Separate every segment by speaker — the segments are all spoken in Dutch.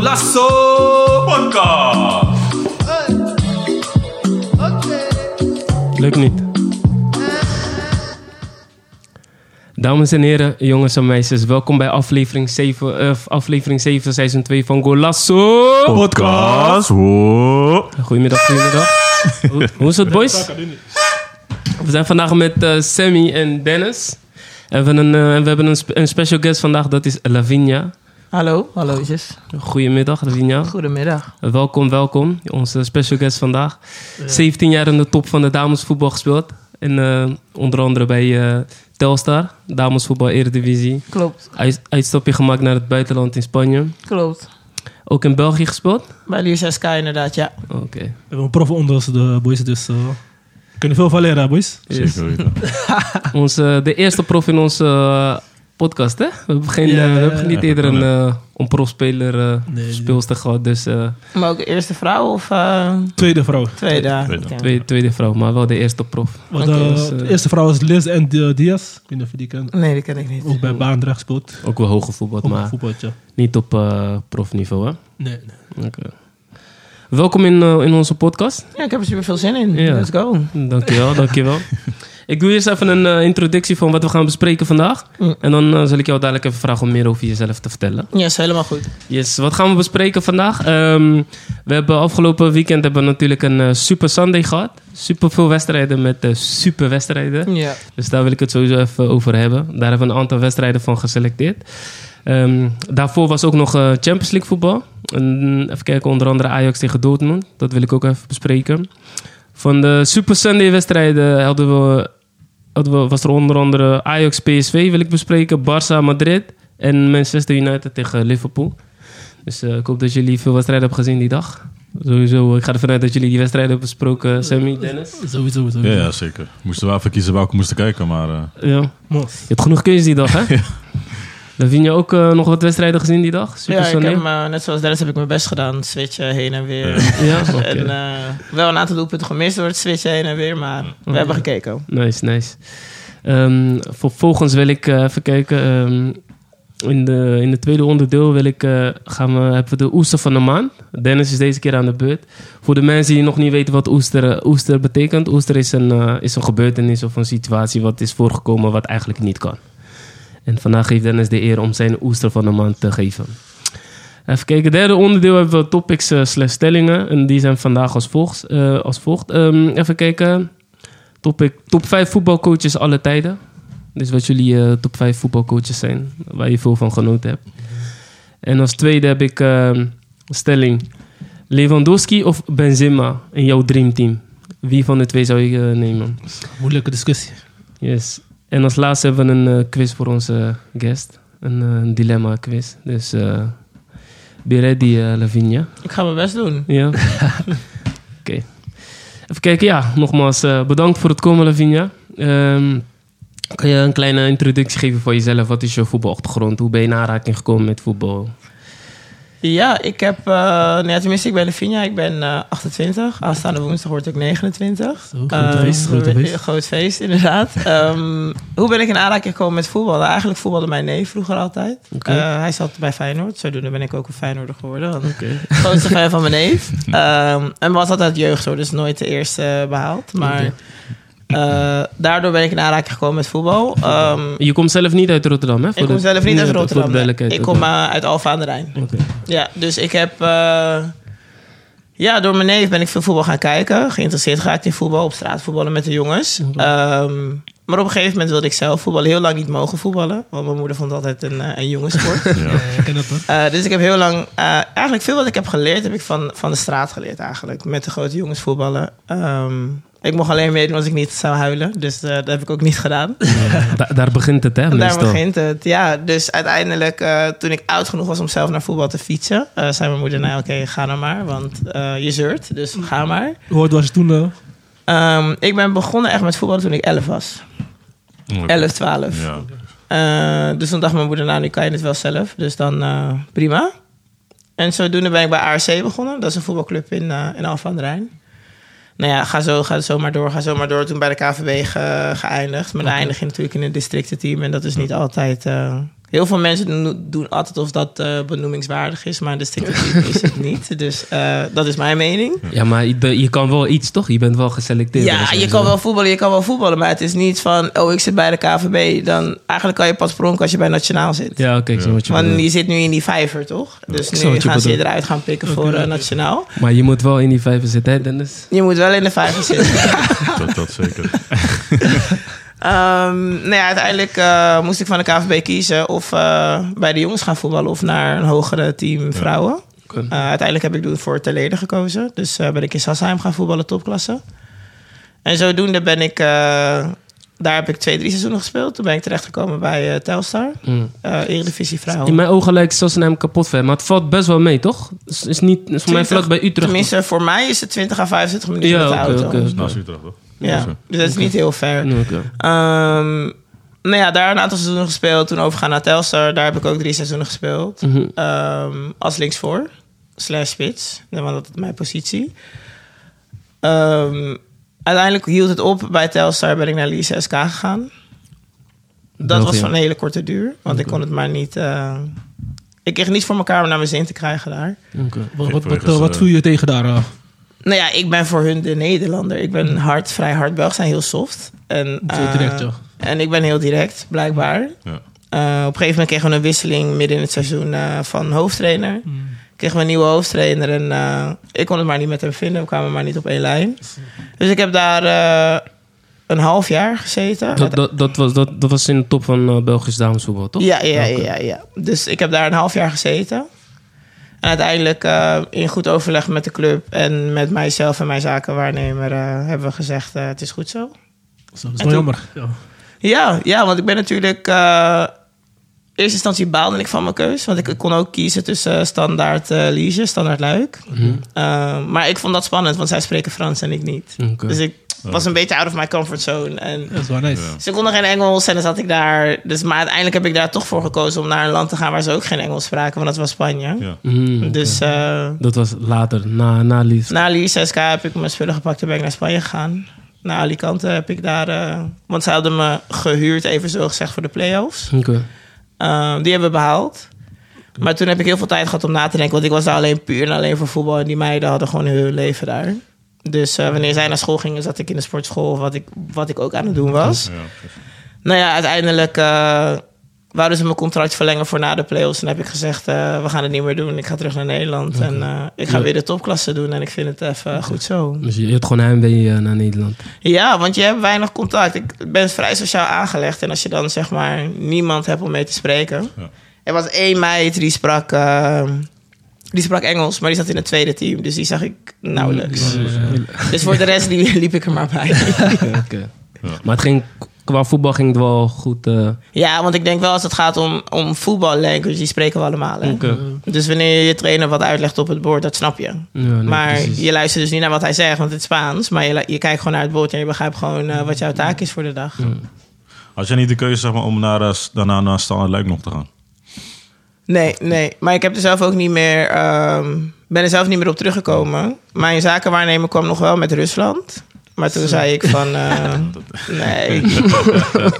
Speaker 1: Lasso Podcast.
Speaker 2: Lukt niet. Dames en heren, jongens en meisjes, welkom bij aflevering 7, eh, aflevering 7 seizoen 2 van Golasso.
Speaker 1: Podcast. Wow.
Speaker 2: Goedemiddag, goedemiddag. Hoe- Hoe is het, boys? We zijn vandaag met eh, Sammy en Dennis. En we, hebben een, eh, we hebben een, spe- een special guest vandaag, dat is Lavinia.
Speaker 3: Hallo, hallootjes.
Speaker 2: Goedemiddag, Lavinia.
Speaker 3: Goedemiddag.
Speaker 2: Welkom, welkom. Onze special guest vandaag. 17 jaar in de top van de damesvoetbal gespeeld. En eh, onder andere bij eh, Telstar, damesvoetbal Eredivisie.
Speaker 3: Klopt,
Speaker 2: Uit- uitstapje gemaakt naar het buitenland in Spanje.
Speaker 3: klopt.
Speaker 2: Ook in België gespeeld?
Speaker 3: Bij Lucia Sky inderdaad, ja.
Speaker 2: Oké.
Speaker 4: We hebben een prof onder ons, de boys, dus eh, we kunnen veel van leren, hè, boys.
Speaker 2: Yes. Onze, de eerste prof in onze eh, podcast, hè? We hebben, geen,
Speaker 4: Ja,
Speaker 2: eh, we
Speaker 4: ja,
Speaker 2: hebben
Speaker 4: ja.
Speaker 2: niet eerder een, eh een profspeler eh,
Speaker 4: Nee, nee.
Speaker 2: speelster gehad. Dus eh,
Speaker 3: Maar ook eerste vrouw of eh,
Speaker 4: Tweede vrouw.
Speaker 3: tweede?
Speaker 1: Tweede.
Speaker 3: Oké.
Speaker 2: tweede, tweede vrouw, maar wel de eerste prof.
Speaker 4: Want,
Speaker 3: Oké,
Speaker 4: eh,
Speaker 2: dus, eh,
Speaker 4: de eerste vrouw is Liz en eh, Diaz. Ik weet niet of je die kent.
Speaker 3: Nee, die ken ik niet.
Speaker 4: Ook bij Baandrecht gespeeld.
Speaker 2: Ook wel hoger voetbal,
Speaker 4: Ook een
Speaker 2: maar
Speaker 4: voetbaltje.
Speaker 2: niet op eh, profniveau, hè?
Speaker 4: Nee, nee.
Speaker 2: Oké. Welkom in, eh, in onze podcast.
Speaker 3: Ja, ik heb er super veel zin in.
Speaker 2: Ja.
Speaker 3: Let's go.
Speaker 2: Dankjewel, dankjewel. Ik doe eerst even een eh, introductie van wat we gaan bespreken vandaag.
Speaker 3: Mm.
Speaker 2: En dan eh, zal ik jou dadelijk even vragen om meer over jezelf te vertellen.
Speaker 3: Ja, is helemaal goed.
Speaker 2: Yes, wat gaan we bespreken vandaag? Ehm, we hebben afgelopen weekend hebben we natuurlijk een eh, super Sunday gehad. Super veel wedstrijden met eh, super wedstrijden.
Speaker 3: Ja.
Speaker 2: Dus daar wil ik het sowieso even over hebben. Daar hebben we een aantal wedstrijden van geselecteerd. Ehm, daarvoor was ook nog eh, Champions League voetbal. En, mm, even kijken, onder andere Ajax tegen Dortmund. Dat wil ik ook even bespreken. Van de Super Sunday wedstrijden hadden we, hadden we, was er onder andere Ajax PSV wil ik bespreken. Barça Madrid en Manchester United tegen Liverpool. Dus eh, ik hoop dat jullie veel wedstrijden hebben gezien die dag. Sowieso, eh, ik ga ervan uit dat jullie die wedstrijden hebben besproken. Sammy, Dennis.
Speaker 4: Sowieso, sowieso.
Speaker 5: Ja, ja, zeker. Moesten we even kiezen welke we moesten kijken, maar eh,
Speaker 2: Ja.
Speaker 4: Mos.
Speaker 2: Je hebt genoeg keuzes die dag, hè? Lavinia ook eh, nog wat wedstrijden gezien die dag? Super
Speaker 3: ja, ik
Speaker 2: Sunday?
Speaker 3: heb, eh, net zoals Dennis heb ik mijn best gedaan. Switchen heen en weer.
Speaker 2: Ja, oké.
Speaker 3: En eh, wel een aantal doelpunten gemist door het switchen heen en weer, maar we hebben gekeken. ook.
Speaker 2: Nice, nice. Ehm, vervolgens wil ik eh, even kijken. ehm, in, de, in het tweede onderdeel wil ik, eh, gaan we, hebben we de oester van de maand. Dennis is deze keer aan de beurt. Voor de mensen die nog niet weten wat oester, eh, oester betekent. Oester is een, eh, is een gebeurtenis of een situatie wat is voorgekomen wat eigenlijk niet kan. En vandaag geeft Dennis de eer om zijn oester van de maand te geven. Even kijken, derde onderdeel hebben we topics eh, slash stellingen. En die zijn vandaag als, volgt. eh, als volgt. Ehm, even kijken. Topic, top 5 voetbalcoaches alle tijden. Dus wat jullie eh, top 5 voetbalcoaches zijn, waar je veel van genoten hebt. En als tweede heb ik ehm, stelling: Lewandowski of Benzema in jouw dreamteam? Wie van de twee zou je eh, nemen?
Speaker 4: Moeilijke discussie.
Speaker 2: Yes. En als laatste hebben we een eh, quiz voor onze guest: een, eh, een dilemma quiz. Dus eh be ready, eh, Lavinia.
Speaker 3: Ik ga mijn best doen.
Speaker 2: Ja. Oké. Even kijken, ja, nogmaals eh, bedankt voor het komen, Lavinia. Ehm, kan je een kleine introductie geven van jezelf? Wat is je voetbalachtergrond? Hoe ben je in aanraking gekomen met voetbal?
Speaker 3: Ja, ik heb, eh, nou ja, tenminste, ik ben Lavinia, ik ben eh, 28. Aanstaande woensdag word ik 29.
Speaker 4: Zo, grote
Speaker 3: Eh,
Speaker 4: feest, grote
Speaker 3: we-
Speaker 4: feest.
Speaker 3: Groot feest, inderdaad. Ehm, hoe ben ik in aanraking gekomen met voetbal? Nou, eigenlijk voetbalde mijn neef vroeger altijd.
Speaker 2: Oké.
Speaker 3: Eh, hij zat bij Feyenoord, zodoende ben ik ook een Feyenoorder geworden. want de Grootste fan van mijn neef. Ehm, en was altijd jeugd, hoor, dus nooit de eerste behaald. Maar
Speaker 2: Oké.
Speaker 3: eh, daardoor ben ik in aanraking gekomen met voetbal. Ehm,
Speaker 2: Je komt zelf niet uit Rotterdam, hè? Voor
Speaker 3: ik kom
Speaker 2: de-
Speaker 3: zelf niet
Speaker 2: Nee,
Speaker 3: uit
Speaker 2: voor de
Speaker 3: Rotterdam. nee.
Speaker 2: duidelijkheid.
Speaker 3: Ik kom eh, uit Alfa aan de Rijn.
Speaker 2: Oké.
Speaker 3: Ja, dus ik heb. eh, ja, door mijn neef ben ik veel voetbal gaan kijken. Geïnteresseerd geraakt in voetbal, op straat voetballen met de jongens. Ehm, maar op een gegeven moment wilde ik zelf voetballen. Heel lang niet mogen voetballen, want mijn moeder vond het altijd een, eh, een jongenssport.
Speaker 5: ja.
Speaker 4: Ja, ik ken dat hoor.
Speaker 3: Eh, dus ik heb heel lang, eh, eigenlijk veel wat ik heb geleerd, heb ik van, van de straat geleerd eigenlijk. Met de grote jongens voetballen. Ehm, ik mocht alleen meedoen als ik niet zou huilen. Dus eh, dat heb ik ook niet gedaan.
Speaker 2: Da- daar begint het, hè?
Speaker 3: En daar
Speaker 2: meestal.
Speaker 3: begint het. Ja, dus uiteindelijk, eh, toen ik oud genoeg was om zelf naar voetbal te fietsen, eh, zei mijn moeder: Nou, oké, ga nou maar, want eh, je zeurt, dus ga maar.
Speaker 4: Hoe oud was je toen? eh?
Speaker 3: Ehm, ik ben begonnen echt met voetballen toen ik 11 was. 11, 12.
Speaker 5: Ja.
Speaker 3: Eh, dus toen dacht mijn moeder: Nou, nu kan je het wel zelf. Dus dan eh, prima. En zodoende ben ik bij ARC begonnen. Dat is een voetbalclub in, eh in Alphen aan de Rijn. Nou ja, ga zo, ga zo maar door, ga zo maar door. Toen bij de KVB ge- geëindigd. Maar dan eindig je natuurlijk in een districtenteam. En dat is niet altijd eh, Heel veel mensen doen, doen altijd of dat eh, benoemingswaardig is, maar de statistiek is het niet. Dus eh, dat is mijn mening.
Speaker 2: Ja, maar je, ben- je kan wel iets, toch? Je bent wel geselecteerd. Dat
Speaker 3: Ja,
Speaker 2: is
Speaker 3: je
Speaker 2: sowieso.
Speaker 3: kan wel voetballen, je kan wel voetballen, maar het is niet van, oh, ik zit bij de KVB. Dan eigenlijk kan je pas pronken als je bij Nationaal zit.
Speaker 2: Ja, oké, ik zie wat je
Speaker 3: Want
Speaker 2: bedoelt.
Speaker 3: je zit nu in die vijver, toch? Dus
Speaker 2: snap
Speaker 3: nu
Speaker 2: wat je
Speaker 3: gaan ze je
Speaker 2: bedoelt.
Speaker 3: eruit gaan pikken voor eh, Nationaal.
Speaker 2: Maar je moet wel in die vijver zitten, hè, Dennis?
Speaker 3: Je moet wel in de vijver zitten.
Speaker 5: Dat, dat zeker.
Speaker 3: Ehm, nou ja, uiteindelijk eh, moest ik van de KVB kiezen of eh, bij de jongens gaan voetballen of naar een hogere team vrouwen.
Speaker 2: Oké.
Speaker 3: Eh, uiteindelijk heb ik toen voor Terleden gekozen. Dus eh, ben ik in Sassheim gaan voetballen, topklasse. En zodoende ben ik... eh, daar heb ik twee, drie seizoenen gespeeld. Toen ben ik terechtgekomen bij eh, Telstar.
Speaker 2: Mm.
Speaker 3: eh Eredivisie Vrouwen.
Speaker 2: In mijn ogen lijkt Sassenheim kapot ver, maar het valt best wel mee, toch? Is, is niet, is voor mij
Speaker 3: 20
Speaker 2: vlak bij Utrecht.
Speaker 3: Tenminste, voor mij is het 20 à 25 minuten
Speaker 2: Ja,
Speaker 3: met de
Speaker 2: oké,
Speaker 3: auto.
Speaker 2: oké.
Speaker 5: Dat is Utrecht, toch?
Speaker 3: Ja, dus dat is niet heel ver.
Speaker 2: Nee, oké.
Speaker 3: Ehm, nou ja, daar een aantal seizoenen gespeeld. Toen overgaan naar Telstar. Daar heb ik ook drie seizoenen gespeeld.
Speaker 2: Mhm.
Speaker 3: Ehm, als linksvoor. Slash spits. Ja, Want dat is mijn positie. Ehm, uiteindelijk hield het op. Bij Telstar ben ik naar Lise SK gegaan. Dat was
Speaker 2: België.
Speaker 3: van een hele korte duur. Want ik kon het maar niet... eh, ik kreeg het niet voor elkaar om naar mijn zin te krijgen daar.
Speaker 2: Oké.
Speaker 4: Wat, wat, wat,
Speaker 5: Volgens,
Speaker 4: eh, wat
Speaker 5: eh,
Speaker 4: voel je tegen daar aan?
Speaker 3: Nou ja, ik ben voor hun de Nederlander. Ik ben hard, vrij hard. Belgen zijn heel soft. En,
Speaker 4: Heel
Speaker 3: eh,
Speaker 4: direct, ja.
Speaker 3: En ik ben heel direct, blijkbaar.
Speaker 5: Ja.
Speaker 3: Eh, op een gegeven moment kregen we een wisseling midden in het seizoen eh, van hoofdtrainer.
Speaker 2: Mm.
Speaker 3: Kregen we een nieuwe hoofdtrainer en eh, ik kon het maar niet met hem vinden. We kwamen maar niet op één lijn. Dus ik heb daar eh, een half jaar gezeten.
Speaker 2: Dat, dat, dat, was, dat, dat was in de top van eh, Belgisch damesvoetbal, toch?
Speaker 3: Ja, ja,
Speaker 2: Oké.
Speaker 3: ja, ja. Dus ik heb daar een half jaar gezeten. En uiteindelijk eh, in goed overleg met de club en met mijzelf en mijn zakenwaarnemer eh, hebben we gezegd: eh, het is goed zo.
Speaker 4: Zo, Dat is
Speaker 3: en
Speaker 4: wel
Speaker 3: toen-
Speaker 4: jammer. Ja.
Speaker 3: Ja, ja, want ik ben natuurlijk. eh in eerste instantie baalde ik van mijn keus. Want ik kon ook kiezen tussen eh, standaard eh Liege, standaard Luik. Eh, maar ik vond dat spannend, want zij spreken Frans en ik niet.
Speaker 2: Oké.
Speaker 3: Dus ik was een beetje out of my comfort zone. En
Speaker 4: Dat is wel nice.
Speaker 5: Ja.
Speaker 3: ze konden geen Engels en dan zat ik daar. Dus, maar uiteindelijk heb ik daar toch voor gekozen om naar een land te gaan waar ze ook geen Engels spraken, want dat was Spanje.
Speaker 5: Ja.
Speaker 2: Mm.
Speaker 3: Dus eh,
Speaker 2: Dat was later, na, na Lies.
Speaker 3: na Liege 6K heb ik mijn spullen gepakt en ben ik naar Spanje gegaan. Naar Alicante heb ik daar. eh, want ze hadden me gehuurd, even zo gezegd, voor de play-offs.
Speaker 2: Oké.
Speaker 3: Ehm, die hebben we behaald. Maar toen heb ik heel veel tijd gehad om na te denken. Want ik was daar alleen puur en alleen voor voetbal. En die meiden hadden gewoon hun leven daar. Dus eh, wanneer zij naar school gingen, zat ik in de sportschool. Wat ik, wat ik ook aan het doen was.
Speaker 5: Ja.
Speaker 3: Nou ja, uiteindelijk eh wouden ze mijn contract verlengen voor na de play-offs. En heb ik gezegd, eh, we gaan het niet meer doen. Ik ga terug naar Nederland. En eh, ik ga
Speaker 2: Ja.
Speaker 3: weer de topklasse doen. En ik vind het even goed zo.
Speaker 2: Dus je je hebt gewoon heimwee eh, naar Nederland.
Speaker 3: Ja, want je hebt weinig contact. Ik ben vrij sociaal aangelegd. En als je dan zeg maar niemand hebt om mee te spreken.
Speaker 5: Ja.
Speaker 3: Er was één meid die sprak, eh, die sprak Engels, maar die zat in het tweede team. Dus die zag ik
Speaker 2: Mm.
Speaker 3: nauwelijks. Dus voor de rest die, liep ik er maar bij.
Speaker 2: Oké. Maar het ging, qua voetbal ging het wel goed. eh
Speaker 3: ja, want ik denk wel als het gaat om, om voetballanguage, die spreken we allemaal. Hè?
Speaker 2: Oké.
Speaker 3: Dus wanneer je trainer wat uitlegt op het bord, dat snap je.
Speaker 2: Ja, nee,
Speaker 3: maar
Speaker 2: precies.
Speaker 3: je luistert dus niet naar wat hij zegt, want het is Spaans. Maar je, lu- je kijkt gewoon naar het bord en je begrijpt gewoon eh, wat jouw taak is voor de dag.
Speaker 5: Had jij niet de keuze zeg maar, om naar, eh, daarna naar Standard Luik nog te gaan?
Speaker 3: Nee, nee. Maar ik heb er zelf ook niet meer. ehm, ben er zelf niet meer op teruggekomen. Mijn zakenwaarnemer kwam nog wel met Rusland. Maar toen zei ik van. eh, nee.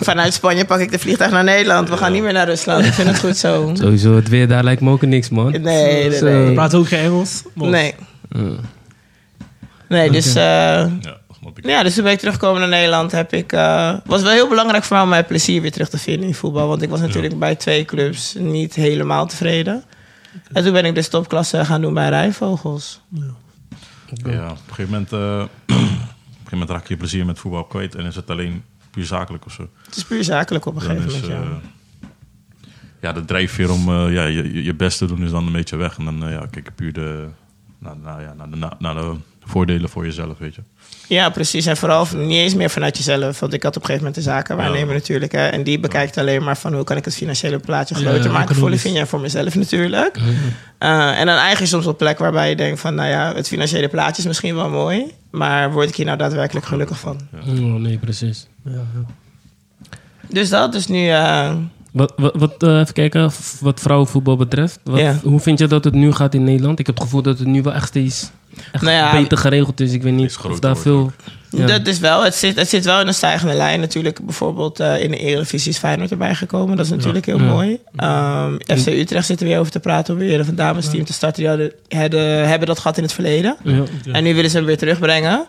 Speaker 3: Vanuit Spanje pak ik de vliegtuig naar Nederland. We gaan niet meer naar Rusland. Ik vind het goed zo.
Speaker 2: Sowieso, het weer daar lijkt me ook niks, man.
Speaker 3: Nee, nee,
Speaker 2: Zo.
Speaker 3: nee.
Speaker 4: Je praat ook geen Engels. maar-
Speaker 3: Nee. Nee, dus. eh,
Speaker 5: Ja, dat snap ik.
Speaker 3: ja, dus toen ben ik teruggekomen naar Nederland. Heb ik, eh, was wel heel belangrijk voor mij om mijn plezier weer terug te vinden in voetbal. Want ik was natuurlijk bij twee clubs niet helemaal tevreden. En toen ben ik dus topklasse gaan doen bij Rijvogels.
Speaker 5: Ja, op een gegeven moment, eh, op een gegeven moment raak je je plezier met voetbal kwijt en is het alleen puur zakelijk of zo.
Speaker 3: Het is puur zakelijk op een
Speaker 5: Dan
Speaker 3: gegeven
Speaker 5: is,
Speaker 3: moment, ja.
Speaker 5: eh, ja, de drijfveer om eh, ja, je, je- je best te doen is dan een beetje weg. En dan eh, ja, kijk je puur de, naar, naar, ja, naar, de, na- naar de voordelen voor jezelf, weet je.
Speaker 3: Ja, precies. En vooral niet eens meer vanuit jezelf. Want ik had op een gegeven moment de zakenwaarnemer
Speaker 5: Ja.
Speaker 3: natuurlijk. Hè, en die bekijkt alleen maar van hoe kan ik het financiële plaatje groter
Speaker 4: Ja,
Speaker 3: maken voor
Speaker 4: economisch.
Speaker 3: Livinja en voor mezelf natuurlijk. Eh, en dan eigen je soms op plek waarbij je denkt van... nou ja, het financiële plaatje is misschien wel mooi... maar word ik hier nou daadwerkelijk gelukkig van?
Speaker 2: Oh, nee, precies.
Speaker 4: Ja, ja.
Speaker 3: Dus dat. Dus nu eh,
Speaker 2: Wat, wat, wat, eh, even kijken, v- wat vrouwenvoetbal betreft. Wat,
Speaker 3: Ja.
Speaker 2: Hoe vind je dat het nu gaat in Nederland? Ik heb het gevoel dat het nu wel echt steeds echt
Speaker 3: Nou ja,
Speaker 2: beter geregeld is. Ik weet
Speaker 5: is
Speaker 2: niet
Speaker 5: groot
Speaker 2: of daar veel...
Speaker 5: geworden
Speaker 2: Ja.
Speaker 3: Dat is wel, het zit, het zit wel in een stijgende lijn natuurlijk. Bijvoorbeeld eh, in de Eredivisie is Feyenoord erbij gekomen. Dat is natuurlijk heel
Speaker 2: Ja.
Speaker 3: mooi. Ehm, FC Utrecht zitten weer over te praten om weer een dames team te starten. Die hadden, hadden- hebben dat gehad in het verleden.
Speaker 2: Ja.
Speaker 4: Ja.
Speaker 3: En nu willen ze hem weer terugbrengen.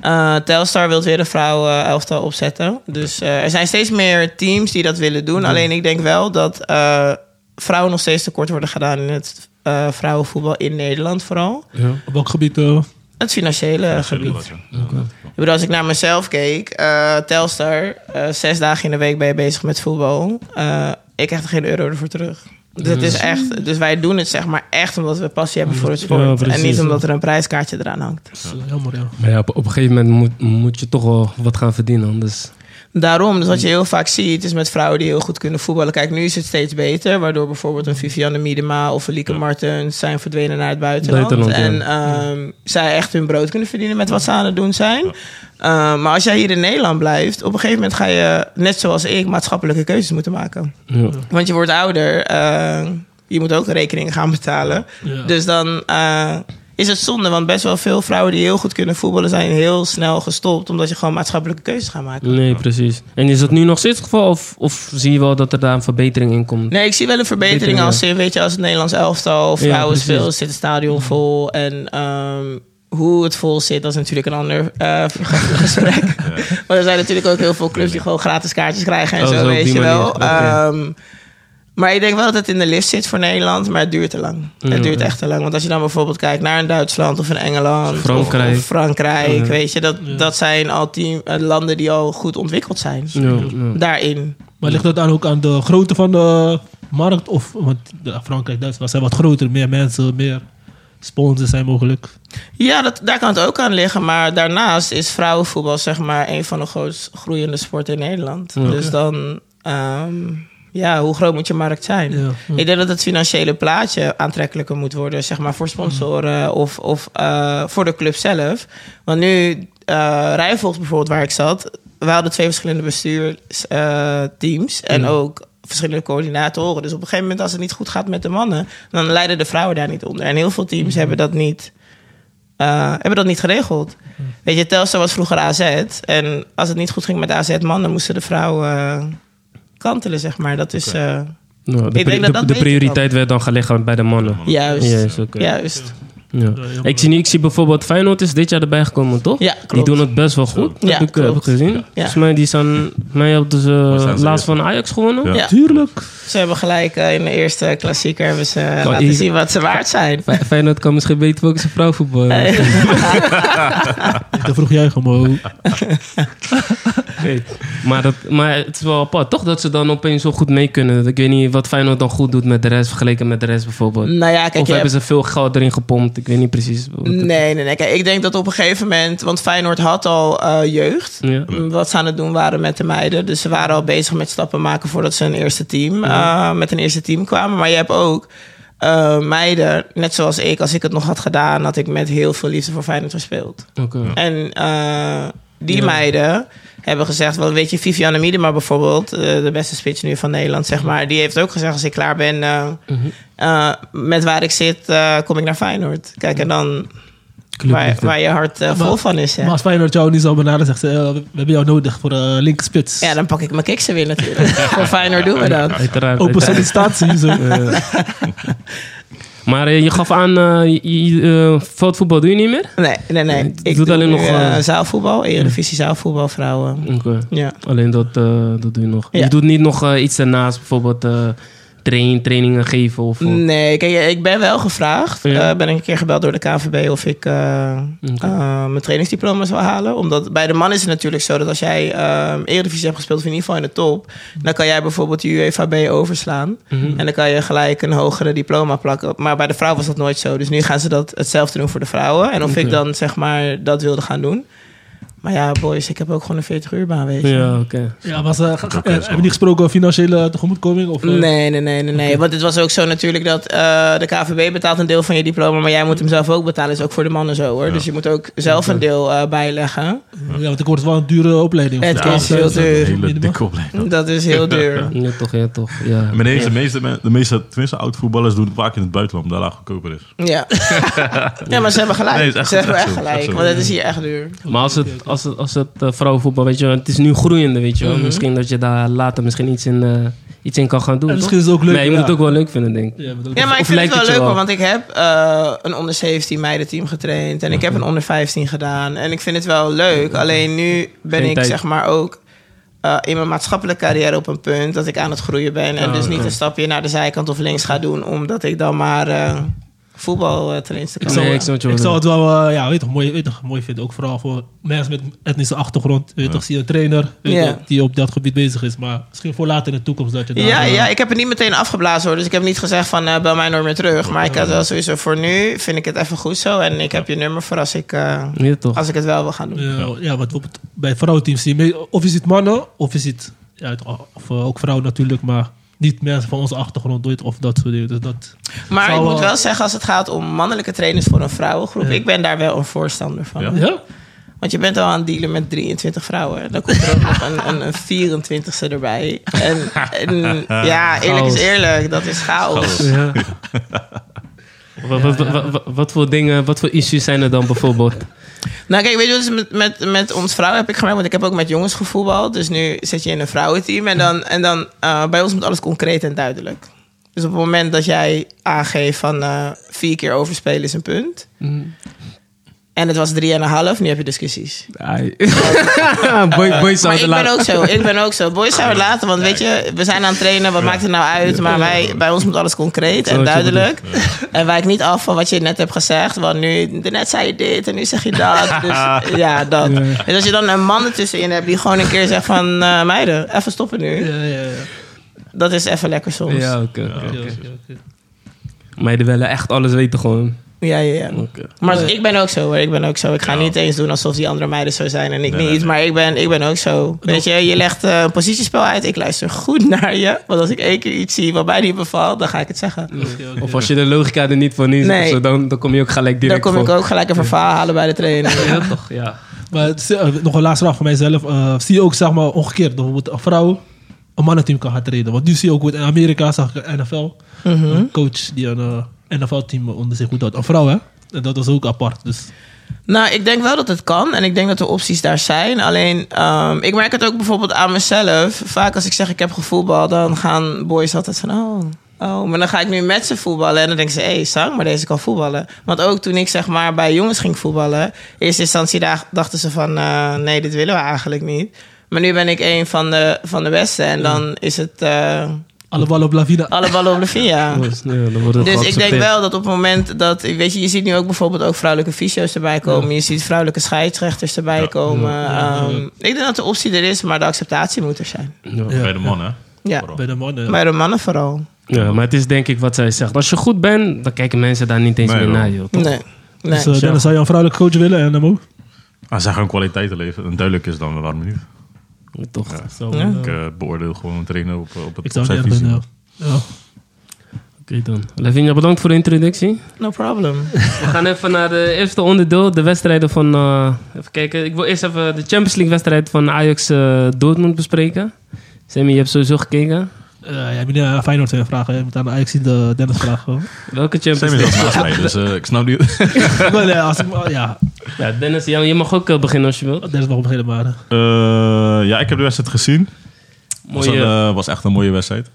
Speaker 3: Eh, Telstar wil weer een vrouw eh, elftal opzetten. Dus eh, er zijn steeds meer teams die dat willen doen. Alleen ik denk wel dat eh, vrouwen nog steeds tekort worden gedaan in het eh, vrouwenvoetbal in Nederland vooral.
Speaker 4: Op welk gebied? eh,
Speaker 3: Het financiële gebied.
Speaker 5: Ja, ja.
Speaker 3: Ik bedoel, als ik naar mezelf keek, eh, Telstar, eh, zes dagen in de week ben je bezig met voetbal. Eh, ik krijg er geen euro ervoor terug. Dus, het is echt, dus wij doen het zeg maar echt omdat we passie hebben voor het sport.
Speaker 2: precies,
Speaker 3: en niet omdat er een prijskaartje eraan hangt.
Speaker 4: is, eh, Jammer, ja.
Speaker 2: Maar ja, op, op een gegeven moment moet, moet je toch wel wat gaan verdienen. Anders
Speaker 3: Daarom, dus wat
Speaker 4: Mm.
Speaker 3: je heel vaak ziet, is met vrouwen die heel goed kunnen voetballen. Kijk, nu is het steeds beter, waardoor bijvoorbeeld een Vivianne Miedema of een Lieke Martens zijn verdwenen naar het buitenland.
Speaker 2: Buitenland,
Speaker 3: en ehm, zij echt hun brood kunnen verdienen met wat ze aan het doen zijn. Ehm, maar als jij hier in Nederland blijft, op een gegeven moment ga je, net zoals ik, maatschappelijke keuzes moeten maken.
Speaker 2: ja.
Speaker 3: Want je wordt ouder, eh, je moet ook rekeningen gaan betalen.
Speaker 4: Ja.
Speaker 3: Dus dan eh, is het zonde, want best wel veel vrouwen die heel goed kunnen voetballen zijn heel snel gestopt, omdat je gewoon maatschappelijke keuzes gaat maken.
Speaker 2: Nee, precies. En is dat nu nog steeds het geval? Of, of zie je wel dat er daar een verbetering in komt?
Speaker 3: Nee, ik zie wel een verbetering
Speaker 2: Verbetering,
Speaker 3: als in, weet je, als het Nederlands elftal, vrouwen
Speaker 2: precies.
Speaker 3: speelt, zit het stadion vol. En ehm, hoe het vol zit, dat is natuurlijk een ander eh, gesprek. Maar er zijn natuurlijk ook heel veel clubs die gewoon gratis kaartjes krijgen en
Speaker 2: Oh,
Speaker 3: zo,
Speaker 2: zo op
Speaker 3: weet
Speaker 2: die
Speaker 3: je wel.
Speaker 2: manier. Oké.
Speaker 3: Ehm, maar ik denk wel dat het in de lift zit voor Nederland, maar het duurt te lang.
Speaker 2: Ja.
Speaker 3: Het duurt echt te lang. Want als je dan bijvoorbeeld kijkt naar een Duitsland of een Engeland
Speaker 2: Frankrijk.
Speaker 3: of, of Frankrijk,
Speaker 2: Ja.
Speaker 3: weet je, dat, dat zijn al team, eh, landen die al goed ontwikkeld zijn.
Speaker 2: Ja, ja.
Speaker 3: Daarin.
Speaker 4: Maar ligt dat dan ook aan de grootte van de markt? Of, want de- Frankrijk, Duitsland zijn wat groter, meer mensen, meer sponsors zijn mogelijk.
Speaker 3: Ja, dat, daar kan het ook aan liggen. Maar daarnaast is vrouwenvoetbal zeg maar een van de grootst groeiende sporten in Nederland. Dus dan, ehm, ja, hoe groot moet je markt zijn?
Speaker 4: Ja.
Speaker 3: Ik denk dat het financiële plaatje aantrekkelijker moet worden, zeg maar voor sponsoren of, of eh, voor de club zelf. Want nu, eh Rijnvoort bijvoorbeeld, waar ik zat, we hadden twee verschillende bestuursteams en ook verschillende coördinatoren. Dus op een gegeven moment, als het niet goed gaat met de mannen, dan lijden de vrouwen daar niet onder. En heel veel teams hebben dat niet eh, hebben dat niet geregeld. Weet je, Telstar was vroeger AZ. En als het niet goed ging met AZ-mannen, moesten de vrouwen eh, kantelen, zeg maar. Dat is eh,
Speaker 2: Nou, de,
Speaker 3: denk
Speaker 2: pri-
Speaker 3: dat
Speaker 2: de-
Speaker 3: dat
Speaker 2: de
Speaker 3: beter
Speaker 2: prioriteit werd dan gelegd bij de mannen.
Speaker 3: juist.
Speaker 2: Ja,
Speaker 3: Juist.
Speaker 2: is oké.
Speaker 3: Juist.
Speaker 2: Ja. Ik, zie, nu- ik zie bijvoorbeeld Feyenoord is dit jaar erbij gekomen, toch?
Speaker 3: Ja, klopt.
Speaker 2: Die doen het best wel goed, heb
Speaker 3: Ja,
Speaker 2: ik eh, heb ik
Speaker 3: klopt.
Speaker 2: gezien. Volgens mij, die zijn, mij hebben ze eh,
Speaker 5: staan ze
Speaker 2: laatst
Speaker 5: eerst?
Speaker 2: van Ajax gewonnen.
Speaker 5: Ja.
Speaker 3: Ja.
Speaker 4: Tuurlijk.
Speaker 3: Ze hebben gelijk eh, in de eerste klassieker hebben ze eh, laten
Speaker 2: Nou, hier-
Speaker 3: zien wat ze waard zijn.
Speaker 2: Fe- Feyenoord kan misschien beter focussen op vrouwenvoetbal. eh.
Speaker 4: Ik vroeg jij gewoon.
Speaker 2: Nee. Maar, dat, maar het is wel apart, toch? Dat ze dan opeens zo goed mee kunnen. Ik weet niet wat Feyenoord dan goed doet met de rest, vergeleken met de rest bijvoorbeeld.
Speaker 3: nou ja, kijk,
Speaker 2: of
Speaker 3: je
Speaker 2: hebben
Speaker 3: hebt-
Speaker 2: ze
Speaker 3: Mm.
Speaker 2: veel geld erin gepompt? Ik weet niet precies. wat het-
Speaker 3: Nee, nee, nee. Kijk, ik denk dat op een gegeven moment... Want Feyenoord had al eh, jeugd.
Speaker 2: Ja.
Speaker 4: Mm.
Speaker 3: Wat ze aan het doen waren met de meiden. Dus ze waren al bezig met stappen maken voordat ze een eerste
Speaker 4: Mm-hmm.
Speaker 3: team... eh, met een eerste team kwamen. Maar je hebt ook eh, meiden, net zoals ik... Als ik het nog had gedaan, had ik met heel veel liefde voor Feyenoord gespeeld.
Speaker 2: Oké.
Speaker 3: En eh, die meiden hebben gezegd... Wel, weet je, Vivianne Miedema bijvoorbeeld... eh, de beste spits nu van Nederland, zeg
Speaker 4: Mm-hmm.
Speaker 3: maar. Die heeft ook gezegd, als ik klaar ben... eh, eh, met waar ik zit, eh, kom ik naar Feyenoord. Kijk, en dan waar,
Speaker 2: heeft het.
Speaker 3: waar je hart eh, vol
Speaker 4: Maar-
Speaker 3: van is. Hè?
Speaker 4: Maar als Feyenoord jou niet zou benaderen, zegt ze, eh, we hebben jou nodig voor eh, de linkerspits.
Speaker 3: Ja, dan pak ik mijn kiksen weer natuurlijk. Voor Feyenoord doen we dat.
Speaker 2: Uiteraard. uiteraard.
Speaker 4: Open sollicitatie. Zo.
Speaker 2: Maar eh, je gaf aan, eh, je- je, eh, veldvoetbal doe je niet meer?
Speaker 3: Nee, nee, nee.
Speaker 2: doet
Speaker 3: Ik doe
Speaker 2: alleen
Speaker 3: alleen
Speaker 2: nog,
Speaker 3: nog
Speaker 2: eh, Mm.
Speaker 3: zaalvoetbal, Eredivisie zaalvoetbal, vrouwen.
Speaker 2: Oké.
Speaker 3: Ja.
Speaker 2: Alleen dat, eh, dat doe je nog. Je
Speaker 3: Ja.
Speaker 2: doet niet nog eh, iets daarnaast, bijvoorbeeld eh, train, trainingen geven of... of-
Speaker 3: Nee, kijk, ik ben wel gevraagd.
Speaker 2: Ja.
Speaker 3: Eh, ben ik een keer gebeld door de KVB of ik eh, eh, mijn trainingsdiploma's wil halen. Omdat bij de man is het natuurlijk zo dat als jij eh, Eredivisie hebt gespeeld, of in ieder geval in de top, dan kan jij bijvoorbeeld de UEFA B overslaan.
Speaker 2: Mhm.
Speaker 5: Hmm.
Speaker 3: En dan kan je gelijk een hogere diploma plakken. Maar bij de vrouw was dat nooit zo. Dus nu gaan ze dat hetzelfde doen voor de vrouwen. En of ik dan zeg maar dat wilde gaan doen. Maar ja, boys, ik heb ook gewoon een 40-uur baan, weet je.
Speaker 2: Ja, oké.
Speaker 4: Ja, was, eh, ga- ga-
Speaker 5: Oké,
Speaker 4: eh,
Speaker 5: zo.
Speaker 4: hebben jullie gesproken over financiële tegemoetkoming? Of, eh,
Speaker 3: Nee, nee, nee, nee, nee. Want het was ook zo natuurlijk dat eh, de KVB betaalt een deel van je diploma, maar jij moet hem zelf ook betalen. Dat is ook voor de mannen zo hoor. Dus je moet ook zelf een deel eh, bijleggen.
Speaker 4: Ja, want ik hoorde het wel een dure opleiding.
Speaker 3: Het
Speaker 4: Ja,
Speaker 3: is heel
Speaker 4: eh,
Speaker 5: Een
Speaker 3: duur.
Speaker 5: hele
Speaker 4: minimaal.
Speaker 5: dikke opleiding.
Speaker 3: Dat is heel duur.
Speaker 2: Ja, toch, ja, toch. Ja.
Speaker 5: Maar nee, de meeste, men- de meeste, tenminste oud-voetballers doen het vaak in het buitenland, omdat het daar goedkoper is.
Speaker 3: Ja. ja, maar ze hebben gelijk.
Speaker 5: Nee, is echt-
Speaker 3: ze hebben
Speaker 5: echt
Speaker 3: echt
Speaker 5: zo, echt
Speaker 3: gelijk.
Speaker 5: zo.
Speaker 3: Want het is hier echt duur.
Speaker 2: Maar als het, als het, als het eh, vrouwenvoetbal, weet je wel, het is nu groeiende, weet je wel. Misschien dat je daar later misschien iets in, eh, iets in kan gaan doen, toch?
Speaker 4: En misschien is het ook leuk.
Speaker 2: Nee, je moet
Speaker 4: ja.
Speaker 2: het ook wel leuk vinden, denk ik.
Speaker 4: Ja, maar dat-
Speaker 3: Ja, maar ik
Speaker 2: of
Speaker 3: vind het
Speaker 2: lijkt
Speaker 3: wel
Speaker 2: het je
Speaker 3: leuk hoor,
Speaker 2: wel?
Speaker 3: want ik heb eh, een onder 17 meidenteam getraind. En ik heb een onder 15 gedaan. En ik vind het wel leuk. Alleen nu ben
Speaker 2: Geen
Speaker 3: ik
Speaker 2: tijd.
Speaker 3: zeg maar ook eh, in mijn maatschappelijke carrière op een punt dat ik aan het groeien ben. En
Speaker 2: Ah,
Speaker 3: dus niet
Speaker 2: oké.
Speaker 3: een stapje naar de zijkant of links ga doen, omdat ik dan maar eh voetbaltrainster kan.
Speaker 2: Nee,
Speaker 3: worden.
Speaker 2: ik snap wat je
Speaker 4: Ik
Speaker 2: wil
Speaker 4: zou het wel eh, ja, weet toch, mooi, weet toch, mooi vinden. Ook vooral voor mensen met etnische achtergrond. Weet toch, zie je een trainer weet
Speaker 3: Ja.
Speaker 4: toch, die op dat gebied bezig is. Maar misschien voor later in de toekomst dat je daar...
Speaker 3: Ja,
Speaker 4: eh,
Speaker 3: ja, ik heb het niet meteen afgeblazen hoor. Dus ik heb niet gezegd van eh, bel mij nooit meer terug. Maar ik had wel sowieso voor nu vind ik het even goed zo. En ik heb je nummer voor als ik, eh,
Speaker 2: doen. Ja, toch.
Speaker 3: als ik het wel wil gaan doen.
Speaker 4: eh, ja, wat we op het- bij vrouwenteams zien. me- Of is het mannen, of is het... Ja, het- of, eh, ook vrouwen natuurlijk, maar niet mensen van onze achtergrond. weet je, Of dat soort dingen. Dus dat,
Speaker 3: Maar
Speaker 4: Zou
Speaker 3: ik moet
Speaker 4: wel-
Speaker 3: wel zeggen, als het gaat om mannelijke trainers voor een vrouwengroep, ik ben daar wel een voorstander van.
Speaker 5: Ja.
Speaker 4: ja?
Speaker 3: Want je bent al aan het dealen met 23 vrouwen. Dan komt er ook nog een, een, een 24ste erbij. En, en ja, eerlijk is
Speaker 2: Chaos.
Speaker 3: eerlijk, dat is chaos.
Speaker 2: Ja. Wat, wat, wat, wat- wat voor dingen, wat voor issues zijn er dan bijvoorbeeld?
Speaker 3: Nou kijk, weet je wat is met, met, met ons vrouwen heb ik gemerkt, want ik heb ook met jongens gevoetbald. Dus nu zit je in een vrouwenteam en dan, en dan eh, bij ons moet alles concreet en duidelijk. Dus op het moment dat jij aangeeft van eh, vier keer overspelen is een punt. En het was drie en een half, nu heb je discussies.
Speaker 2: boy, boy
Speaker 3: Maar
Speaker 2: zou
Speaker 3: ik ben ook zo, ik ben ook zo. Boys zijn we later, want weet je, we zijn aan het trainen, wat maakt het nou uit? Maar wij, bij ons moet alles concreet
Speaker 2: Zo
Speaker 3: en
Speaker 2: wat je
Speaker 3: duidelijk. En wijk niet af van wat je net hebt gezegd, want nu, net zei je dit en nu zeg je dat. Dus ja, dat. Dus als je dan een man ertussenin hebt die gewoon een keer zegt van, eh, meiden, even stoppen nu.
Speaker 4: Ja, ja, ja.
Speaker 3: Dat is even lekker soms. Ja,
Speaker 2: Ja, oké. oké.
Speaker 4: Ja, oké, oké.
Speaker 2: Meiden willen echt alles weten gewoon.
Speaker 3: ja, ja.
Speaker 2: Oké.
Speaker 3: Maar ik ben ook zo hoor, ik ben ook zo. Ik ga niet eens doen alsof die andere meiden zo zijn en ik
Speaker 5: Nee,
Speaker 3: niet.
Speaker 5: nee, nee.
Speaker 3: Maar ik ben, ik ben ook zo. Weet je, je legt eh, een positiespel uit. Ik luister goed naar je. Want als ik één keer iets zie wat mij niet bevalt, dan ga ik het zeggen.
Speaker 4: Oké, oké.
Speaker 2: Of als je de logica er niet van is,
Speaker 3: Nee.
Speaker 2: of zo, dan, dan kom je ook gelijk
Speaker 3: Dan
Speaker 2: direct
Speaker 3: kom ik
Speaker 2: voor.
Speaker 3: ook gelijk een verhaal halen bij de trainer.
Speaker 2: Ja, toch, ja.
Speaker 4: Maar het is, eh, nog een laatste vraag van mijzelf. Eh, zie je ook zeg maar, omgekeerd dat bijvoorbeeld een vrouw een mannenteam kan gaan trainen? Want nu zie je ook goed in Amerika, zag ik een NFL, een coach die een eh, NFL-team onder zich goed houdt. Een vrouw, hè? En dat is ook apart. Dus
Speaker 3: Nou, ik denk wel dat het kan. En ik denk dat de opties daar zijn. Alleen, ehm, ik merk het ook bijvoorbeeld aan mezelf. Vaak als ik zeg ik heb gevoetbal, dan gaan boys altijd van... Oh, oh. maar dan ga ik nu met ze voetballen. En dan denken ze, hé, hey, Sang, maar deze kan voetballen. Want ook toen ik zeg maar bij jongens ging voetballen... in eerste instantie daar- dachten ze van... eh, nee, dit willen we eigenlijk niet. Maar nu ben ik een van de, van de beste. En dan is het eh,
Speaker 4: alle ballen op Lavina.
Speaker 3: alle ballen op de via.
Speaker 2: Dus, ja, dan wordt het
Speaker 3: Dus ik denk
Speaker 2: geaccepteerd.
Speaker 3: wel dat op het moment dat... Weet je, je ziet nu ook bijvoorbeeld ook vrouwelijke fysio's erbij komen. Je ziet vrouwelijke scheidsrechters erbij komen. Ehm, ik denk dat de optie er is, maar de acceptatie moet er zijn.
Speaker 2: Ja.
Speaker 5: Bij de mannen.
Speaker 3: Ja,
Speaker 4: Bij de mannen.
Speaker 3: bij de mannen vooral.
Speaker 2: Ja, maar het is denk ik wat zij zegt. Als je goed bent, dan kijken mensen daar niet eens
Speaker 5: Nee,
Speaker 2: meer
Speaker 5: hoor.
Speaker 2: naar, joh. toch?
Speaker 3: Nee. nee.
Speaker 4: Dus eh, Dennis, zou je een vrouwelijke coach willen eh, en hem ook?
Speaker 5: Als zij gewoon kwaliteiten leveren en duidelijk is, dan waarom niet?
Speaker 2: Toch.
Speaker 4: Zou,
Speaker 3: Ja.
Speaker 4: eh,
Speaker 5: Ik eh, beoordeel gewoon een trainer op, op het
Speaker 4: ik
Speaker 5: op
Speaker 4: zou
Speaker 5: zijn
Speaker 4: niet echt
Speaker 5: visie.
Speaker 4: een... eh, ja.
Speaker 2: Oké dan. Lavinia, bedankt voor de introductie.
Speaker 3: No problem.
Speaker 2: We gaan even naar de eerste onderdeel, de wedstrijden van... eh, even kijken, ik wil eerst even de Champions League wedstrijd van Ajax eh, Dortmund bespreken. Sammy, je hebt sowieso gekeken.
Speaker 4: Eh, ja, meneer Feyenoord zijn vragen. Je moet aan Ajax zien de Dennis vragen.
Speaker 2: Welke Champions
Speaker 5: Sam is
Speaker 2: League?
Speaker 5: dat naast mij, dus eh, ik snap niet.
Speaker 4: ik wil, eh, als ik, ja,
Speaker 2: Ja, Dennis, ja, je mag ook eh, beginnen als je wilt.
Speaker 4: Dennis mag beginnen maar.
Speaker 5: Eh, ja, ik heb de wedstrijd gezien. Was, een,
Speaker 2: Mooie,
Speaker 5: eh, was echt een mooie wedstrijd.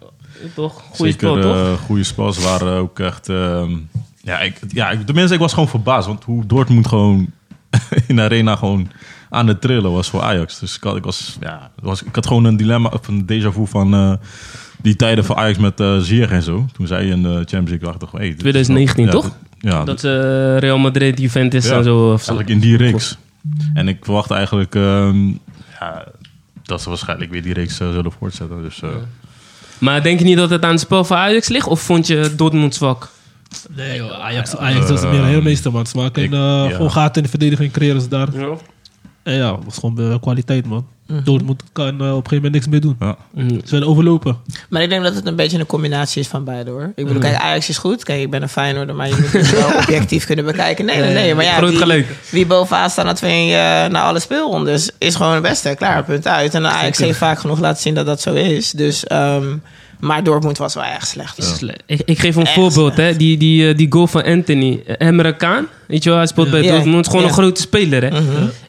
Speaker 2: toch? Goeie
Speaker 5: Zeker,
Speaker 2: spel, toch?
Speaker 5: eh, goede spel. Ze waren ook echt... ehm, ja, ik, ja ik, tenminste, ik was gewoon verbaasd. Want hoe Dortmund gewoon in de arena gewoon aan het trillen was voor Ajax. Dus ik had, ik was, ja, het was, ik had gewoon een dilemma of een déjà vu van eh, die tijden van Ajax met eh Ziyech en zo. Toen zij in de Champions League dachten. Hey, dit is
Speaker 2: 2019
Speaker 5: wel- ja,
Speaker 2: toch?
Speaker 5: dit- Ja,
Speaker 2: dat eh, Real Madrid, Juventus
Speaker 5: Ja,
Speaker 2: en zo. Of zo.
Speaker 5: eigenlijk in die reeks. En ik verwacht eigenlijk ehm, ja, dat ze waarschijnlijk weer die reeks eh, zullen voortzetten. Dus, eh,
Speaker 2: Maar denk je niet dat het aan het spel van Ajax ligt? Of vond je Dortmund zwak?
Speaker 4: Nee joh, Ajax, Ajax is meer een heel meester man. Ze maken
Speaker 5: Eh, Ik-
Speaker 4: eh,
Speaker 5: ja.
Speaker 4: gewoon gaten in de verdediging, creëren ze daar.
Speaker 2: Ja.
Speaker 4: En ja, dat is gewoon eh, kwaliteit, man. Dortmund kan eh, op een gegeven moment niks meer doen.
Speaker 5: Ja.
Speaker 2: Mm.
Speaker 4: Ze zijn overlopen.
Speaker 3: Maar ik denk dat het een beetje een combinatie is van beide hoor. Ik bedoel, kijk, Ajax is goed. Kijk, ik ben een Feyenoorder, maar je moet het wel objectief kunnen bekijken.
Speaker 2: Eh,
Speaker 3: Nee, Eh, nee, nee. Maar ja,
Speaker 2: Groot
Speaker 3: wie,
Speaker 2: gelijk.
Speaker 3: wie bovenaan staat na, twee, eh, na alle speelrondes is gewoon het beste. Klaar, punt uit. En Ajax heeft vaak genoeg laten zien dat dat zo is. Dus, ehm, maar Dortmund was wel erg slecht. Dus
Speaker 2: Sle- Ik, ik geef een
Speaker 3: Echt
Speaker 2: voorbeeld, hè. Die, die, eh, die goal van Anthony. Eh, Emre Kaan, weet je wel, hij speelt bij
Speaker 3: Ja.
Speaker 2: Dortmund. Gewoon
Speaker 3: Ja. Mhm.
Speaker 2: een grote speler, hè.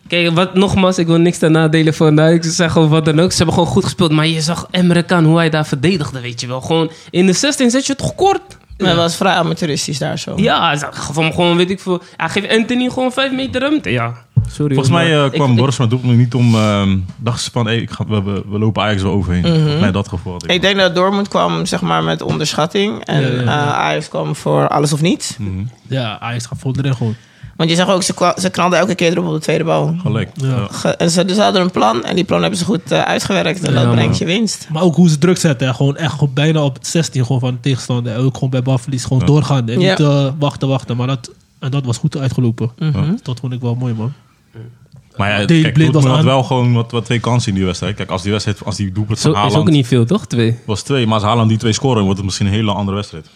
Speaker 2: Kijk, wat, nogmaals, ik wil niks ten nadelen van nou, Ik zeg gewoon wat dan ook. Ze hebben gewoon goed gespeeld. Maar je zag Emre Kaan, hoe hij daar verdedigde, weet je wel. Gewoon in de 16 zet je het kort.
Speaker 3: Maar het was vrij amateuristisch daar zo.
Speaker 2: Ja, hij gaf hem gewoon, weet ik veel. Hij geeft Anthony gewoon 5 meter ruimte, ja. Sorry.
Speaker 5: Volgens mij
Speaker 2: hoor,
Speaker 5: eh,
Speaker 2: maar
Speaker 5: kwam
Speaker 2: ik-
Speaker 5: Boris met Dortmund niet om... ehm dachten ze van, hey, ik ga, we, we, we lopen Ajax wel overheen.
Speaker 2: Mhm.
Speaker 5: Volgens mij dat gevoel had ik.
Speaker 3: Ik denk dat Dortmund kwam zeg maar met onderschatting. En
Speaker 4: Ja, ja, ja.
Speaker 3: eh, Ajax kwam voor alles of niets.
Speaker 4: Ja, Ajax gaat vol erin gewoon.
Speaker 3: Want je zag ook, ze, kwa- ze knalden elke keer erop op de tweede bal.
Speaker 5: Gelijk.
Speaker 4: Ja.
Speaker 5: Ja.
Speaker 3: Ge- en ze, dus ze hadden een plan en die plan hebben ze goed eh, uitgewerkt. En
Speaker 2: Ja,
Speaker 3: dat
Speaker 2: man.
Speaker 3: brengt je winst.
Speaker 4: Maar ook hoe ze druk zetten. hè. Gewoon echt gewoon bijna op het 16 gewoon van de tegenstander. En ook gewoon bij balverlies gewoon doorgaan. En
Speaker 3: Ja.
Speaker 4: niet eh, wachten, wachten. Maar dat, en dat was goed uitgelopen. Dat vond ik wel mooi, man.
Speaker 5: Maar ja,
Speaker 4: Die
Speaker 5: kijk,
Speaker 4: blind was
Speaker 5: Dortmund had
Speaker 4: aan.
Speaker 5: wel gewoon wat, wat twee kansen in die wedstrijd. Kijk, als die wedstrijd, als die doelpunt van
Speaker 2: Zo, is ook
Speaker 5: Haaland
Speaker 2: niet veel, toch? Twee.
Speaker 5: was twee, maar als Haaland die twee scoren, wordt het misschien een hele andere wedstrijd.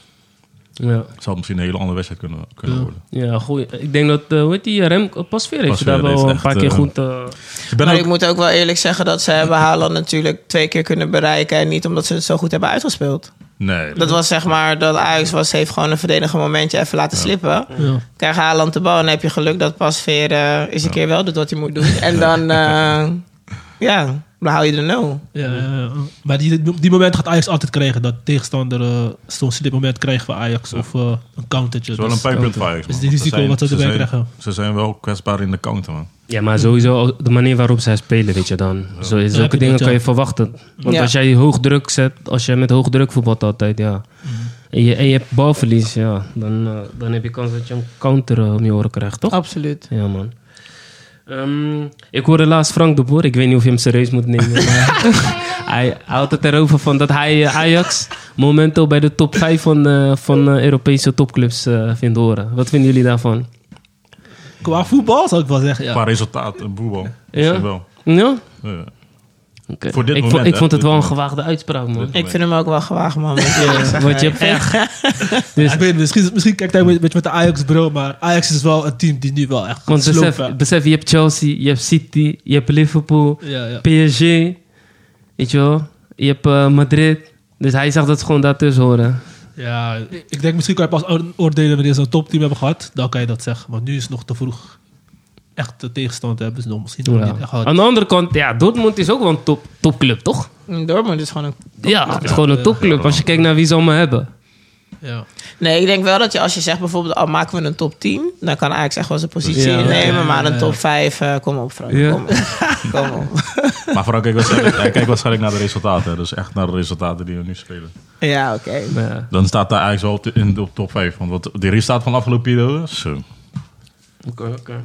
Speaker 2: Ja.
Speaker 5: Het zou misschien een hele andere wedstrijd kunnen, kunnen worden.
Speaker 2: Ja, goed. Ik denk dat, eh hoe heet die, Rem Pasveer heeft
Speaker 5: Pasveer
Speaker 2: daar
Speaker 5: heeft
Speaker 2: wel een
Speaker 5: echt,
Speaker 2: paar keer
Speaker 5: eh,
Speaker 2: goed... eh,
Speaker 5: Ik ben
Speaker 3: Maar
Speaker 5: ook-
Speaker 3: ik moet ook wel eerlijk zeggen dat ze hebben Haaland natuurlijk twee keer kunnen bereiken. En niet omdat ze het zo goed hebben uitgespeeld.
Speaker 5: Nee,
Speaker 3: Dat was zeg maar dat Ajax was, heeft gewoon een verdedigend momentje even laten slippen.
Speaker 4: Ja.
Speaker 3: Krijgt Haaland de bal en heb je geluk dat Pasveer eh eens een keer wel doet wat hij moet doen. En dan, eh, ja, dan hou je de nul.
Speaker 4: Ja, ja, ja. Maar die, die moment gaat Ajax altijd krijgen. Dat tegenstander eh, zo'n slip moment krijgt van Ajax. Of eh, een countertje.
Speaker 5: Het is wel
Speaker 4: Dus-
Speaker 5: een pijnpunt voor Ajax.
Speaker 4: Is
Speaker 5: man.
Speaker 4: dit
Speaker 5: Want
Speaker 4: risico wat ze erbij
Speaker 5: zijn-
Speaker 4: krijgen?
Speaker 5: Ze zijn wel kwetsbaar in de counter, man.
Speaker 2: Ja, maar sowieso al- de manier waarop zij spelen, weet je dan. Zo,
Speaker 4: heb
Speaker 2: zulke
Speaker 4: je
Speaker 2: dingen
Speaker 4: dat,
Speaker 2: kan
Speaker 4: ja.
Speaker 2: je verwachten. Want
Speaker 3: Ja.
Speaker 2: als jij hoog druk zet, als jij met hoog druk voetbalt altijd, ja. En je, en je hebt balverlies, ja. Dan, eh, dan heb je kans dat je een counter eh, om je oren krijgt, toch?
Speaker 3: Absoluut.
Speaker 2: Ja, man. Ehm, ik hoorde laatst Frank de Boer. Ik weet niet of je hem serieus moet nemen. maar hij houdt het erover van dat hij eh, Ajax momento bij de top 5 van, eh, van eh, Europese topclubs eh, vindt horen. Wat vinden jullie daarvan?
Speaker 4: Qua voetbal zou ik wel zeggen. Ja.
Speaker 5: Qua resultaat, een boerbal. Misschien wel.
Speaker 2: Ja?
Speaker 5: Ja.
Speaker 2: Oké.
Speaker 5: Voor dit
Speaker 2: ik,
Speaker 5: moment,
Speaker 2: vond, ik
Speaker 5: hè?
Speaker 2: vond het
Speaker 5: Dit
Speaker 2: wel een
Speaker 5: moment.
Speaker 2: gewaagde uitspraak, man.
Speaker 3: Ik vind hem ook wel gewaagd, man. moet ik eerlijk
Speaker 2: Ja,
Speaker 3: zeggen.
Speaker 2: want je hebt echt... Dus-
Speaker 4: Ja, ik weet het, misschien, misschien kijkt hij een beetje met de Ajax bro, maar Ajax is wel een team die nu wel echt
Speaker 2: Want
Speaker 4: sloopt,
Speaker 2: besef,
Speaker 4: hè.
Speaker 2: besef, je hebt Chelsea, je hebt City, je hebt Liverpool,
Speaker 4: Ja, ja.
Speaker 2: PSG. Weet je wel? Je hebt eh, Madrid. Dus hij zag dat ze gewoon daartussen horen.
Speaker 4: ja, ik- ik denk misschien kan je pas oor- oordelen wanneer ze een topteam hebben gehad. Dan kan je dat zeggen, want nu is het nog te vroeg. Echt de tegenstand hebben ze nog misschien nog niet
Speaker 2: Ja.
Speaker 4: echt gehad.
Speaker 2: Aan de andere kant, ja, Dortmund is ook wel een top, topclub, toch?
Speaker 3: Dortmund is gewoon een
Speaker 2: Ja, het is gewoon een topclub als je kijkt naar wie ze allemaal hebben.
Speaker 4: Ja.
Speaker 3: Nee, ik denk wel dat je als je zegt bijvoorbeeld, al maken we een top 10, dan kan Ajax echt wel zijn positie
Speaker 2: Ja.
Speaker 3: innemen. Maar een
Speaker 4: Ja.
Speaker 3: top 5, eh, kom op Frank,
Speaker 2: Ja.
Speaker 3: kom op. Kom op.
Speaker 5: Maar vooral kijk waarschijnlijk, hij kijkt waarschijnlijk naar de resultaten. hè. Dus echt naar de resultaten die we nu spelen.
Speaker 3: Ja, oké.
Speaker 2: Ja,
Speaker 5: Dan staat daar eigenlijk wel op de, in de top 5. Want wat, de resultaat van de afgelopen periode, zo.
Speaker 2: oké, oké.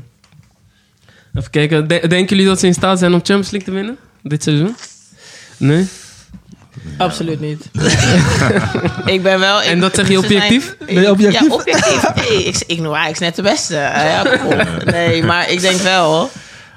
Speaker 2: Even kijken, de- denken jullie dat ze in staat zijn om Champions League te winnen? Dit seizoen? Nee?
Speaker 3: Absoluut niet. ik ben wel... ik-
Speaker 2: En dat zeg je
Speaker 3: ze zijn-
Speaker 2: objectief?
Speaker 4: Nee, objectief.
Speaker 3: Ja, objectief. Nee, ik, ik noem Ajax net de beste. Eh, ja, kom op. Nee, maar ik denk wel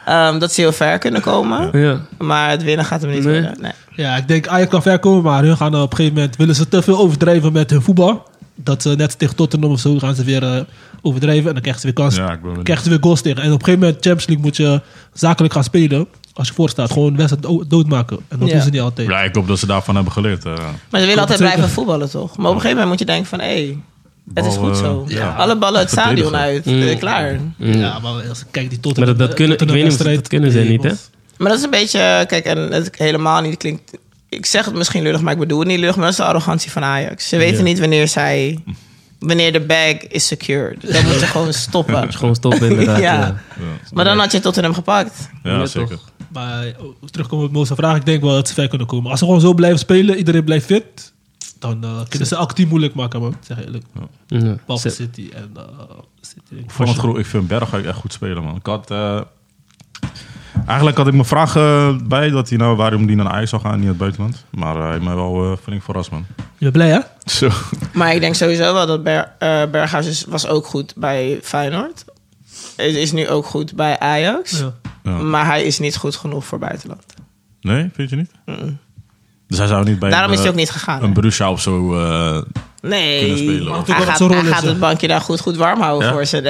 Speaker 3: ehm, dat ze heel ver kunnen komen.
Speaker 2: Ja.
Speaker 3: Maar het winnen gaat hem niet
Speaker 2: Nee.
Speaker 3: winnen. Nee.
Speaker 4: ja, ik denk Ajax kan ver komen, maar hun gaan eh, op een gegeven moment... willen ze te veel overdrijven met hun voetbal. Dat ze net tegen Tottenham of zo gaan ze weer eh, overdrijven. En dan krijgen ze weer kansen.
Speaker 5: Ja, ik ben benieuwd.
Speaker 4: krijgt er weer goals tegen. En op een gegeven moment Champions League moet je zakelijk gaan spelen. Als je voor staat. Gewoon wedstrijd do- doodmaken. En dat
Speaker 3: Ja.
Speaker 4: doen ze niet altijd.
Speaker 5: Ja, ik hoop dat ze daarvan hebben geleerd. eh.
Speaker 3: Maar ze willen altijd
Speaker 4: zeker.
Speaker 3: blijven voetballen, toch? Maar op een gegeven moment moet je denken van, hé, het is
Speaker 5: Bal,
Speaker 3: goed
Speaker 5: eh,
Speaker 3: zo.
Speaker 5: ja.
Speaker 3: Alle ballen het stadion
Speaker 5: Verdedigen.
Speaker 3: uit.
Speaker 2: Mm.
Speaker 3: eh, klaar.
Speaker 4: Ja, maar als ik kijk die tot
Speaker 2: Maar dat- dat kunnen- ik weet niet of ze dat kunnen ze niet, hè?
Speaker 3: Maar dat is een beetje, kijk, en het helemaal niet klinkt. Ik zeg het misschien lullig, maar ik bedoel het niet lullig, maar dat is de arrogantie van Ajax. Ze weten niet wanneer zij, wanneer de bag is secured. Dan moeten ze gewoon stoppen.
Speaker 2: Dus gewoon stoppen inderdaad.
Speaker 3: Ja.
Speaker 2: ja.
Speaker 3: Maar dan had je Tottenham gepakt.
Speaker 5: Ja,
Speaker 2: Ja,
Speaker 5: zeker.
Speaker 2: toch.
Speaker 4: Maar eh, terugkomen op Mo's vraag. Ik denk wel dat ze ver kunnen komen. Als ze gewoon zo blijven spelen. Iedereen blijft fit. Dan eh, kunnen ze elk team moeilijk maken, man. Zeg je eerlijk.
Speaker 2: Ja.
Speaker 4: Behalve
Speaker 2: Ze-
Speaker 4: City en eh, City.
Speaker 5: Ik, vond het goed, ik vind Berghuis echt goed spelen, man. Ik had, eh, eigenlijk had ik mijn vraag eh, bij dat hij nou, waarom die naar Ajax zou gaan, niet naar het buitenland. Maar eh, hij heeft mij wel eh, flink verrast, man.
Speaker 4: Je bent blij, hè?
Speaker 5: Zo.
Speaker 3: Maar ik denk sowieso wel dat Ber, eh, Berghuis is, was ook goed bij Feyenoord. Het is nu ook goed bij Ajax.
Speaker 4: Ja.
Speaker 5: Ja.
Speaker 3: Maar hij is niet goed genoeg voor buitenland.
Speaker 5: Nee, vind je niet? Dus hij zou niet bij
Speaker 3: Daarom
Speaker 5: een,
Speaker 3: is hij ook
Speaker 5: eh,
Speaker 3: niet gegaan.
Speaker 5: een Borussia of zo... eh,
Speaker 3: nee,
Speaker 5: kunnen spelen, hoor.
Speaker 3: hij,
Speaker 4: Natuurlijk
Speaker 3: gaat,
Speaker 4: wel zo'n
Speaker 3: hij
Speaker 4: rol
Speaker 3: gaat
Speaker 4: is,
Speaker 3: het
Speaker 4: eh.
Speaker 3: bankje daar goed, goed warm houden
Speaker 5: Ja?
Speaker 3: voor ze.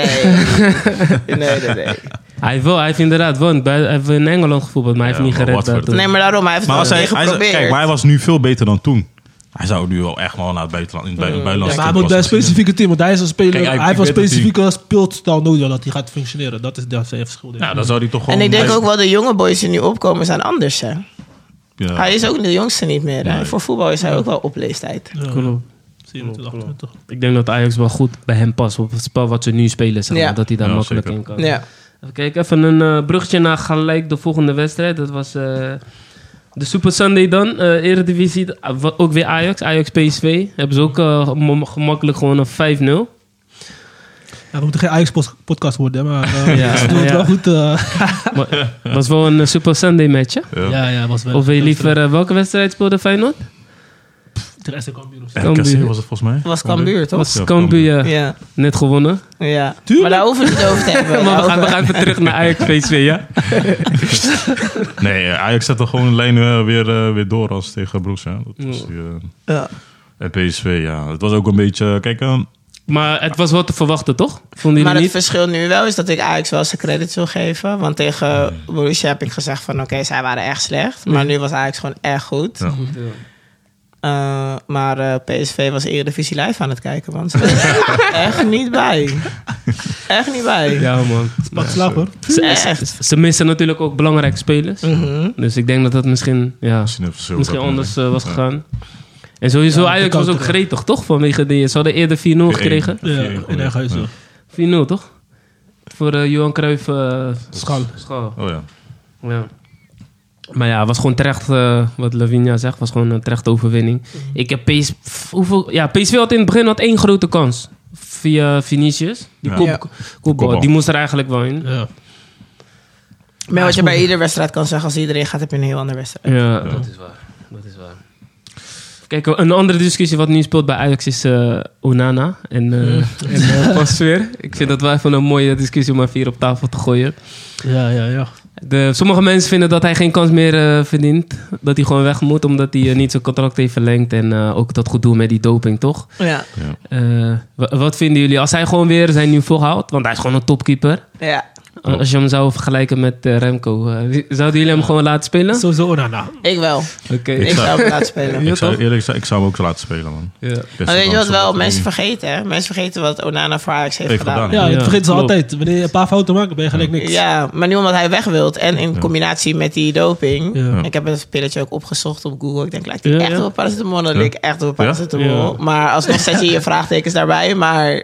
Speaker 3: Nee, nee, nee. nee.
Speaker 2: Hij, heeft wel, hij heeft inderdaad wel in- bij- hij heeft in Engeland gevoetbald, maar hij heeft
Speaker 5: Ja,
Speaker 2: niet
Speaker 5: maar
Speaker 2: gered.
Speaker 5: Watford.
Speaker 2: daar
Speaker 3: Nee, maar daarom, hij heeft
Speaker 5: Maar
Speaker 3: het
Speaker 5: als
Speaker 3: wel
Speaker 5: hij,
Speaker 3: een keer
Speaker 5: hij, zou-
Speaker 3: geprobeerd.
Speaker 5: kijk, maar hij was nu veel beter dan toen. Hij zou nu wel echt wel naar het buitenland, in het bui- buitenlandse
Speaker 4: maar hij
Speaker 5: team
Speaker 4: moet bij een
Speaker 5: passen.
Speaker 4: specifieke team, want hij is een speler.
Speaker 5: Kijk, ik-
Speaker 4: hij heeft
Speaker 5: ik
Speaker 4: een
Speaker 5: weet dat
Speaker 4: specifieke speelstijl nodig dat hij gaat functioneren. Dat is dat zijn verschil. denk ik.
Speaker 5: Ja, dan zou hij toch gewoon...
Speaker 3: en ik denk
Speaker 5: bij-
Speaker 3: ook wel de jonge boys die nu opkomen zijn anders. Hè.
Speaker 5: Ja.
Speaker 3: Hij is ook de jongste niet meer. Hè.
Speaker 5: Nee.
Speaker 3: Voor voetbal is hij ook wel op leeftijd.
Speaker 4: Ja,
Speaker 2: Klopt.
Speaker 4: 27, 28.
Speaker 2: Ik denk dat Ajax wel goed bij hem past op het spel wat ze nu spelen. Zeg maar,
Speaker 3: Ja.
Speaker 2: Dat hij daar
Speaker 5: Ja,
Speaker 2: makkelijk
Speaker 5: zeker.
Speaker 2: in kan.
Speaker 3: Ja.
Speaker 2: Even kijken, even een eh, bruggetje naar gelijk de volgende wedstrijd. Dat was eh, de Super Sunday dan. eh, Eredivisie, ah, wa- ook weer Ajax. Ajax PSV. Hebben ze ook eh, gem- gemakkelijk gewonnen 5-0.
Speaker 4: Ja, we moeten geen Ajax-podcast worden, hè, maar eh
Speaker 2: Ja.
Speaker 4: ze doen het wel
Speaker 2: Ja.
Speaker 4: goed. eh.
Speaker 2: Maar- was wel een eh, Super Sunday match, hè?
Speaker 5: Ja.
Speaker 4: ja, ja, was wel.
Speaker 2: Of wil je liever eh, welke wedstrijd speelde Feyenoord?
Speaker 4: Tegen SC Cambuur of zo.
Speaker 5: RKC
Speaker 2: Cambuur.
Speaker 5: was het volgens mij.
Speaker 3: Was Cambuur, toch?
Speaker 2: Was
Speaker 5: Ja,
Speaker 2: Cambuur eh,
Speaker 3: Ja.
Speaker 2: net gewonnen.
Speaker 3: ja. Maar daar hoeven we het niet over te
Speaker 2: Maar
Speaker 3: hebben.
Speaker 2: we gaan,
Speaker 3: Daarover-
Speaker 2: we gaan even terug naar Ajax PSV, ja?
Speaker 5: Nee, eh, Ajax zet er gewoon een lijn eh, weer, eh, weer door als tegen Borussia. Dat was die, eh,
Speaker 3: Ja.
Speaker 5: en PSV, ja. Het was ook een beetje... eh, Kijk, eh,
Speaker 2: Maar het was wel te verwachten, toch? Vonden jullie
Speaker 3: Maar het
Speaker 2: niet?
Speaker 3: verschil nu wel is dat ik Ajax wel zijn credits wil geven. Want tegen Borussia heb ik gezegd van oké, zij waren echt slecht. Maar nu was Ajax gewoon echt goed.
Speaker 5: Ja.
Speaker 3: Eh, maar eh, PSV was Eredivisie live aan het kijken. Want ze waren er echt niet bij. Echt niet bij.
Speaker 2: Ja, man.
Speaker 4: Pak slaap hoor.
Speaker 3: Echt.
Speaker 2: Ze missen natuurlijk ook belangrijke spelers.
Speaker 3: Mm. Mhm.
Speaker 2: Dus ik denk dat dat misschien, ja,
Speaker 5: misschien even zo
Speaker 2: misschien
Speaker 5: dat-
Speaker 2: anders eh, was gegaan. En sowieso,
Speaker 4: Ja,
Speaker 2: Ajax
Speaker 4: dat
Speaker 2: was
Speaker 4: kan
Speaker 2: ook
Speaker 4: toch.
Speaker 2: gretig, toch? Vanwege die, ze hadden eerder 4-0 gekregen.
Speaker 5: 4-1.
Speaker 4: Ja, in eigen huis.
Speaker 5: Ja.
Speaker 4: ja.
Speaker 2: 4-0, toch? Voor eh, Johan Cruijff eh
Speaker 4: Schouw.
Speaker 2: Schaal.
Speaker 5: Oh ja.
Speaker 2: Ja. Maar ja, het was gewoon terecht, eh, wat Lavinia zegt, was gewoon een terechte overwinning. Ik heb PSV, pff, hoeveel, ja, PSV had in het begin had één grote kans. Via Vinicius. Die
Speaker 5: Ja.
Speaker 2: kop,
Speaker 3: Ja.
Speaker 2: kopbal,
Speaker 5: Kopbal.
Speaker 2: die moest er eigenlijk wel in.
Speaker 4: Ja.
Speaker 3: Maar wat je bij ieder wedstrijd kan zeggen, als iedereen gaat, heb je een heel andere wedstrijd.
Speaker 2: Ja, dat is waar. Dat is waar. Kijk, een andere discussie wat nu speelt bij Ajax is eh Onana en, eh
Speaker 3: Hmm.
Speaker 2: en eh, Van Sweer. Ik vind dat wel even een mooie discussie om even hier op tafel te gooien.
Speaker 4: Ja, ja, ja.
Speaker 2: De, sommige mensen vinden dat hij geen kans meer eh, verdient. Dat hij gewoon weg moet, omdat hij eh, niet zijn contract heeft verlengd. En eh, ook dat gedoe met die doping, toch?
Speaker 3: Ja.
Speaker 2: Eh, wa- wat vinden jullie als hij gewoon weer zijn niveau houdt? Want hij is gewoon een topkeeper.
Speaker 3: ja.
Speaker 2: Als- Als je hem zou vergelijken met eh, Remco, eh, wie- zouden jullie hem gewoon laten spelen?
Speaker 4: Sowieso Onana.
Speaker 3: Ik wel.
Speaker 2: Oké.
Speaker 3: Ik zou hem laten spelen.
Speaker 5: Ik zou,
Speaker 2: toch?
Speaker 5: eerlijk gezegd, ik zou hem ook laten spelen, man.
Speaker 2: Ja.
Speaker 5: Best
Speaker 3: Maar weet je
Speaker 5: wel
Speaker 3: wat wel?
Speaker 5: zodat hij-
Speaker 3: Mensen vergeten, hè? Mensen vergeten wat Onana voor Ajax heeft
Speaker 5: Heeft
Speaker 3: gedaan.
Speaker 5: gedaan.
Speaker 4: Ja,
Speaker 2: Ja,
Speaker 4: dat vergeten ze
Speaker 2: klopt.
Speaker 4: altijd. Wanneer je een paar fouten maakt, ben je gelijk niks.
Speaker 3: Ja, maar nu omdat hij weg wilt en in combinatie met die doping.
Speaker 4: Ja.
Speaker 3: Ik heb een pilletje ook opgezocht op Google. Ik denk, lijkt hij
Speaker 2: Ja,
Speaker 3: echt
Speaker 2: ja.
Speaker 3: op paracetamol? Dan
Speaker 5: Ja.
Speaker 3: leek echt op paracetamol.
Speaker 2: Ja.
Speaker 3: Maar alsnog zet je je vraagtekens daarbij. Maar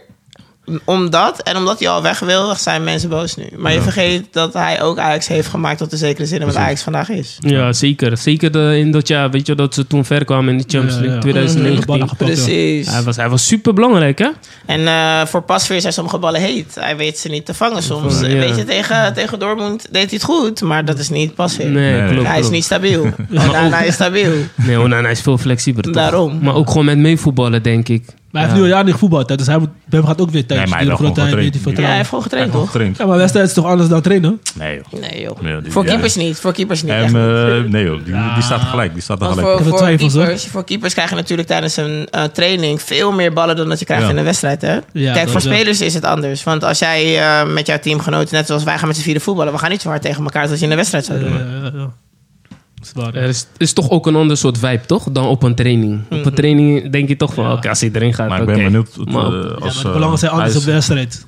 Speaker 3: omdat en omdat hij al weg wil, zijn mensen boos nu. Maar je vergeet dat hij ook Ajax heeft gemaakt tot de zekere zin en wat Ajax vandaag is.
Speaker 2: Ja, zeker. Zeker de, in dat jaar, weet je, dat ze toen ver kwamen in de Champions
Speaker 4: Ja, ja.
Speaker 2: League 2019.
Speaker 4: Ballen gepakt, ja.
Speaker 3: Mhm. Precies.
Speaker 2: Hij was, hij was super belangrijk, hè?
Speaker 3: En eh, voor Pasveer zijn sommige ballen heet. Hij weet ze niet te vangen soms.
Speaker 2: Ja.
Speaker 3: Weet je, tegen, tegen Dortmund deed hij het goed, maar dat is niet Pasveer.
Speaker 2: Nee, klopt.
Speaker 5: nee.
Speaker 3: Hij is
Speaker 2: klopt.
Speaker 3: niet stabiel.
Speaker 5: Nou.
Speaker 3: Onana is stabiel.
Speaker 2: Nee, Onana is veel flexibeler. toch?
Speaker 3: Daarom.
Speaker 2: Maar ook gewoon met meevoetballen, denk ik.
Speaker 4: Maar hij heeft nu een jaar niet gevoetbald, hè, dus hij moet, bij hem gaat ook weer tijd
Speaker 5: Nee, maar hij
Speaker 4: sturen
Speaker 5: heeft
Speaker 4: voordat
Speaker 5: wel
Speaker 4: hij
Speaker 5: gewoon
Speaker 4: weet die
Speaker 3: Ja, hij
Speaker 4: vertrouwen.
Speaker 3: heeft gewoon getraind,
Speaker 5: Gewoon
Speaker 3: toch?
Speaker 5: getraind.
Speaker 4: Ja, maar wedstrijd is toch anders dan trainen?
Speaker 5: Nee, joh.
Speaker 3: Nee, joh.
Speaker 5: Nee, die-
Speaker 3: voor
Speaker 5: ja.
Speaker 3: keepers niet. Voor keepers niet. echt
Speaker 5: Hem, eh, nee, joh. Die, die staat gelijk. Die staat er
Speaker 3: Want
Speaker 5: gelijk.
Speaker 3: voor,
Speaker 4: heb er
Speaker 3: voor,
Speaker 4: twijfels, hoor.
Speaker 3: keepers, voor keepers krijg je natuurlijk tijdens een eh, training veel meer ballen dan dat je krijgt
Speaker 5: Ja.
Speaker 3: in een wedstrijd. Hè?
Speaker 4: Ja,
Speaker 3: Kijk,
Speaker 4: dat
Speaker 3: voor
Speaker 4: is wel-
Speaker 3: spelers is het anders. Want als jij eh, met jouw teamgenoten, net zoals wij gaan met z'n vierde voetballen, we gaan niet zo hard tegen elkaar als dat je in een wedstrijd zou doen.
Speaker 4: Ja, ja, ja, ja. Dat is waar.
Speaker 2: Er is, is toch ook een ander soort vibe, toch? Dan op een training. Op een training denk je toch van, oké, als hij erin gaat,
Speaker 5: Maar ik
Speaker 2: oké.
Speaker 5: ben benieuwd. eh,
Speaker 2: Maar-
Speaker 4: Ja,
Speaker 5: als,
Speaker 4: maar
Speaker 5: eh,
Speaker 4: de belangen zijn anders
Speaker 5: hij
Speaker 4: op
Speaker 5: is-
Speaker 4: de wedstrijd.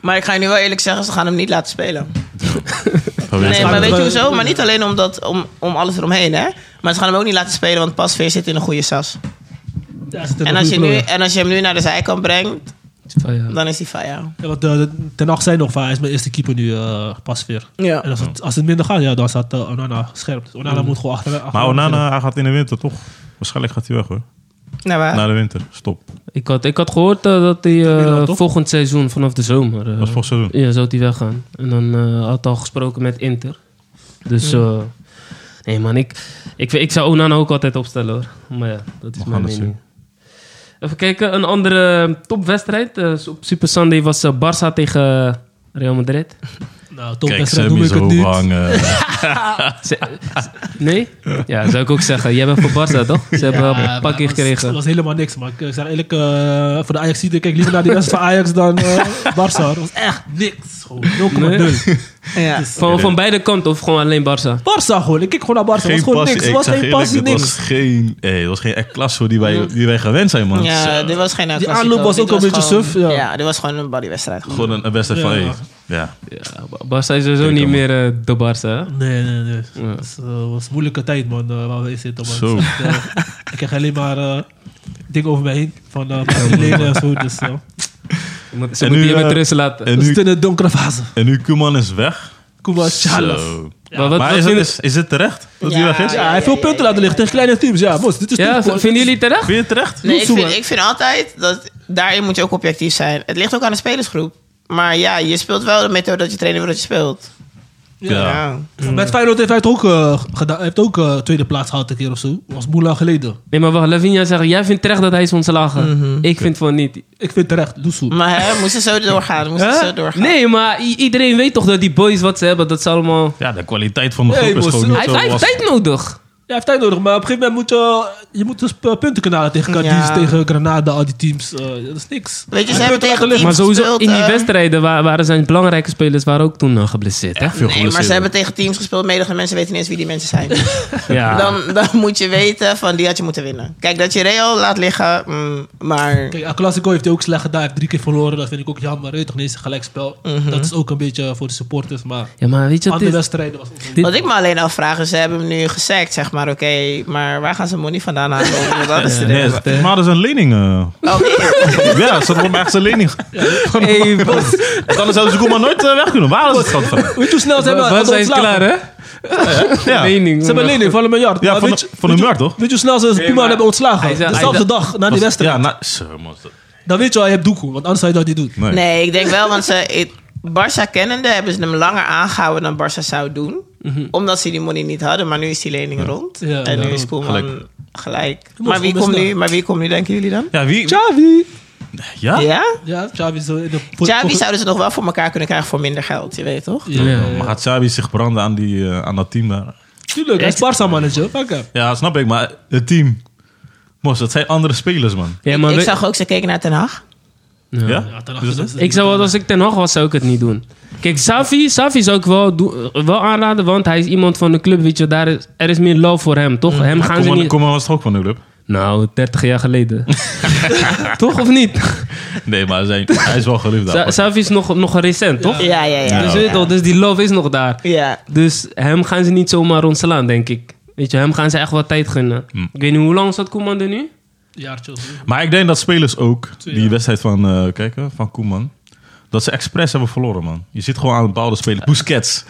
Speaker 3: Maar ik ga je nu wel eerlijk zeggen, ze gaan hem niet laten spelen.
Speaker 5: vanwege-
Speaker 3: Nee,
Speaker 4: gaan
Speaker 3: maar
Speaker 4: hem
Speaker 3: weet je
Speaker 4: wel-
Speaker 3: hoezo? Maar niet alleen omdat, om, om alles eromheen, hè? Maar ze gaan hem ook niet laten spelen, want Pasveer zit in een goede sas.
Speaker 4: Ja, hij zit in
Speaker 3: En
Speaker 4: een
Speaker 3: als, je
Speaker 4: goede
Speaker 3: nu,
Speaker 4: ploeg.
Speaker 3: en als je hem nu naar de zijkant brengt,
Speaker 2: Van, Oh ja.
Speaker 3: dan is hij van jou.
Speaker 4: Ja, want eh, ten acht zijn nog van, hij is mijn eerste keeper nu eh, pas weer.
Speaker 3: Ja.
Speaker 4: En als het, als het minder gaat, ja, dan staat eh, Onana scherp. Dus Onana moet gewoon achter.
Speaker 5: Maar
Speaker 4: achteraan
Speaker 5: Onana, hij gaat in de winter toch? Waarschijnlijk gaat hij weg hoor.
Speaker 3: Nou, waar?
Speaker 5: Na de winter. Stop.
Speaker 2: ik, had, ik had gehoord eh, dat hij eh,
Speaker 4: Milan, toch?
Speaker 2: volgend seizoen, vanaf de zomer... eh,
Speaker 5: Dat is volgend seizoen.
Speaker 2: Ja, zou hij weggaan. En dan eh, had al gesproken met Inter. Dus eh, nee man, ik, ik, ik zou Onana ook altijd opstellen hoor. Maar ja, dat is
Speaker 5: We gaan
Speaker 2: mijn
Speaker 5: het
Speaker 2: mening. Even kijken, een eh, andere topwedstrijd eh, op Super Sunday was eh, Barça tegen eh, Real Madrid.
Speaker 4: zitten. Nou,
Speaker 5: Kijk,
Speaker 4: topwedstrijd noem
Speaker 5: Sammy
Speaker 4: ik het niet.
Speaker 5: zo hangen.
Speaker 2: Ze- eh, nee? Ja, zou ik ook zeggen. Jij bent voor Barca, toch? Ze hebben een pakje
Speaker 4: Dat
Speaker 2: gekregen.
Speaker 4: was helemaal niks, maar ik eh, zeg eerlijk, eh, voor de ajax ik kijk liever naar die wedstrijd van Ajax dan eh Barca. Dat was echt niks. Gewoon 0,0.
Speaker 3: Ja.
Speaker 2: Van, van beide kanten of gewoon alleen Barca?
Speaker 4: Barca gewoon, ik kijk gewoon naar Barca. Het was gewoon
Speaker 5: Geen passie.
Speaker 4: niks.
Speaker 5: Ik
Speaker 4: Het was
Speaker 5: zeg
Speaker 4: geen
Speaker 5: eerlijk,
Speaker 4: passie,
Speaker 5: dit
Speaker 4: niks.
Speaker 5: was geen, hey, het was geen echt klasse die wij, die wij gewend zijn, man. Het is,
Speaker 3: Ja,
Speaker 5: eh,
Speaker 3: dit was geen El
Speaker 4: Die
Speaker 3: Clasico.
Speaker 4: aanloop was
Speaker 3: Dit
Speaker 4: ook een beetje
Speaker 3: gewoon-
Speaker 4: suf, ja.
Speaker 3: dit was gewoon een bodywedstrijd.
Speaker 5: Gewoon een, een wedstrijd van,
Speaker 4: Ja.
Speaker 5: hey, ja.
Speaker 2: Ja, Barca is sowieso niet meer eh, de Barca. hè?
Speaker 4: Nee, nee, nee. Het
Speaker 2: Ja.
Speaker 4: was, eh, was een moeilijke tijd, man, eh, waar we in zitten. Man.
Speaker 5: Zo.
Speaker 4: Het is echt, eh, ik krijg alleen maar eh, dingen over me heen. Van eh Brazilianen en zo. Dus, eh,
Speaker 2: Je moet- Ze
Speaker 5: En
Speaker 2: moeten
Speaker 5: nu,
Speaker 2: je met
Speaker 5: eh,
Speaker 2: rust laten.
Speaker 5: En
Speaker 4: we
Speaker 5: nu,
Speaker 4: zitten in een donkere fase.
Speaker 5: en nu Koeman is weg.
Speaker 4: Koeman, Charles.
Speaker 5: Zo.
Speaker 2: maar wat,
Speaker 5: Maar
Speaker 2: wat
Speaker 5: is, het,
Speaker 2: vinden,
Speaker 5: is, is het terecht dat
Speaker 3: Ja.
Speaker 5: hij weg is?
Speaker 4: Ja, hij heeft veel punten laten liggen tegen kleine teams. Ja, mos, dit is
Speaker 2: ja,
Speaker 4: toch-
Speaker 2: v- vinden jullie het terecht?
Speaker 5: Vind je het terecht?
Speaker 3: Nee, ik
Speaker 4: Doe zo
Speaker 3: vind,
Speaker 4: maar.
Speaker 3: ik vind altijd dat daarin moet je ook objectief zijn. Het ligt ook aan de spelersgroep. Maar ja, je speelt wel de methode dat je trainer wil dat je speelt.
Speaker 5: Ja.
Speaker 4: Mm. Met Feyenoord heeft hij het ook, eh, gedaan, heeft ook eh, tweede plaats gehaald een keer of zo. was moeilijk lang geleden.
Speaker 2: Nee, maar wacht. Lavinia zegt, jij vindt terecht dat hij is ontslagen.
Speaker 4: Mhm.
Speaker 2: Ik vind van niet.
Speaker 4: Ik vind terecht,
Speaker 2: Mm.
Speaker 4: Loesoe.
Speaker 3: Maar hè, moest het zo doorgaan? Moest het
Speaker 2: Hè?
Speaker 3: zo doorgaan?
Speaker 2: Nee, maar i- iedereen weet toch dat die boys wat ze hebben, dat ze allemaal...
Speaker 5: Ja, de kwaliteit van de
Speaker 4: Hey,
Speaker 5: groep is
Speaker 4: boss,
Speaker 5: gewoon niet
Speaker 2: Hij
Speaker 5: zo.
Speaker 2: heeft, hij heeft
Speaker 5: als-
Speaker 2: tijd nodig.
Speaker 4: Ja, heeft tijd nodig, maar op een gegeven moment moet je, je moet dus eh, punten kunnen halen tegen Cadiz,
Speaker 3: Ja.
Speaker 4: tegen Granada, al die teams. eh, dat is niks.
Speaker 3: Weet je,
Speaker 4: Hij
Speaker 3: ze hebben
Speaker 4: heeft punten
Speaker 3: tegen
Speaker 4: laten liggen.
Speaker 2: Maar sowieso
Speaker 3: gespeeld,
Speaker 2: in die
Speaker 3: eh,
Speaker 2: wedstrijden wa- waren zijn belangrijke spelers waren ook toen eh, geblesseerd. Hè?
Speaker 5: Veel
Speaker 3: Nee, maar
Speaker 5: geblesseerd.
Speaker 3: ze hebben tegen teams gespeeld. Medige mensen weten niet eens wie die mensen zijn.
Speaker 2: Ja.
Speaker 3: Dan, dan moet je weten van die had je moeten winnen. Kijk, dat je Real laat liggen, mm, maar...
Speaker 4: Kijk, El Clasico heeft hij ook slecht gedaan. Hij heeft drie keer verloren. Dat vind ik ook jammer. Weet je toch, nee, het is een gelijkspel. Dat is ook een beetje voor de supporters. Maar
Speaker 2: Mhm. ja, maar weet je wat
Speaker 4: andere
Speaker 2: het is?
Speaker 4: wedstrijden was het ook-
Speaker 2: Dit-
Speaker 3: Wat ik me alleen afvraag is, ze hebben hem nu gesackt, zeg maar. Oké, maar waar gaan ze money vandaan halen? om iemand anders te
Speaker 5: Nee,
Speaker 3: doen?
Speaker 5: het- maar dat is een lening. eh.
Speaker 3: Oh, nee.
Speaker 5: ja, ze hadden hem echt zijn lening.
Speaker 2: Hey, Bas,
Speaker 5: Want Anders zouden ze Koeman nooit eh, weg kunnen. Waar is het geld van?
Speaker 4: Weet je hoe snel ze hebben
Speaker 2: Bas
Speaker 4: hadden
Speaker 2: is
Speaker 4: ontslagen?
Speaker 2: klaar, hè?
Speaker 5: Ja.
Speaker 2: Mening,
Speaker 4: Ze hebben
Speaker 2: man.
Speaker 4: lening van een miljard.
Speaker 5: Ja,
Speaker 4: Maar
Speaker 5: van
Speaker 4: weet
Speaker 5: de-
Speaker 4: je-
Speaker 5: van de
Speaker 4: weet je-
Speaker 5: markt, toch?
Speaker 4: Weet je hoe snel ze Puma
Speaker 2: maar-
Speaker 4: hebben
Speaker 2: Hij
Speaker 4: ontslagen?
Speaker 2: zei-
Speaker 4: Dezelfde
Speaker 2: hij-
Speaker 4: dag, na die wedstrijd.
Speaker 5: Ja, nou, zo, man.
Speaker 4: Dan weet je al, je hebt doekoe. Want anders zou je dat niet doen.
Speaker 5: Nee.
Speaker 3: Nee, ik denk wel, want ze, ik- Barça kennende hebben ze hem langer aangehouden dan Barça zou doen. Omdat ze die money niet hadden, maar nu is die lening rond.
Speaker 4: Ja,
Speaker 3: en nu
Speaker 4: ja,
Speaker 3: is Koeman
Speaker 5: gelijk.
Speaker 3: gelijk. Maar, wie
Speaker 4: Koeman
Speaker 3: komt
Speaker 4: is
Speaker 3: nu,
Speaker 4: daar.
Speaker 3: maar wie komt nu, denken jullie dan?
Speaker 5: Ja, wie?
Speaker 4: Xavi.
Speaker 5: Ja?
Speaker 3: Ja?
Speaker 4: Ja, Xavi is in de...
Speaker 3: Xavi zouden ze nog wel voor elkaar kunnen krijgen voor minder geld, je weet toch?
Speaker 4: Ja,
Speaker 2: Ja.
Speaker 5: Maar gaat Xavi zich branden aan, die, eh, aan dat team daar?
Speaker 4: Tuurlijk, hij is Barca-manager. Fuck hem.
Speaker 5: Ja, snap ik. Maar het team... Mos, dat zijn andere spelers, man.
Speaker 2: Ja, maar
Speaker 3: ik
Speaker 2: we-
Speaker 3: zag ook, ze keken naar Ten Hag.
Speaker 2: Ja.
Speaker 5: Ja?
Speaker 4: Ja, ten
Speaker 5: Dus-
Speaker 4: achtste is-
Speaker 2: Ik zou, als ik ten nog was, zou ik het niet doen. Kijk, Safi, Safi zou ik wel, doen- wel aanraden, want hij is iemand van de club, weet je, daar is, er is meer love voor hem, toch? Hem gaan ze
Speaker 5: Koeman,
Speaker 2: niet...
Speaker 5: Koeman was toch ook van de club?
Speaker 2: Nou, 30 jaar geleden. toch of niet?
Speaker 5: Nee, maar zijn, hij is wel geliefd daar.
Speaker 2: Sa- Safi is nog, nog recent, toch?
Speaker 3: Ja, ja, ja.
Speaker 2: Dus,
Speaker 3: ja.
Speaker 2: weet je wel, dus die love is nog daar.
Speaker 3: Ja.
Speaker 2: Dus hem gaan ze niet zomaar ontslaan, denk ik. Weet je, hem gaan ze echt wat tijd gunnen.
Speaker 5: Hm.
Speaker 2: Ik weet niet, hoe lang zat Koeman er nu?
Speaker 4: eh, Jaartje of zo.
Speaker 5: Maar ik denk dat spelers ook, die
Speaker 4: jaar.
Speaker 5: wedstrijd van, eh, kijken, van Koeman, dat ze expres hebben verloren, man. Je ziet gewoon aan bepaalde spelers. Busquets.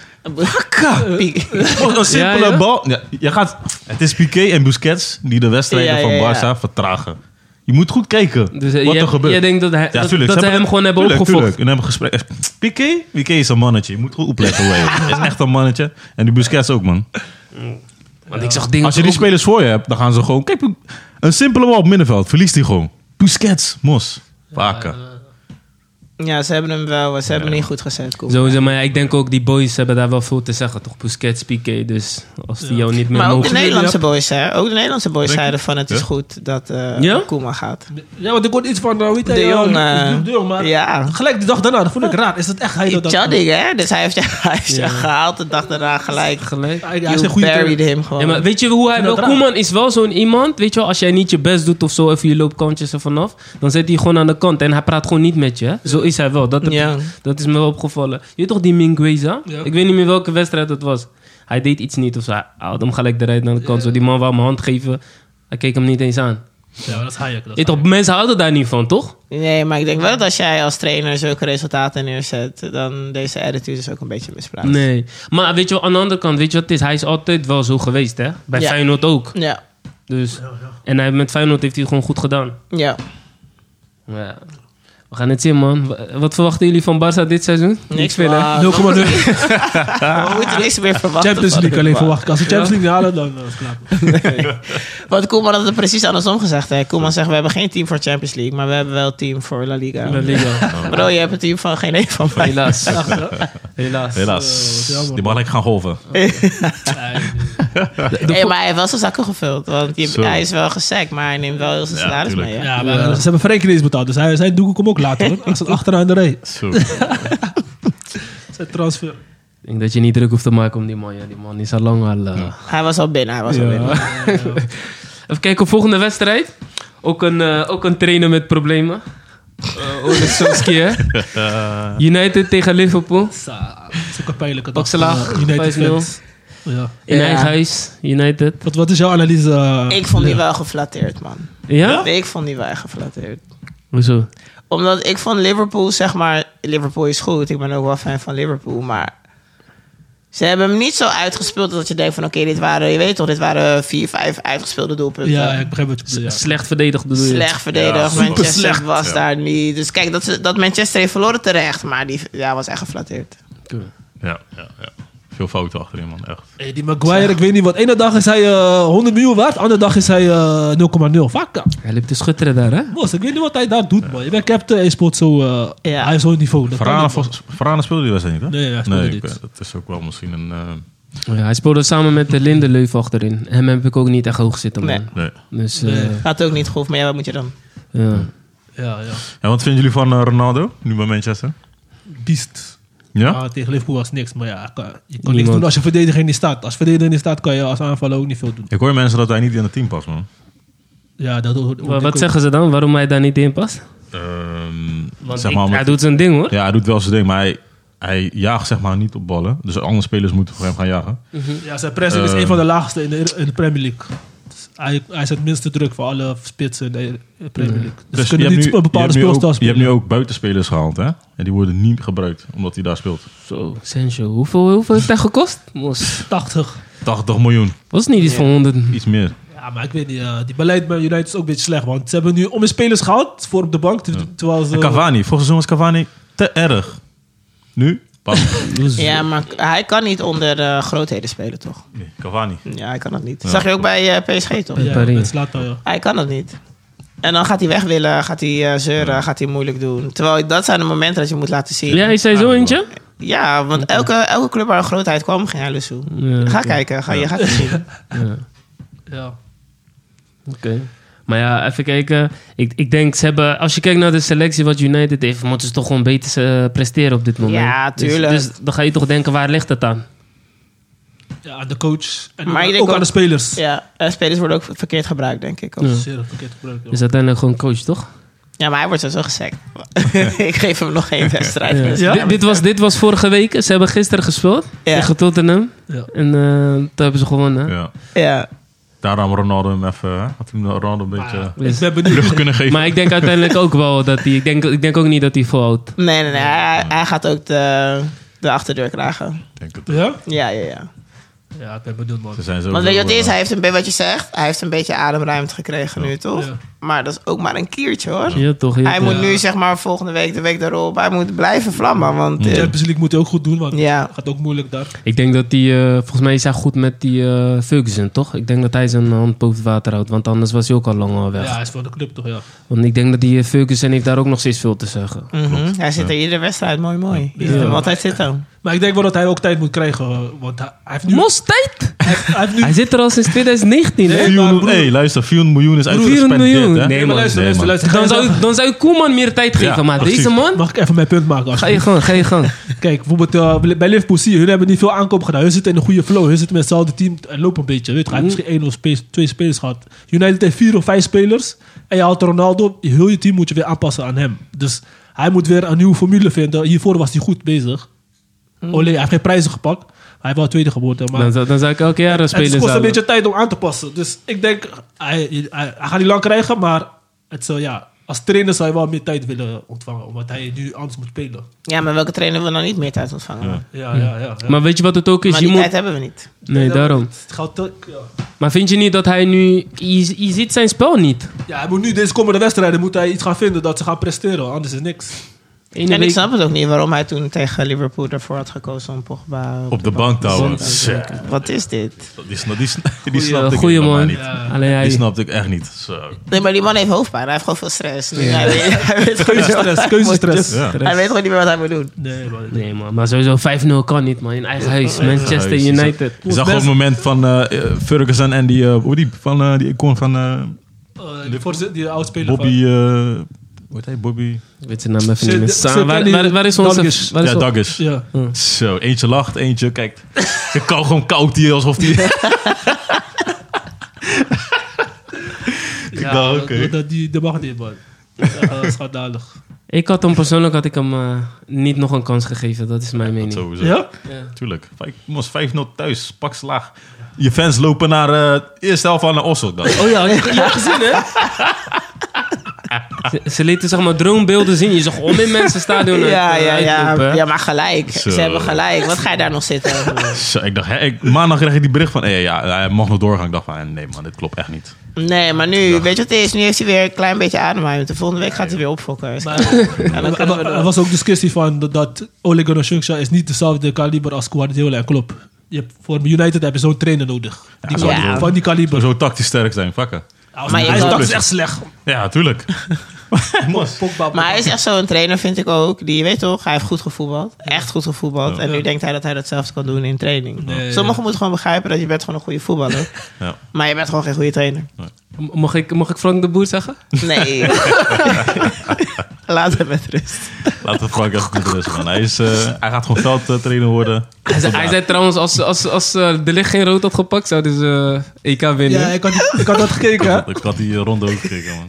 Speaker 3: Piek.
Speaker 5: Gewoon Een simpele
Speaker 2: ja?
Speaker 5: bal. Ja, je gaat, het is Piqué en Busquets die de wedstrijden
Speaker 3: Ja, ja,
Speaker 5: van
Speaker 3: ja.
Speaker 5: Barça vertragen. Je moet goed kijken
Speaker 2: Dus, eh,
Speaker 5: wat
Speaker 2: jij-
Speaker 5: er gebeurt.
Speaker 2: jij denkt dat hij- dat-
Speaker 5: tuurlijk.
Speaker 2: dat
Speaker 5: Ze
Speaker 2: hij hem gewoon hebben
Speaker 5: tuurlijk,
Speaker 2: opgefokt.
Speaker 5: tuurlijk. En hebben gesprek. Piqué? Piqué is een mannetje. Je moet goed opletten. hoor, joh. Hij is echt een mannetje. En die Busquets ook, man.
Speaker 2: Want ik zag dingen...
Speaker 5: Als je die
Speaker 2: ook-
Speaker 5: spelers voor je hebt, dan gaan ze gewoon... Kijk, een simpele bal op middenveld. Verliest die gewoon. Busquets, Mos. Vaker.
Speaker 2: Ah,
Speaker 3: Ja, ze hebben hem wel, ze hebben hem niet goed gezet. Koeman.
Speaker 2: Sowieso, maar ja, ik denk ook die boys hebben daar wel veel te zeggen, toch? Busquets, Piqué, dus als die jou niet meer
Speaker 3: Maar ook de
Speaker 2: mogen...
Speaker 3: Nederlandse boys, hè? Ook de Nederlandse boys
Speaker 5: Denk-
Speaker 3: zeiden van het is
Speaker 5: Ja?
Speaker 3: goed dat eh
Speaker 2: Ja?
Speaker 3: Koeman gaat.
Speaker 4: Ja, want ik hoorde iets van, eh, hoe heet hij?
Speaker 3: De
Speaker 4: eh,
Speaker 3: Jong,
Speaker 4: Luc-
Speaker 3: eh,
Speaker 4: Luc de Jong, maar
Speaker 3: ja.
Speaker 4: gelijk die dag daarna, dat vond ik raar. Is dat echt hij dat dat-
Speaker 3: Chadding, hè? Dus hij heeft je, hij heeft je gehaald de dag daarna gelijk.
Speaker 2: Gelijk.
Speaker 4: Hij, hij is een
Speaker 3: You
Speaker 4: goede
Speaker 3: buried
Speaker 4: trainer.
Speaker 3: him gewoon.
Speaker 2: Ja, maar weet je hoe hij wel...
Speaker 4: raar.
Speaker 2: Koeman is wel zo'n iemand, weet je wel, als jij niet je best doet of zo, even je loopt kantjes er vanaf, dan zit hij gewoon aan de kant en hij praat gewoon niet met je. hè. Zo is hij wel, dat, heb-
Speaker 3: Ja.
Speaker 2: dat is me wel opgevallen. Je weet toch die Mingueza?
Speaker 4: Ja.
Speaker 2: Ik weet niet meer welke wedstrijd het was. Hij deed iets niet of zo, hij haalde hem gelijk eruit naar de kant. Zo, die man wou hem hand geven, hij keek hem niet eens aan.
Speaker 4: Ja, maar dat is Hayek. Dat
Speaker 2: Je weet
Speaker 4: is
Speaker 2: toch, mensen houden daar niet van, toch?
Speaker 3: Nee, maar ik denk wel dat als jij als trainer zulke resultaten neerzet, dan deze attitude is ook een beetje misplaatst.
Speaker 2: Nee. Maar weet je wel, aan de andere kant, weet je wat het is? Hij is altijd wel zo geweest, hè? Bij
Speaker 3: Ja.
Speaker 2: Feyenoord ook.
Speaker 3: Ja,
Speaker 2: Dus, en hij, met Feyenoord heeft hij het gewoon goed gedaan.
Speaker 3: ja.
Speaker 2: Ja. We gaan het zien, man. Wa- Wat verwachten jullie van Barça dit seizoen?
Speaker 3: Niks
Speaker 2: veel, hè?
Speaker 3: maar-
Speaker 4: 0,0.
Speaker 3: We moeten niks meer verwachten.
Speaker 4: Champions
Speaker 3: van
Speaker 4: League
Speaker 3: hun,
Speaker 4: alleen
Speaker 3: man.
Speaker 4: verwachten. Als ze Champions League niet halen, dan eh, is het klaar.
Speaker 3: Want Koeman had het precies andersom gezegd. Hè. Koeman zegt, we hebben geen team voor Champions League, maar we hebben wel team voor La Liga.
Speaker 2: La Liga.
Speaker 3: Bro, je hebt een team van geen een van mij.
Speaker 2: Helaas. Helaas.
Speaker 5: Helaas.
Speaker 4: Eh, wat jammer.
Speaker 5: Die mag ik gaan golven.
Speaker 3: Hey, maar hij heeft wel zijn zakken gevuld. Want je-
Speaker 5: Zo.
Speaker 3: hij is wel gesekt, maar hij neemt wel heel zijn
Speaker 5: Ja,
Speaker 3: salaris
Speaker 5: tuurlijk.
Speaker 3: mee. hè.
Speaker 4: Ja, maar ze hebben Frenkie niet eens betaald. Dus hij zei, Doekoe, kom ook later. Hoor. Hij zat achteraan de rij.
Speaker 5: Zo.
Speaker 4: Zijn transfer.
Speaker 2: Ik denk dat je niet druk hoeft te maken om die man. Ja, die man is al lang al... eh,
Speaker 3: Hij was al binnen, hij was al binnen.
Speaker 2: Even kijken, volgende wedstrijd. Ook een, eh, ook een trainer met problemen. Uh, Ole Solskjaer. United tegen Liverpool.
Speaker 4: Sa- Zulke pijnlijke dag.
Speaker 2: Okselag,
Speaker 4: Eh, United
Speaker 2: 5-0.
Speaker 4: fans. Ja.
Speaker 2: In
Speaker 3: Ja.
Speaker 2: eigen huis, United.
Speaker 4: Wat, wat is jouw analyse? eh,
Speaker 3: Ik vond die
Speaker 4: Leo?
Speaker 3: wel geflatteerd, man.
Speaker 2: Ja?
Speaker 3: Nee, ik vond die wel echt geflatteerd.
Speaker 2: Hoezo?
Speaker 3: Omdat ik vond Liverpool, zeg maar... Liverpool is goed, ik ben ook wel fan van Liverpool, maar... Ze hebben hem niet zo uitgespeeld dat je denkt van... Oké, dit waren, je weet toch, dit waren vier, vijf uitgespeelde doelpunten.
Speaker 4: Ja, ik begrijp wat je bedoelt. ja.
Speaker 2: Slecht verdedigd bedoel je?
Speaker 3: Slecht verdedigd.
Speaker 5: Ja,
Speaker 3: Manchester
Speaker 4: superslecht.
Speaker 3: was
Speaker 5: Ja.
Speaker 3: daar niet. Dus kijk, dat, ze- dat Manchester heeft verloren terecht. Maar die ja, was echt geflatteerd.
Speaker 5: Ja, ja, ja. Veel fouten achterin, man. Echt.
Speaker 4: Hey, die Maguire, ik weet niet wat. Ene dag is hij eh 100 miljoen waard, andere dag is hij eh, 0,0. Vakka.
Speaker 2: Hij liep te schutteren daar, hè?
Speaker 4: Bos, ik weet niet wat hij daar doet, man. Je bent captain en je speelt zo. eh,
Speaker 3: Ja.
Speaker 4: Hij is zo'n niveau. Dat kan
Speaker 5: Varane,
Speaker 4: niet, man.
Speaker 5: vos- Varane speelde die wedstrijd niet, hè?
Speaker 4: Nee, hij speelde
Speaker 5: ik
Speaker 4: niet.
Speaker 5: weet- Dat is ook wel misschien een... eh,
Speaker 2: Ja, hij speelde samen met eh, Lindelöf achterin. Hem heb ik ook niet echt hoog zitten, man.
Speaker 5: nee.
Speaker 2: Dus, eh,
Speaker 4: Nee.
Speaker 3: Had ook niet gehoeven, maar ja, wat moet je dan?
Speaker 2: ja.
Speaker 4: Ja, ja.
Speaker 5: En wat vinden jullie van eh, Ronaldo, nu bij Manchester?
Speaker 4: Beast.
Speaker 5: Ja?
Speaker 4: Ah, tegen Liverpool was niks, maar ja, je kan niks
Speaker 2: Niemand.
Speaker 4: doen als je verdediger niet staat. Als verdediger niet staat, kan je als aanvaller ook niet veel doen.
Speaker 5: Ik hoor mensen dat hij niet in het team past, man.
Speaker 4: Ja, dat hoort
Speaker 2: Wa- Wat zeggen ze dan? Waarom hij daar niet in past?
Speaker 5: Ehm,
Speaker 2: Want
Speaker 5: zeg
Speaker 2: ik-
Speaker 5: maar, omdat-
Speaker 2: hij doet zijn ding, hoor.
Speaker 5: ja, hij doet wel zijn ding, maar hij, hij jaagt zeg maar niet op ballen. Dus andere spelers moeten voor hem gaan jagen.
Speaker 4: Ja, zijn pressing is
Speaker 5: Eh.
Speaker 4: een van de laagste in de, in de Premier League. Dus hij, hij is het minste druk voor alle spitsen in de eh, Premier League. Dus, ze
Speaker 5: je
Speaker 4: kunnen
Speaker 5: hebt
Speaker 4: niet
Speaker 5: nu-
Speaker 4: een bepaalde
Speaker 5: je hebt nu ook-
Speaker 4: speelstijl
Speaker 5: Je
Speaker 4: spelen.
Speaker 5: hebt nu ook buitenspelers gehaald, hè? En die worden niet gebruikt, omdat hij daar speelt.
Speaker 2: Zo, Sancho. Hoeveel, hoeveel heeft hij gekost? Mos.
Speaker 4: 80.
Speaker 5: 80 miljoen,
Speaker 2: Was het niet iets van 100?
Speaker 5: iets meer.
Speaker 4: Ja, maar ik weet niet. eh, die beleid bij United is ook een beetje slecht. Want ze hebben nu om hun spelers gehaald voor op de bank. te- Terwijl ze...
Speaker 5: En Cavani, vorig seizoen was Cavani te erg. Nu? Pas.
Speaker 3: Ja, maar hij kan niet onder eh, grootheden spelen, toch?
Speaker 5: Nee, Cavani.
Speaker 3: Ja, hij kan dat niet. Zag je ook bij eh, PSG, toch?
Speaker 4: Ja,
Speaker 2: Paris.
Speaker 4: met Zlatan, ja.
Speaker 3: Hij kan dat niet. En dan gaat hij weg willen, gaat hij eh, zeuren, gaat hij moeilijk doen. Terwijl dat zijn de momenten dat je moet laten zien.
Speaker 2: Ja,
Speaker 3: Ja,
Speaker 2: is hij zo eentje?
Speaker 3: want elke, elke club waar een grootheid kwam, ging hij Lusso.
Speaker 2: Ja,
Speaker 3: Ga
Speaker 2: oké.
Speaker 3: kijken, ga, je gaat het zien.
Speaker 2: Ja.
Speaker 4: Ja.
Speaker 2: Oké. Maar ja, even kijken. Ik, ik denk, ze hebben, als je kijkt naar de selectie wat United heeft, moeten ze toch gewoon beter eh, presteren op dit moment.
Speaker 3: Ja,
Speaker 2: Dus-
Speaker 3: tuurlijk.
Speaker 2: Dus, dan ga je toch denken, waar ligt het aan?
Speaker 4: Ja, aan de coach. En
Speaker 3: Maar ik
Speaker 4: ook,
Speaker 3: denk ook-
Speaker 4: aan de spelers.
Speaker 3: Ja, eh, spelers worden ook verkeerd gebruikt, denk ik. ook.
Speaker 2: Ja.
Speaker 4: Zeer verkeerd gebruikt, ja.
Speaker 2: Dus uiteindelijk gewoon coach, toch?
Speaker 3: Ja, maar hij wordt sowieso gesekt. ik geef hem nog geen wedstrijd. Dus
Speaker 2: Dit- Dit, was, dit was vorige week. Ze hebben gisteren gespeeld
Speaker 3: Ja.
Speaker 2: tegen Tottenham.
Speaker 4: Ja.
Speaker 2: En eh, toen hebben ze gewonnen.
Speaker 5: Ja.
Speaker 3: Ja.
Speaker 5: Daarom Ronaldo hem even... hè? Had hem Ronaldo een beetje
Speaker 4: Maar
Speaker 2: Dus-
Speaker 4: ik ben benieuwd.
Speaker 5: lucht kunnen geven.
Speaker 2: Maar ik denk uiteindelijk ook wel dat hij... Ik denk, ik denk ook niet dat hij volhoudt.
Speaker 3: Nee, nee, nee. Hij, hij gaat ook de, de achterdeur krijgen.
Speaker 5: Ik denk het.
Speaker 4: Ja?
Speaker 3: Ja, ja, ja.
Speaker 4: Ja, ik ben benieuwd, man.
Speaker 5: Ze zijn zo... eh,
Speaker 3: Want weet je wat het is? Hij heeft een beetje, wat je zegt, hij heeft een beetje ademruimte gekregen nu, toch?
Speaker 4: Ja.
Speaker 3: Maar dat is ook maar een kiertje, hoor.
Speaker 2: Ja, toch? Ja,
Speaker 3: Hij
Speaker 2: toch.
Speaker 3: moet nu, zeg maar, volgende week, de week daarop, hij moet blijven vlammen. Want, eh,
Speaker 4: Champions League moet hij ook goed doen, want
Speaker 3: Ja.
Speaker 4: het gaat ook moeilijk daar.
Speaker 2: Ik denk dat hij... eh, volgens mij is hij goed met die eh, Ferguson, toch? Ik denk dat hij zijn hand boven het water houdt. Want anders was hij ook al lang al weg.
Speaker 4: Ja, hij is van de club toch, ja.
Speaker 2: Want ik denk dat die eh, Ferguson heeft daar ook nog steeds veel te zeggen.
Speaker 3: mhm, hij zit in iedere wedstrijd, mooi, mooi. Je ziet hem altijd zitten.
Speaker 4: Maar ik denk wel dat hij ook tijd moet krijgen, eh, want hij, hij heeft nu...
Speaker 2: Mos tijd!
Speaker 4: Hij, heeft- hij heeft nu...
Speaker 2: Hij zit er al sinds 2019, hè?
Speaker 5: 400,
Speaker 4: broer-
Speaker 5: hey, luister, 400 miljoen is
Speaker 2: 400
Speaker 5: uitgespendeerd.
Speaker 2: miljoen. Nee,
Speaker 5: Hè?
Speaker 4: Nee, maar
Speaker 2: man.
Speaker 4: luister,
Speaker 5: Nee,
Speaker 4: luister,
Speaker 5: man.
Speaker 4: luister. Ga
Speaker 2: Dan
Speaker 4: je
Speaker 2: zou, dan zou ik Koeman meer tijd geven. maar
Speaker 5: precies.
Speaker 2: deze man...
Speaker 4: Mag ik even mijn punt maken?
Speaker 2: Ga je
Speaker 4: alsjeblieft?
Speaker 2: gang, ga je gang.
Speaker 4: Kijk, bijvoorbeeld eh, bij Liverpool zie je, hun hebben niet veel aankoop gedaan. Hun zitten in een goede flow. Hun zitten met hetzelfde team en lopen een beetje. Weet je, hij heeft misschien één of spe- twee spelers gehad. United heeft vier of vijf spelers. En je haalt Ronaldo. Je heel je team moet je weer aanpassen aan hem. Dus hij moet weer een nieuwe formule vinden. Hiervoor was hij goed bezig. Olé, hij heeft geen prijzen gepakt. Hij heeft wel tweede geworden. Maar
Speaker 2: Dan zou, dan zou ik elk jaar eh, een
Speaker 4: het
Speaker 2: speler
Speaker 4: kost een
Speaker 2: halen.
Speaker 4: beetje tijd om aan te passen. Dus ik denk, hij, hij, hij gaat niet lang krijgen, maar het zal ja. als trainer zou je wel meer tijd willen ontvangen, omdat hij nu anders moet spelen.
Speaker 3: Ja, maar welke trainer wil nou niet meer tijd ontvangen?
Speaker 5: Ja.
Speaker 4: Ja, ja, ja. ja.
Speaker 2: Hmm. Maar weet je wat het ook is?
Speaker 3: Maar
Speaker 2: Dus Je
Speaker 3: die
Speaker 2: moet...
Speaker 3: tijd hebben we niet.
Speaker 2: Nee, daarom.
Speaker 4: Het gaat ook- ja.
Speaker 2: Maar vind je niet dat hij nu... Je, je ziet zijn spel niet.
Speaker 4: ja, hij moet nu deze komende wedstrijden moet hij iets gaan vinden dat ze gaan presteren, anders is niks.
Speaker 2: Ene
Speaker 3: En ik
Speaker 2: week-
Speaker 3: snap het ook niet waarom hij toen tegen Liverpool ervoor had gekozen om Pogba
Speaker 5: Op de bank te houden.
Speaker 3: te
Speaker 5: Tja,
Speaker 3: zetten. Wat is dit?
Speaker 5: Die, sna- die, sna- die
Speaker 2: Goeie-
Speaker 5: snapte ik
Speaker 2: goeie
Speaker 5: helemaal
Speaker 2: man.
Speaker 5: niet.
Speaker 2: Alleen hij...
Speaker 5: Die snapte ik echt niet. Zo.
Speaker 3: Nee, maar die man heeft hoofdpijn. Hij heeft gewoon veel stress. Nu, Hij weet, hij weet gewoon niet wat
Speaker 4: Stress,
Speaker 3: hij
Speaker 4: keuzestress.
Speaker 5: Ja.
Speaker 3: moet- Hij weet gewoon niet meer wat hij moet doen.
Speaker 4: Nee, man. Eh,
Speaker 2: Nee, man. Maar sowieso 5-0 kan niet, man. In eigen huis. Manchester
Speaker 5: Ja, je ziet-
Speaker 2: United.
Speaker 5: Je zag op het moment van eh, eh, Ferguson en die, eh, hoe die, van, eh, die icoon van eh,
Speaker 4: Eh, die, voorzet- die oudspeler
Speaker 5: Bobby...
Speaker 4: van-
Speaker 5: eh, hoe heet hij? Bobby...
Speaker 2: Ik weet zijn naam even niet meer.
Speaker 4: Ze-
Speaker 2: Sa-
Speaker 4: ze
Speaker 2: Waar,
Speaker 4: kennen
Speaker 2: waar,
Speaker 4: die-
Speaker 2: waar is onze...
Speaker 4: Douglas.
Speaker 2: Waar is
Speaker 5: ja,
Speaker 2: onze-
Speaker 5: Douglas.
Speaker 4: Ja.
Speaker 5: Zo, eentje lacht, eentje kijkt. Je kan gewoon koud hier alsof die.
Speaker 4: Ja,
Speaker 5: dacht, oké.
Speaker 4: dat- dat- die, dat mag niet, man. Dat is echt, eh, Schandalig.
Speaker 2: Ik had hem persoonlijk had ik hem eh, niet nog een kans gegeven. Dat is mijn mening.
Speaker 5: Sowieso.
Speaker 4: Ja?
Speaker 2: Ja.
Speaker 5: Tuurlijk. Ik was 5-0 thuis, pak slaag. Je fans lopen naar eh, de eerste helft aan naar Ossel. Dan.
Speaker 2: Oh ja, je je hebt gezien hè? ze, ze lieten zeg maar droombeelden zien. Je zag om in mensen stadion uit-
Speaker 3: Ja,
Speaker 5: eh,
Speaker 3: ja,
Speaker 2: uitlopen,
Speaker 3: ja.
Speaker 2: hè.
Speaker 3: ja, maar gelijk.
Speaker 5: Zo.
Speaker 3: Ze hebben gelijk. Wat ga je daar nog zitten?
Speaker 5: Zo, ik dacht, hè, ik, maandag kreeg ik die bericht van, hey, ja, eh, hij mag nog doorgaan. Ik dacht van, eh, nee man, dit klopt echt niet.
Speaker 3: Nee, maar nu, weet je wat het is? Nu heeft hij weer een klein beetje ademhaling. De volgende week gaat hij weer opfokken. Dus- Ja, dan kunnen
Speaker 4: Er
Speaker 3: we
Speaker 4: wa-
Speaker 3: door.
Speaker 4: er was ook discussie van dat- dat Ole Gunnar Solskjaer is niet dezelfde kaliber als Guardiola en Klopp. Je hebt, voor United heb je zo'n trainer nodig. Die
Speaker 5: Ja,
Speaker 4: kan-
Speaker 3: ja.
Speaker 4: Van die kaliber.
Speaker 5: Zo tactisch sterk zijn, vakken.
Speaker 3: Maar je
Speaker 4: hij
Speaker 3: kan-
Speaker 4: dat is echt slecht.
Speaker 5: Ja, tuurlijk. Mos.
Speaker 4: Pogba,
Speaker 3: Maar hij is echt zo'n trainer, vind ik ook. Die, je weet toch, hij heeft goed gevoetbald. Echt goed gevoetbald. En nu denkt hij dat hij datzelfde kan doen in training.
Speaker 4: Nee.
Speaker 3: Sommigen moeten gewoon begrijpen dat je bent gewoon een goede voetballer.
Speaker 5: Ja.
Speaker 3: Maar je bent gewoon geen goede trainer.
Speaker 2: M- Mag ik, mag ik Frank de Boer zeggen?
Speaker 3: Nee. Laat hem met rust.
Speaker 5: Laten we Frank even met de rust gaan. Hij, is, eh, hij gaat gewoon veldtrainer worden.
Speaker 2: Hij zei, hij zei trouwens, als, als, als eh, de licht geen rood had gepakt, zouden ze eh, EK winnen.
Speaker 4: Ja, ik had, die- ik had dat gekeken. hè.
Speaker 5: Ik had die ronde ook gekeken, man.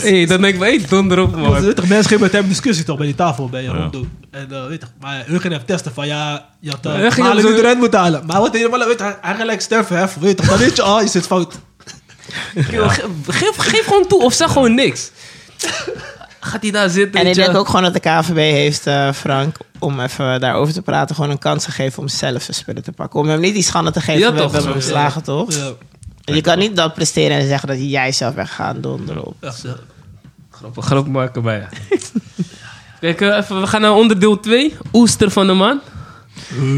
Speaker 2: hey, dan denk ik, hey, donder op,
Speaker 4: Want,
Speaker 2: man.
Speaker 4: weet toch, Mensen gingen met hem discussie toch bij die tafel, bij
Speaker 5: Ja.
Speaker 4: Rondo. En eh, weet toch, maar Eugen heeft testen van ja, je had
Speaker 2: Eugen
Speaker 4: uh,
Speaker 2: had
Speaker 4: Malen
Speaker 2: zo-
Speaker 4: nu eruit moeten halen. Maar wat helemaal, weet je, eigenlijk sterven, hè, weet toch, dan weet je, ah, je zit fout.
Speaker 2: Ge- Geef, geef gewoon toe of zeg gewoon niks. Gaat hij daar zitten?
Speaker 3: En ik
Speaker 2: weet je
Speaker 3: denk
Speaker 2: wel?
Speaker 3: ook gewoon dat de KVB heeft, eh, Frank, om even daarover te praten, gewoon een kans gegeven om zelf zijn spullen te pakken. Om hem niet die schande te geven.
Speaker 2: Ja,
Speaker 3: we hebben
Speaker 2: toch?
Speaker 3: hem geslagen, toch?
Speaker 4: Ja,
Speaker 3: Je kan niet dat presteren en zeggen dat jij zelf weg gaat donderen op.
Speaker 4: echt, ja.
Speaker 2: Grappig, grappig maken bij je. Kijk, eh, even, we gaan naar onderdeel 2. Oester van de man.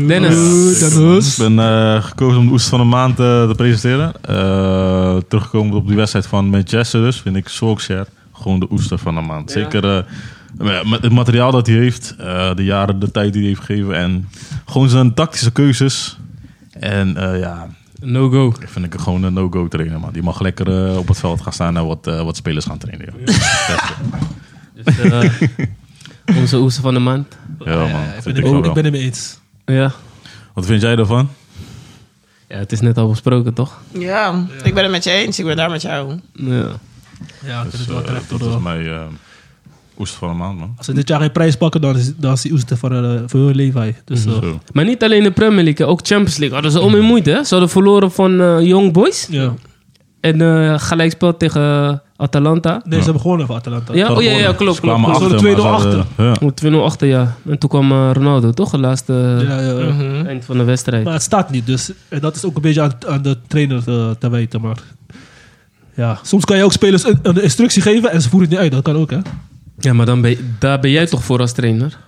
Speaker 2: Dennis.
Speaker 5: Ik ben eh, gekozen om de Oester van de Maand eh, te presenteren. Eh teruggekomen op die wedstrijd van Manchester dus, vind ik Solskjaer gewoon de Oester van de Maand. Zeker eh, met het materiaal dat hij heeft, eh, de jaren, de tijd die hij heeft gegeven en gewoon zijn tactische keuzes. En eh, ja,
Speaker 2: No go.
Speaker 5: vind ik gewoon een no-go trainer, man. Die mag lekker eh, op het veld gaan staan en wat, eh, wat spelers gaan trainen. joh.
Speaker 2: Dus, eh, onze oester van de maand.
Speaker 5: Ja, man.
Speaker 4: Ja, ik
Speaker 5: vind
Speaker 4: ben
Speaker 5: ik
Speaker 4: hem-
Speaker 5: wel
Speaker 4: ik
Speaker 5: wel.
Speaker 4: ben het mee eens.
Speaker 2: Ja.
Speaker 5: Wat vind jij daarvan?
Speaker 2: ja, het is net al besproken, toch?
Speaker 3: Ja, ik ben het met je eens. Ik ben daar met jou.
Speaker 2: Ja.
Speaker 4: Ja, ik vind
Speaker 5: Dus,
Speaker 4: het wel
Speaker 5: eh,
Speaker 4: terecht.
Speaker 5: dat
Speaker 4: hoor.
Speaker 5: is mijn eh, Oester van de Maand, man.
Speaker 4: Als ze dit jaar geen prijs pakken, dan is, dan is die oester voor, eh, voor hun leven. hè. Dus, eh,
Speaker 5: Zo.
Speaker 2: Maar niet alleen de Premier League, hè, ook Champions League. Hadden ze om in moeite, hè? Ze hadden verloren van eh, Young Boys.
Speaker 4: ja.
Speaker 2: En eh gelijkspel tegen eh, Atalanta.
Speaker 4: Nee, ze hebben gewonnen voor Atalanta.
Speaker 2: Ja, oh ja, ja,
Speaker 5: Ze
Speaker 2: klopt.
Speaker 5: kwamen
Speaker 2: klopt.
Speaker 4: Ze hadden
Speaker 5: achter, maar
Speaker 4: 2-0
Speaker 5: ze hadden- ja.
Speaker 2: Moet 2-0 achter, ja. En toen kwam eh, Ronaldo, toch? De laatste eh,
Speaker 4: Ja, ja, ja.
Speaker 2: eind van de wedstrijd.
Speaker 4: Maar het staat niet, dus en dat is ook een beetje aan, aan de trainer eh, te wijten. Maar ja, soms kan je ook spelers een, een instructie geven en ze voeren het niet uit. Dat kan ook, hè?
Speaker 2: Ja, maar dan ben je- daar ben jij toch voor als trainer?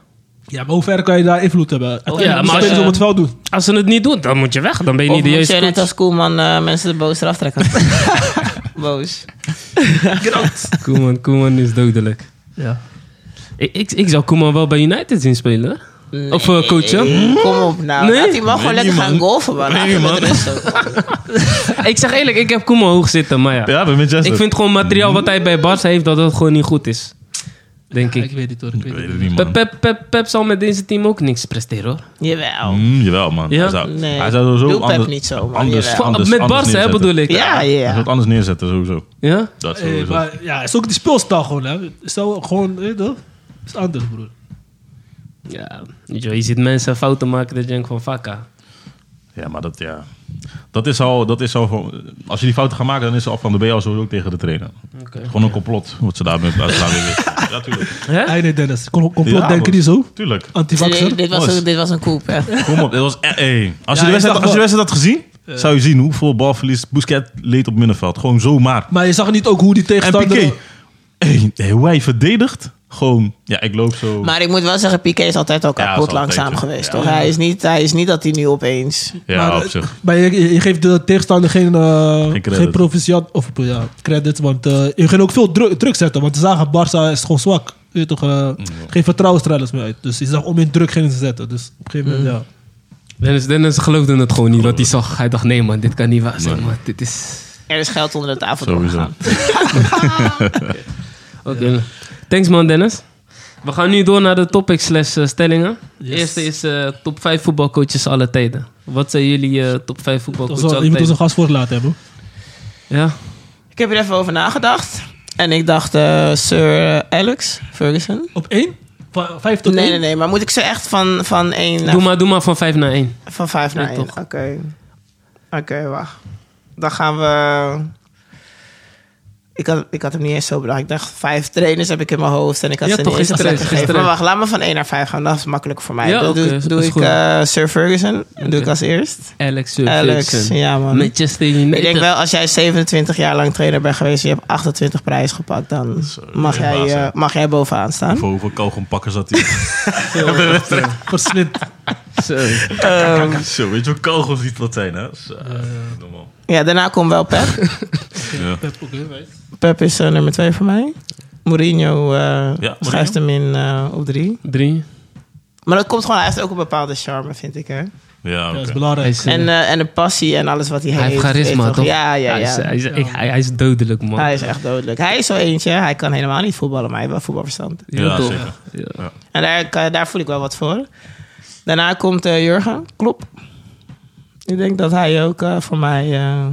Speaker 4: Ja, maar hoe ver kan je daar invloed hebben? Uiteindelijk
Speaker 2: Ja,
Speaker 4: moeten
Speaker 2: maar als
Speaker 4: spelers
Speaker 2: je-
Speaker 4: op het veld doen.
Speaker 2: Als ze het niet doen, dan moet je weg. Dan ben je
Speaker 3: Of
Speaker 2: niet de
Speaker 3: moet
Speaker 2: juiste
Speaker 3: je net
Speaker 2: coach.
Speaker 3: als Koelman eh, mensen de boos eraf trekken? boos.
Speaker 2: Koeman, Koeman is dodelijk.
Speaker 4: Ja.
Speaker 2: Ik, ik, ik zou Koeman wel bij United zien spelen. Of eh, coachen.
Speaker 3: Kom op nou.
Speaker 2: Nee?
Speaker 3: Laat die man gewoon
Speaker 5: Nee,
Speaker 3: lekker gaan
Speaker 5: man.
Speaker 3: golfen. Man. Laat
Speaker 5: Nee,
Speaker 3: hem met
Speaker 5: man.
Speaker 3: rust ook, man.
Speaker 2: Ik zeg eerlijk, ik heb Koeman hoog zitten. Maar ja,
Speaker 5: Ja, bij Manchester.
Speaker 2: ik vind gewoon materiaal wat hij bij Barca heeft, dat dat gewoon niet goed is. Denk
Speaker 4: Ik
Speaker 2: ik.
Speaker 4: weet het hoor. Ik
Speaker 5: Ik
Speaker 4: weet
Speaker 5: weet
Speaker 4: het.
Speaker 5: het niet, man.
Speaker 2: Pep, Pep, Pep, Pep zal met deze team ook niks presteren hoor.
Speaker 3: Jawel.
Speaker 5: Mm, jawel, man.
Speaker 2: Ja?
Speaker 5: Hij zou,
Speaker 3: Nee.
Speaker 5: hij zou er zo
Speaker 3: Doe Pep
Speaker 5: anders,
Speaker 3: niet zo, man.
Speaker 5: Anders,
Speaker 3: Jawel.
Speaker 5: anders,
Speaker 2: Met
Speaker 5: anders
Speaker 2: Barca hè,
Speaker 5: neerzetten.
Speaker 2: bedoel ik.
Speaker 3: Ja,
Speaker 5: Hij zou
Speaker 3: ja.
Speaker 5: het anders neerzetten, sowieso.
Speaker 2: Ja?
Speaker 5: Dat
Speaker 4: Hey,
Speaker 5: sowieso.
Speaker 4: maar ja, het is ook die speelstijl gewoon, hè? Stel gewoon, weet je wel, Het is anders, broer.
Speaker 2: Ja, weet je, wel, je ziet mensen fouten maken, dat je denkt van, fuck ah.
Speaker 5: Ja, maar dat, ja. dat is al... Dat is al gewoon- als je die fouten gaat maken, dan is het al van... Dan ben je al sowieso ook tegen de trainer. Gewoon een complot, wat ze daarmee Ja, natuurlijk.
Speaker 2: Hè?
Speaker 4: Einde Dennis. Kom- Complot denken die zo?
Speaker 5: Tuurlijk.
Speaker 4: Antivaxer?
Speaker 3: Dit, dit was, een- dit was een koep, echt.
Speaker 5: Kom op, dit was... eh, eh. Als, je
Speaker 4: Ja,
Speaker 5: de
Speaker 4: ik zag
Speaker 5: wedstrijd, als je
Speaker 4: wel.
Speaker 5: de wedstrijd had gezien, zou je zien hoeveel balverlies Busquets leed op middenveld. Gewoon zomaar.
Speaker 4: Maar je zag niet ook hoe die
Speaker 5: En
Speaker 4: tegenstander...
Speaker 5: Piqué. Hey, hey, hoe hij verdedigt. Gewoon, ja, ik loop zo.
Speaker 3: Maar ik moet wel zeggen, Piqué is altijd ook
Speaker 5: Ja,
Speaker 3: kapot
Speaker 5: is altijd,
Speaker 3: langzaam
Speaker 5: ja.
Speaker 3: geweest,
Speaker 5: Ja.
Speaker 3: toch? Hij is, niet, hij is niet dat hij nu opeens...
Speaker 5: ja,
Speaker 4: maar, eh,
Speaker 5: op zich.
Speaker 4: maar je, je geeft de tegenstander geen, eh,
Speaker 5: credit.
Speaker 4: geen proficiat of ja, credit. Want eh, je ging ook veel druk, druk zetten. Want ze zagen, Barça is gewoon zwak. Je weet toch, eh,
Speaker 5: Mm,
Speaker 4: Geen vertrouwensstrijders meer uit. Dus je zag om in druk gingen ze zetten. Dus op een gegeven
Speaker 2: Mm.
Speaker 4: moment, ja.
Speaker 2: Dennis, Dennis geloofde het gewoon niet, want hij zag. Hij dacht, nee man, dit kan niet waar zijn,
Speaker 5: Nee.
Speaker 2: man. Dit is...
Speaker 3: Er is geld onder de tafel
Speaker 5: Sowieso.
Speaker 3: doorgegaan.
Speaker 2: Oké. Thanks man, Dennis. We gaan nu door naar de topics slash eh, stellingen. De
Speaker 4: Yes.
Speaker 2: eerste is eh, top 5 voetbalcoaches alle tijden. Wat zijn jullie eh, top 5
Speaker 4: Toch
Speaker 2: voetbalcoaches
Speaker 4: wel-
Speaker 2: alle
Speaker 4: je moet ons
Speaker 2: tijden?
Speaker 4: een gast voor laten hebben.
Speaker 2: Ja,
Speaker 3: Ik heb er even over nagedacht. En ik dacht, eh, Sir Alex Ferguson.
Speaker 4: Op één? Va- Vijf tot
Speaker 3: Nee,
Speaker 4: één?
Speaker 3: nee, nee. Maar moet ik ze echt van, van, één naar,
Speaker 2: doe, maar, doe maar van 5 naar 1.
Speaker 3: van vijf naar
Speaker 2: Nee,
Speaker 3: één?
Speaker 2: toch?
Speaker 3: Oké. Oké, wacht. Dan gaan we... Ik had, ik had hem niet eens zo bedacht. Ik dacht, vijf trainers heb ik in mijn hoofd. En ik had
Speaker 2: Ja,
Speaker 3: ze
Speaker 2: toch,
Speaker 3: niet eens
Speaker 2: is
Speaker 3: een
Speaker 2: terecht,
Speaker 3: plek
Speaker 2: is
Speaker 3: gegeven. Maar
Speaker 2: terecht.
Speaker 3: wacht, laat me van één naar vijf gaan. Dat is makkelijker voor mij.
Speaker 2: Ja,
Speaker 3: Dan doe,
Speaker 2: oké,
Speaker 3: doe
Speaker 2: is
Speaker 3: ik
Speaker 2: goed.
Speaker 3: eh, Sir Ferguson. Doe ik als eerst.
Speaker 2: Alex eh,
Speaker 3: Alex,
Speaker 2: Ferguson.
Speaker 3: ja, man.
Speaker 2: Manchester United.
Speaker 3: Ik denk wel, als jij 27 jaar lang trainer bent geweest... en je hebt 28 prijzen gepakt... dan mag
Speaker 5: dat is
Speaker 3: jij,
Speaker 5: baas, hè?
Speaker 3: eh, mag jij bovenaan staan.
Speaker 5: Voor hoeveel kogelpakken zat hij?
Speaker 4: Verslind.
Speaker 2: Zo.
Speaker 5: Zo, weet je hoe kogels die dat zijn, hè? Zo, normaal.
Speaker 3: Ja, daarna komt wel Pep.
Speaker 5: Ja.
Speaker 4: Pep, oké, wij-
Speaker 3: Pep is eh, nummer 2 voor mij. Mourinho eh, schrijft hem in eh, op 3.
Speaker 2: Drie.
Speaker 3: Maar dat komt gewoon... Hij heeft ook een bepaalde charme, vind ik, hè.
Speaker 5: Ja,
Speaker 4: Ja, dat
Speaker 5: oké.
Speaker 4: is
Speaker 2: Hij
Speaker 4: belangrijk.
Speaker 2: is, eh,
Speaker 3: En, eh, en de passie en alles wat hij,
Speaker 2: hij heeft
Speaker 3: heeft.
Speaker 2: charisma,
Speaker 3: weet
Speaker 2: toch?
Speaker 3: Ja, ja,
Speaker 2: Hij is, eh, hij
Speaker 3: ja.
Speaker 2: is, ik- hij, hij is dodelijk, man.
Speaker 3: Hij is echt dodelijk. Hij is zo eentje. Hij kan helemaal niet voetballen, maar hij heeft wel voetbalverstand.
Speaker 5: Ja,
Speaker 2: toch?
Speaker 5: zeker.
Speaker 2: Ja.
Speaker 3: En daar, kan- daar voel ik wel wat voor. Daarna komt eh, Jurgen Klopp. Ik denk dat hij ook eh, voor mij eh,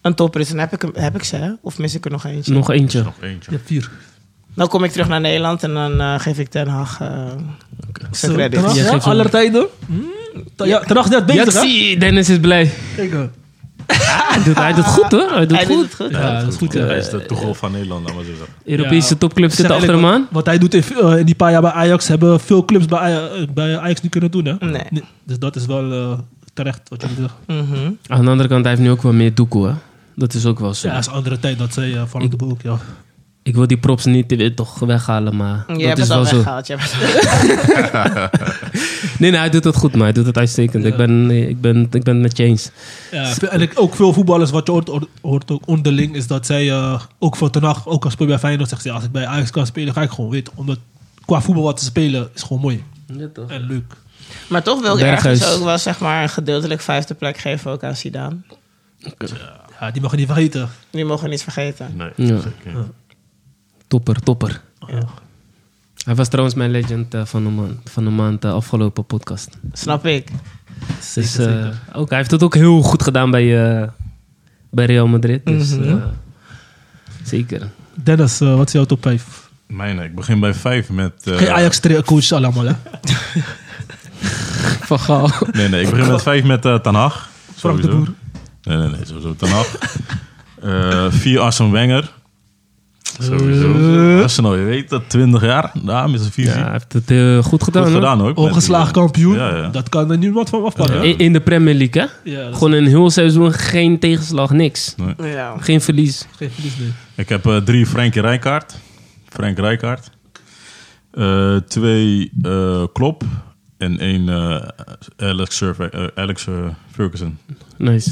Speaker 3: een topper is. En heb ik, hem, heb ik ze, hè? Of mis ik er nog eentje?
Speaker 2: Nog eentje.
Speaker 5: Nog eentje.
Speaker 4: Ja, vier.
Speaker 3: Dan kom ik terug naar Nederland en dan eh, geef ik Ten Hag eh zijn
Speaker 4: Zo,
Speaker 3: credit.
Speaker 4: ten acht,
Speaker 2: Ja,
Speaker 4: ja,
Speaker 2: geef hem.
Speaker 4: aller tijden. Hmm, ta- Ja, ten acht net
Speaker 2: Ja, ik
Speaker 4: bezig, hè?
Speaker 2: zie, Dennis is blij.
Speaker 4: Kijk, eh,
Speaker 2: Hij doet, hij doet goed, hoor. Hij doet
Speaker 3: Ah. Hij
Speaker 2: goed.
Speaker 3: doet het goed.
Speaker 4: Ja, dat is goed. eh,
Speaker 5: Hij
Speaker 4: ja.
Speaker 5: is de toegel van Nederland, laat maar zo zeggen.
Speaker 2: Europese
Speaker 4: Ja.
Speaker 2: topclubs zitten achter hem aan.
Speaker 4: Wat hij doet in, eh, in die paar jaar bij Ajax, hebben veel clubs bij, Aj- eh, bij Ajax niet kunnen doen. Hè?
Speaker 3: Nee.
Speaker 4: Dus dat is wel eh, terecht wat jullie zeggen.
Speaker 3: Mhm.
Speaker 2: Aan de andere kant, hij heeft nu ook wel meer doekoe, hè. Dat is ook wel zo.
Speaker 4: Ja, dat is een andere tijd dat zij eh, van de boek. Ja.
Speaker 2: Ik wil die props niet weer toch weghalen, maar
Speaker 3: Je
Speaker 2: dat
Speaker 3: hebt
Speaker 2: is
Speaker 3: het
Speaker 2: wel
Speaker 3: al
Speaker 2: zo.
Speaker 3: weggehaald. Je hebt het-
Speaker 2: Nee, nee, hij doet het goed, maar hij doet het uitstekend. Ik, ben, ik, ben, ik ben het met je eens.
Speaker 4: Ja, en ik- ook veel voetballers, wat je hoort, hoort- hoort ook onderling, is dat zij eh, ook voor ten Hag, ook als speel bij Feyenoord, zegt ze, ja, als ik bij Ajax kan spelen, ga ik gewoon weten. Omdat qua voetbal wat ze spelen, is gewoon mooi en leuk.
Speaker 3: maar toch wil ik
Speaker 2: Berghuis.
Speaker 3: ergens ook wel zeg maar, een gedeeltelijk vijfde plek geven ook aan Zidane.
Speaker 4: Ja, die mag je niet vergeten.
Speaker 3: Die mogen we niet vergeten.
Speaker 5: Nee,
Speaker 2: Ja.
Speaker 5: zeker.
Speaker 2: Topper, topper.
Speaker 4: Ja.
Speaker 2: Hij was trouwens mijn legend eh, van de maand, van de maand, eh, afgelopen podcast.
Speaker 3: Snap ik.
Speaker 2: dus, eh, ook, hij heeft het ook heel goed gedaan bij, eh, bij Real Madrid. Dus, eh, zeker.
Speaker 4: Dennis, eh, wat is jouw top 5?
Speaker 5: Mijn, ik begin bij vijf met... eh,
Speaker 4: Geen Ajax-coach allemaal, hè?
Speaker 2: Van Gaal.
Speaker 5: Nee, nee, ik begin met vijf met eh Ten Hag.
Speaker 4: Frank de
Speaker 5: Sowieso.
Speaker 4: Boer.
Speaker 5: Nee, nee, nee, sowieso Ten Hag. Eh, vier Arsene Wenger. Sowieso.
Speaker 4: Eh.
Speaker 5: Arsenal, je weet dat, 20 jaar. Daar met zijn visie.
Speaker 2: Ja, hij heeft het eh, goed gedaan.
Speaker 5: Goed
Speaker 2: hoor.
Speaker 5: gedaan ook.
Speaker 4: Ongeslagen kampioen,
Speaker 5: Ja, ja.
Speaker 4: dat kan er niemand van afpakken.
Speaker 5: Ja.
Speaker 2: In, in de Premier League, hè?
Speaker 4: Ja, dat is
Speaker 2: Gewoon een heel seizoen, geen tegenslag, niks.
Speaker 3: Ja.
Speaker 2: Geen verlies.
Speaker 4: geen verlies, nee.
Speaker 5: Ik heb eh, drie Frankie Rijkaard. Frank Rijkaard. Eh, twee eh Klop. En één eh, Alex, Sir- eh, Alex eh, Ferguson.
Speaker 2: Nice.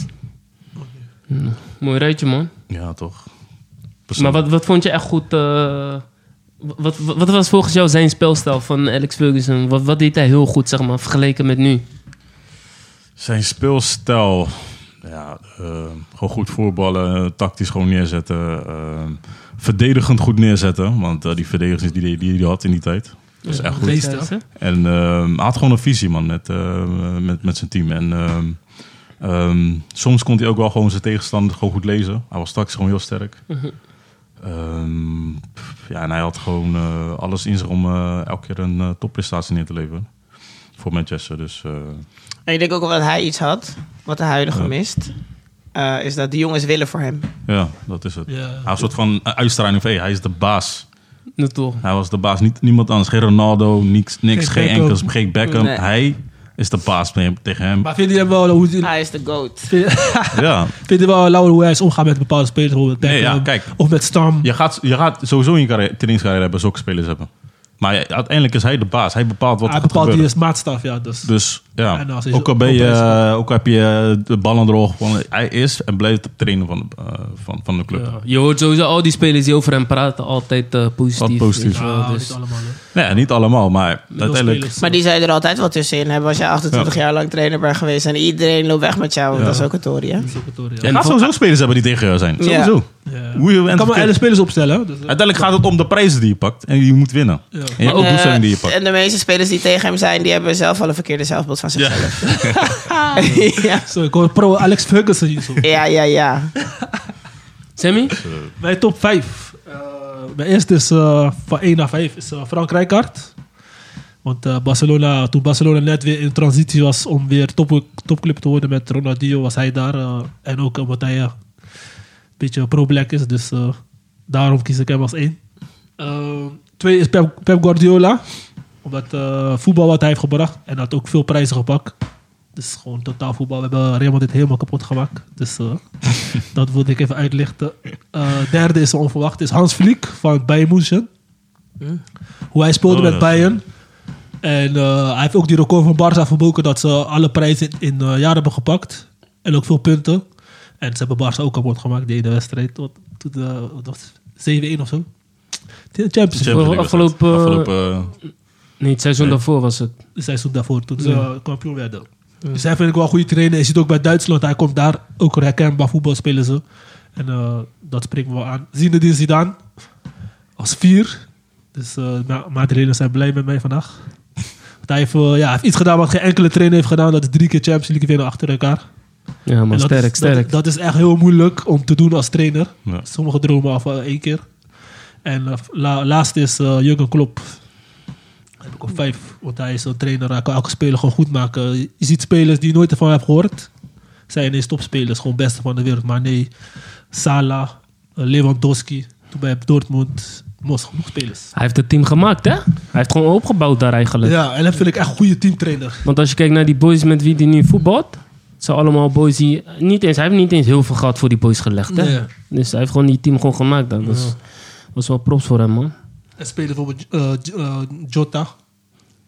Speaker 2: Mm, Mooi rijtje, man.
Speaker 5: Ja, toch.
Speaker 2: Maar
Speaker 5: Persoonlijk.
Speaker 2: wat, wat vond je echt goed? eh, wat, wat, wat was volgens jou zijn speelstijl van Alex Ferguson? Wat, wat deed hij heel goed, zeg maar, vergeleken met nu?
Speaker 5: Zijn speelstijl. Ja, eh, gewoon goed voetballen, eh, tactisch gewoon neerzetten. eh, verdedigend goed neerzetten. Want eh, die verdedigers die hij die, die had in die tijd. Dat is echt goed.
Speaker 4: Beest, hè?
Speaker 2: Ja,
Speaker 5: En ehm, hij had gewoon een visie, man, met, eh, met, met zijn team. En ehm, ehm, soms kon hij ook wel gewoon zijn tegenstander gewoon goed lezen. Hij was straks gewoon heel sterk. Ehm, pff, ja, en hij had gewoon eh, alles in zich om eh, elke keer een eh, topprestatie neer te leveren. Voor Manchester, dus... eh,
Speaker 3: En ik denk ook wel dat hij iets had, wat de huidige
Speaker 5: Ja.
Speaker 3: mist. eh, is dat de jongens willen voor hem.
Speaker 5: Ja, dat is het.
Speaker 4: Ja.
Speaker 5: Hij had een soort van eh, uitstraling van, hey, hij is de baas.
Speaker 2: Nu toch.
Speaker 5: Hij was de baas. Niet, niemand anders. Geen Ronaldo, niks, niks
Speaker 4: Geen
Speaker 5: geen,
Speaker 4: Beckham.
Speaker 5: enkels, geen Beckham.
Speaker 3: Nee.
Speaker 5: Hij is de baas tegen tegen hem.
Speaker 4: Maar vind je hem wel hoe,
Speaker 3: Hij is de goat.
Speaker 5: Ja.
Speaker 4: vind je wel lauw hoe hij is omgaan met bepaalde spelers? bijvoorbeeld
Speaker 5: Nee, ja,
Speaker 4: Beckham
Speaker 5: kijk.
Speaker 4: eh, Of met Stam.
Speaker 5: Je gaat, je gaat sowieso in je carrière- trainingscarrière hebben zulke spelers hebben. Maar ja, uiteindelijk is hij de baas. Hij bepaalt wat
Speaker 4: hij
Speaker 5: er gaat
Speaker 4: bepaalt die
Speaker 5: gebeuren.
Speaker 4: als maatstaf, ja. Dus.
Speaker 5: Dus ja,
Speaker 4: En als hij
Speaker 5: ook,
Speaker 4: zo-
Speaker 5: al ben je, eh,
Speaker 4: op is.
Speaker 5: ook heb je de ballen droog. gewonnen. Hij is en blijft de trainer van de, eh, van, van de club.
Speaker 2: Ja, je hoort sowieso al die spelers die over hem praten altijd eh, positief.
Speaker 5: Wat positief.
Speaker 2: weet je wel,
Speaker 4: Ah,
Speaker 2: dus-
Speaker 4: niet allemaal, hoor.
Speaker 5: Nee, niet allemaal, maar
Speaker 4: Wel
Speaker 5: uiteindelijk...
Speaker 4: spelers.
Speaker 3: Maar die zou je er altijd wel tussenin hebben als je 28 jaar lang trainer bent geweest. En iedereen loopt weg met jou. Dat is ook een tory, hè?
Speaker 4: Dat is ook een toren, ja.
Speaker 5: Je
Speaker 2: En
Speaker 5: gaat
Speaker 2: voor-
Speaker 5: sowieso spelers hebben die tegen jou zijn.
Speaker 3: Ja.
Speaker 5: Sowieso.
Speaker 4: Ja.
Speaker 5: Hoe
Speaker 4: Ik
Speaker 5: je
Speaker 4: kan maar
Speaker 5: entertaint.
Speaker 4: elf spelers opstellen. hè, Dus, eh,
Speaker 5: Uiteindelijk gaat het om de prijzen die je pakt en die je moet winnen.
Speaker 4: Ja.
Speaker 5: En je
Speaker 3: En, eh,
Speaker 5: doelstelling die je pakt.
Speaker 3: En de meeste spelers die tegen hem zijn, die hebben zelf al een verkeerde zelfbeeld van zichzelf. Ja, ja,
Speaker 4: Zo, ik hoor pro Alex Ferguson hier zo.
Speaker 3: ja. ja,
Speaker 2: Sammy?
Speaker 4: Mijn top 5. mijn eerste is eh, van 1 naar 5 is eh, Frank Rijkaard. Want eh, Barcelona, toen Barcelona net weer in transitie was om weer top, topclub te worden met Ronaldinho, was hij daar. eh, en ook eh, omdat hij eh, een beetje pro-black is. Dus eh, daarom kies ik hem als één. Eh, twee is Pep, Pep Guardiola. Omdat eh, voetbal wat hij heeft gebracht. En had ook veel prijzen gepakt. Dus gewoon totaal voetbal. We hebben Real dit helemaal kapot gemaakt. Dus eh, dat wilde ik even uitlichten. Eh, derde is onverwacht. Is Hans Vliek van Bayern München. Hoe hij speelde
Speaker 5: Oh,
Speaker 4: met
Speaker 5: dat is
Speaker 4: Bayern. En eh, hij heeft ook die record van Barca verbroken. Dat ze alle prijzen in eh jaren hebben gepakt. En ook veel punten. En ze hebben Barca ook kapot gemaakt. Die ene wedstrijd. Tot, tot, eh, wat was het? 7-1 of zo. De Champions League.
Speaker 5: Champions League
Speaker 2: afgelopen-
Speaker 5: wedstrijd. Afgelopen, eh,
Speaker 2: Nee, het seizoen daarvoor was het.
Speaker 4: het seizoen daarvoor, toen ze eh, kampioen werden. Dus hij vind ik wel een goede trainer. Je ziet ook bij Duitsland, hij komt daar ook herkenbaar voetbal spelen ze. En eh, dat spreekt me wel aan. Zinedine Zidane, als vier. Dus eh, ma- mijn trainers zijn blij met mij vandaag. Want hij heeft, eh, ja, hij heeft iets gedaan wat geen enkele trainer heeft gedaan. Dat is drie keer Champions League winnen achter elkaar.
Speaker 2: Ja, maar
Speaker 4: En dat
Speaker 2: sterk,
Speaker 4: is- dat-
Speaker 2: sterk.
Speaker 4: Dat, is echt heel moeilijk om te doen als trainer.
Speaker 5: Ja.
Speaker 4: Sommige dromen af eh, één keer. En eh, la- laatst is eh Jurgen Klopp. Heb ik op vijf. Want hij is een trainer. Hij kan elke speler gewoon goed maken. Je ziet spelers die je nooit ervan hebt gehoord. Zijn ineens topspelers. Gewoon beste van de wereld. Maar nee. Salah. eh, Lewandowski. Toen bij Dortmund. Mos genoeg spelers.
Speaker 2: Hij heeft het team gemaakt, hè? Hij heeft gewoon opgebouwd daar eigenlijk.
Speaker 4: Ja, en dat vind ik echt een goede teamtrainer.
Speaker 2: Want als je kijkt naar die boys met wie hij nu voetbalt... Het zijn allemaal boys die... Niet eens, hij heeft niet eens heel veel geld voor die boys gelegd, hè?
Speaker 4: Nee.
Speaker 2: Dus hij heeft gewoon die team gewoon gemaakt. dan. Dat was, was wel props voor hem, man.
Speaker 4: En spelen bijvoorbeeld eh, J- eh, Jota.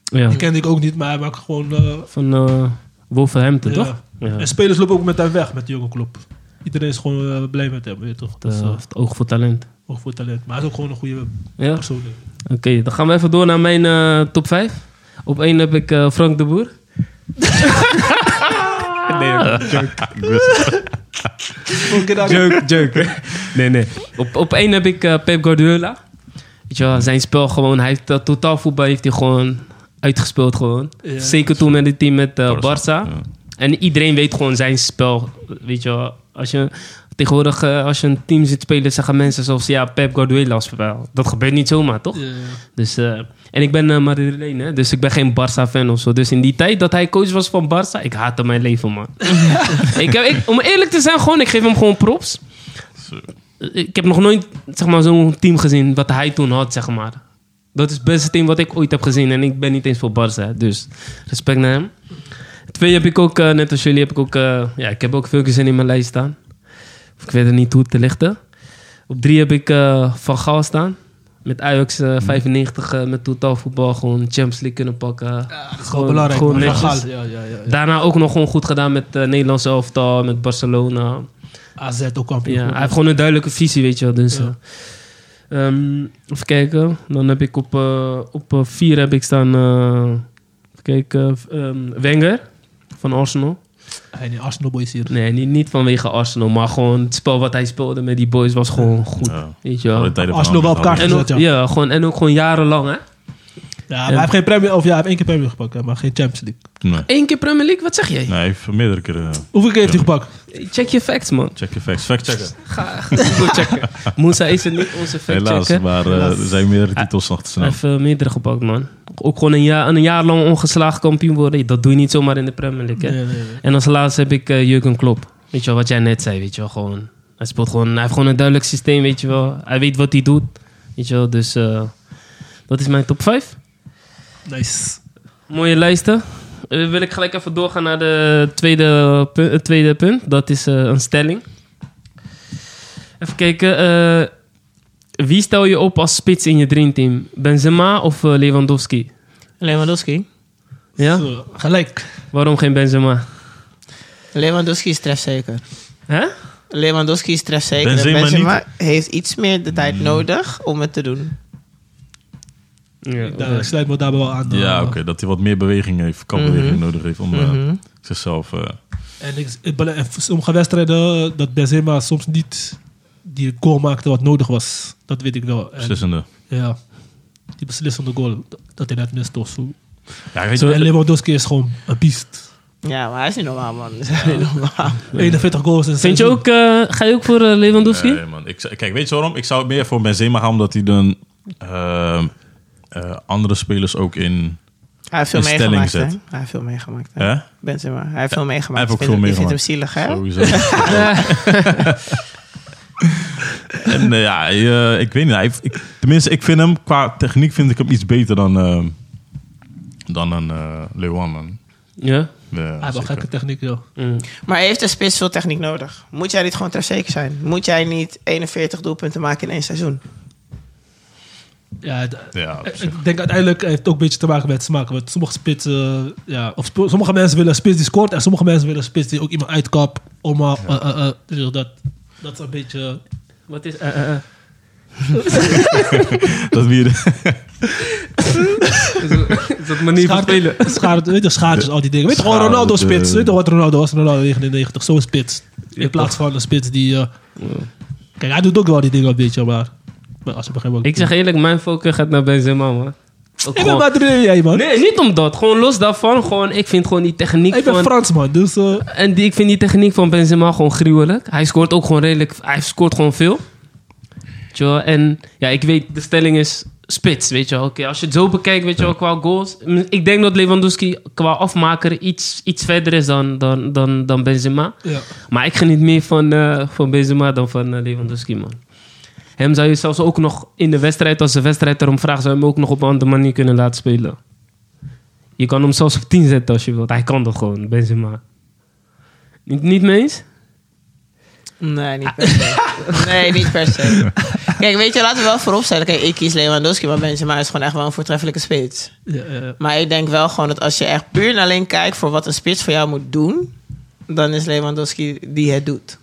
Speaker 2: Ja.
Speaker 4: Die kende ik ook niet, maar hij maakt gewoon eh,
Speaker 2: Van eh Wolverhampton,
Speaker 4: Ja.
Speaker 2: toch? Ja.
Speaker 4: En spelers lopen ook met hem weg, met die jonge Klopp. Iedereen is gewoon eh, blij met hem, weet je toch?
Speaker 2: Het,
Speaker 4: Dus,
Speaker 2: eh,
Speaker 4: eh,
Speaker 2: heeft oog voor talent.
Speaker 4: ook voor talent. Maar hij is ook gewoon een goede
Speaker 2: Ja.
Speaker 4: persoon.
Speaker 2: Oké, dan gaan we even door naar mijn eh, top 5. Op 1 heb ik eh, Frank de Boer. Joke, joke. Nee, nee. Op, op 1 heb ik eh, Pep Guardiola. Weet je wel, zijn spel gewoon. Hij heeft dat totaalvoetbal heeft hij gewoon uitgespeeld gewoon.
Speaker 4: Ja.
Speaker 2: Zeker toen met het team met eh, Barça.
Speaker 5: ja.
Speaker 2: En iedereen weet gewoon zijn spel. Weet je wel, als je... Tegenwoordig, eh, als je een team zit spelen, zeggen mensen zoals ja, Pep Guardiola spel. Dat gebeurt niet zomaar, toch? Dus, eh, en ik ben eh Madrileen, hè, dus ik ben geen Barça-fan of zo. Dus in die tijd dat hij coach was van Barça, ik haatte mijn leven, man. ik heb, ik, om eerlijk te zijn, gewoon, ik geef hem gewoon props. Ik heb nog nooit zeg maar, zo'n team gezien wat hij toen had, zeg maar. Dat is het beste team wat ik ooit heb gezien. En ik ben niet eens voor Barça, hè, dus respect naar hem. Twee heb ik ook, eh, net als jullie, heb ik ook... eh, ja, ik heb ook veel gezin in mijn lijst staan. Of ik weet het niet hoe te lichten. Op drie heb ik eh, Van Gaal staan. Met Ajax eh, 95, eh, met totaalvoetbal gewoon Champions League kunnen pakken.
Speaker 4: Dat is gewoon belangrijk.
Speaker 2: gewoon
Speaker 4: maar
Speaker 2: netjes.
Speaker 4: Van Gaal, ja, ja, ja.
Speaker 2: Daarna ook nog gewoon goed gedaan met eh Nederlandse elftal, met Barcelona.
Speaker 4: AZ ook kampioen.
Speaker 2: Ja, hij heeft gewoon een duidelijke visie, weet je wel. Dus,
Speaker 4: Ja.
Speaker 2: eh, ehm, even kijken. Dan heb ik op, eh, op eh, vier heb ik staan... eh, even kijken. ehm, Wenger van Arsenal.
Speaker 4: Hij in Arsenal Boys hier.
Speaker 2: Nee, niet, niet vanwege Arsenal, maar gewoon het spel wat hij speelde met die boys was gewoon goed.
Speaker 5: Ja.
Speaker 2: Weet je wel.
Speaker 5: eh, alle tijden van
Speaker 4: Arsenal wel op
Speaker 5: Hamburg.
Speaker 4: kaart.
Speaker 2: En ook,
Speaker 4: gezet,
Speaker 2: ja, gewoon, en ook gewoon jarenlang, hè?
Speaker 4: Ja, maar hij heeft geen Premier Of ja, hij heeft één keer Premier League gepakt, hè, maar geen Champions League.
Speaker 5: Nee,
Speaker 2: Eén keer Premier League, wat zeg jij?
Speaker 5: nee hij heeft meerdere keren. eh,
Speaker 4: Hoeveel keer heeft hij gepakt?
Speaker 2: Check je facts, man.
Speaker 5: Check je facts. Fact checken.
Speaker 2: Ga goed checken. Moussa is er niet, onze fact
Speaker 5: Helaas,
Speaker 2: checken.
Speaker 5: maar eh, er zijn meerdere titels nog te
Speaker 2: Hij
Speaker 5: snel.
Speaker 2: heeft eh, meerdere gepakt, man. Ook gewoon een jaar, een jaar lang ongeslagen kampioen worden. Dat doe je niet zomaar in de Premier League, hè?
Speaker 4: Nee, nee, nee.
Speaker 2: En als laatste heb ik eh Jurgen Klopp. Weet je wel, wat jij net zei, weet je wel. Gewoon, hij, speelt gewoon, hij heeft gewoon een duidelijk systeem, weet je wel. Hij weet wat hij doet, weet je wel. Dus eh, dat is mijn top 5.
Speaker 4: Nice.
Speaker 2: Mooie lijsten. Eh, wil ik gelijk even doorgaan naar de tweede, pu- het tweede punt. Dat is eh, een stelling. Even kijken. eh, wie stel je op als spits in je dreamteam? Benzema of eh, Lewandowski?
Speaker 3: Lewandowski.
Speaker 2: Ja?
Speaker 4: Zo, gelijk.
Speaker 2: Waarom geen Benzema?
Speaker 3: Lewandowski is trefzeker.
Speaker 2: Hè?
Speaker 3: Lewandowski is trefzeker.
Speaker 5: Benzema Hmm.
Speaker 3: Benzema heeft iets meer de tijd nodig om het te doen.
Speaker 2: Ja,
Speaker 4: Ik daar- ik sluit me daarbij wel aan.
Speaker 5: Ja,
Speaker 4: eh,
Speaker 5: oké. dat hij wat meer beweging heeft, kapbeweging nodig heeft om eh,
Speaker 3: Mhm.
Speaker 5: zichzelf... eh,
Speaker 4: En ik, ik ben- en voor sommige wedstrijden eh, dat Benzema soms niet die goal maakte wat nodig was. Dat weet ik wel. En,
Speaker 5: beslissende.
Speaker 4: ja, die beslissende goal, dat- dat hij dat mist of zo.
Speaker 5: Ja, weet
Speaker 4: En
Speaker 5: je,
Speaker 4: Lewandowski is gewoon een beest.
Speaker 3: Ja, maar hij is niet normaal, man. Hij is
Speaker 5: Oh.
Speaker 3: niet normaal.
Speaker 4: 41 goals. in
Speaker 2: Vind je
Speaker 4: seizoen.
Speaker 2: ook, eh, ga je ook voor eh, Lewandowski?
Speaker 5: Nee, man. Ik, zou- kijk, weet je waarom? Ik zou het meer voor Benzema gaan, omdat hij dan eh, eh, andere spelers ook in...
Speaker 3: Hij heeft veel
Speaker 5: Een stelling
Speaker 3: meegemaakt, hè?
Speaker 5: zet.
Speaker 3: Hij heeft veel meegemaakt, hè?
Speaker 5: Hè?
Speaker 3: Benzema. Hij heeft veel meegemaakt.
Speaker 5: Hij heeft ook
Speaker 3: Ik vind
Speaker 5: veel
Speaker 3: hem- Ik vind hem
Speaker 5: meegemaakt.
Speaker 3: zielig, hè?
Speaker 5: Sowieso. en eh, ja, hij, eh, ik weet niet. Hij, heeft- ik, tenminste, ik vind hem, qua techniek vind ik hem iets beter dan, eh, dan een eh Leeuwan. man.
Speaker 2: Ja.
Speaker 5: Ja,
Speaker 4: Hij heeft Ah, wel
Speaker 5: zeker.
Speaker 4: gekke techniek, joh.
Speaker 2: Mm.
Speaker 3: Maar heeft de spits veel techniek nodig? Moet jij niet gewoon trefzeker zijn? Moet jij niet 41 doelpunten maken in één seizoen?
Speaker 4: Ja, het-
Speaker 5: Ja, op
Speaker 4: Ik-
Speaker 5: zich.
Speaker 4: Ik denk uiteindelijk heeft het ook een beetje te maken met smaak. Want sommige spitsen, eh, ja, of spo- sommige mensen willen een spits die scoort en sommige mensen willen een spits die ook iemand uitkapt. Om, eh, eh, eh, eh, dus dat, dat is een beetje.
Speaker 2: Wat is... eh, eh, eh.
Speaker 5: Dat weer.
Speaker 2: Is dat- Is dat manier van spelen?
Speaker 4: schaart, weet je, schaartjes, al die dingen. Weet je, gewoon
Speaker 5: Schaartjes,
Speaker 4: Ronaldo spits.
Speaker 5: eh.
Speaker 4: Weet je wat Ronaldo was? Ronaldo 99, zo'n spits.
Speaker 2: Ja,
Speaker 4: In plaats van een spits die... eh, Kijk, hij doet ook wel die dingen een beetje, maar... maar als je begrijpt wat
Speaker 2: Ik zeg eerlijk, mijn focus gaat naar Benzema, man. Ook
Speaker 4: ik ben
Speaker 2: gewoon-
Speaker 4: Madrid, jij man.
Speaker 2: Nee, niet omdat. Gewoon los daarvan. Gewoon, ik vind gewoon die techniek
Speaker 4: ik ben
Speaker 2: van...
Speaker 4: Fransman, dus... eh,
Speaker 2: En die, ik vind die techniek van Benzema gewoon gruwelijk. Hij scoort ook gewoon redelijk... Hij scoort gewoon veel. Weet je wel? En ja, ik weet, de stelling is spits, weet je wel. Oké, als je het zo bekijkt, weet je wel, qua goals... Ik denk dat Lewandowski qua afmaker iets, iets verder is dan, dan, dan, dan Benzema.
Speaker 4: ja.
Speaker 2: Maar ik geniet meer van, eh, van Benzema dan van eh, Lewandowski, man. Hem zou je zelfs ook nog in de wedstrijd, als de wedstrijd erom vraagt, zou je hem ook nog op een andere manier kunnen laten spelen. Je kan hem zelfs op 10 zetten als je wilt. Hij kan dat gewoon, Benzema. Niet, niet mee eens?
Speaker 3: Nee, niet per se. Nee, niet per se. Kijk, weet je, laten we wel vooropstellen. Kijk, ik kies Lewandowski, maar Benzema is gewoon echt wel een voortreffelijke spits.
Speaker 4: Ja, eh, ja, ja.
Speaker 3: Maar ik denk wel gewoon dat als je echt puur en alleen kijkt voor wat een spits voor jou moet doen, dan is Lewandowski die het doet.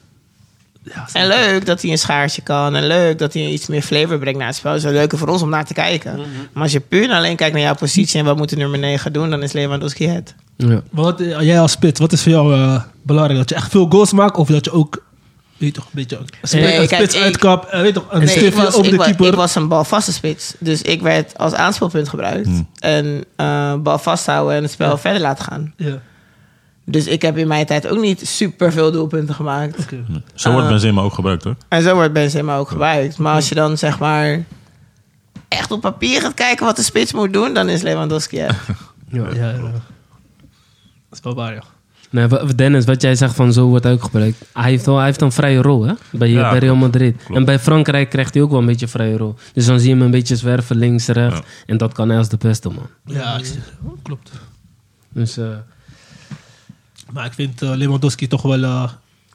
Speaker 3: En leuk dat hij een schaartje kan. En leuk dat hij iets meer flavor brengt naar het spel. Dat is wel leuker voor ons om naar te kijken. Maar als je puur en alleen kijkt naar jouw positie en wat moet de nummer 9 doen, dan is Lewandowski het.
Speaker 2: Ja.
Speaker 4: Maar wat, eh, jij als spits, wat is voor jou eh, belangrijk? Dat je echt veel goals maakt of dat je ook, weet je toch, een beetje een spits,
Speaker 3: Nee,
Speaker 4: een
Speaker 3: kijk,
Speaker 4: spits
Speaker 3: ik-
Speaker 4: uitkap, eh, weet je toch, een
Speaker 3: Nee, ik
Speaker 4: stiftje
Speaker 3: was,
Speaker 4: op
Speaker 3: ik,
Speaker 4: de
Speaker 3: wa-
Speaker 4: keeper.
Speaker 3: ik was een balvaste spits. Dus ik werd als aanspeelpunt gebruikt.
Speaker 4: Hmm.
Speaker 3: En eh, bal vasthouden en het spel verder laten gaan.
Speaker 4: ja,
Speaker 3: Dus ik heb in mijn tijd ook niet super veel doelpunten gemaakt.
Speaker 4: oké.
Speaker 5: Zo wordt Benzema ook gebruikt, hoor.
Speaker 3: En zo wordt Benzema ook gebruikt. Maar als je dan zeg maar echt op papier gaat kijken wat de spits moet doen, dan is Lewandowski het.
Speaker 4: ja, ja, ja. Dat is wel waar, ja.
Speaker 2: Nee, wa- Dennis, wat jij zegt van zo wordt hij ook gebruikt. Hij heeft, wel, hij heeft een vrije rol hè? Bij,
Speaker 5: Ja,
Speaker 2: bij Real
Speaker 5: klopt.
Speaker 2: Madrid.
Speaker 5: Klopt.
Speaker 2: En bij Frankrijk krijgt hij ook wel een beetje een vrije rol. Dus dan zie je hem een beetje zwerven links, rechts.
Speaker 5: Ja.
Speaker 2: En dat kan hij als de beste, man.
Speaker 4: Ja, ik zeg, klopt.
Speaker 2: Dus eh
Speaker 4: Maar ik vind eh, Lewandowski toch wel eh,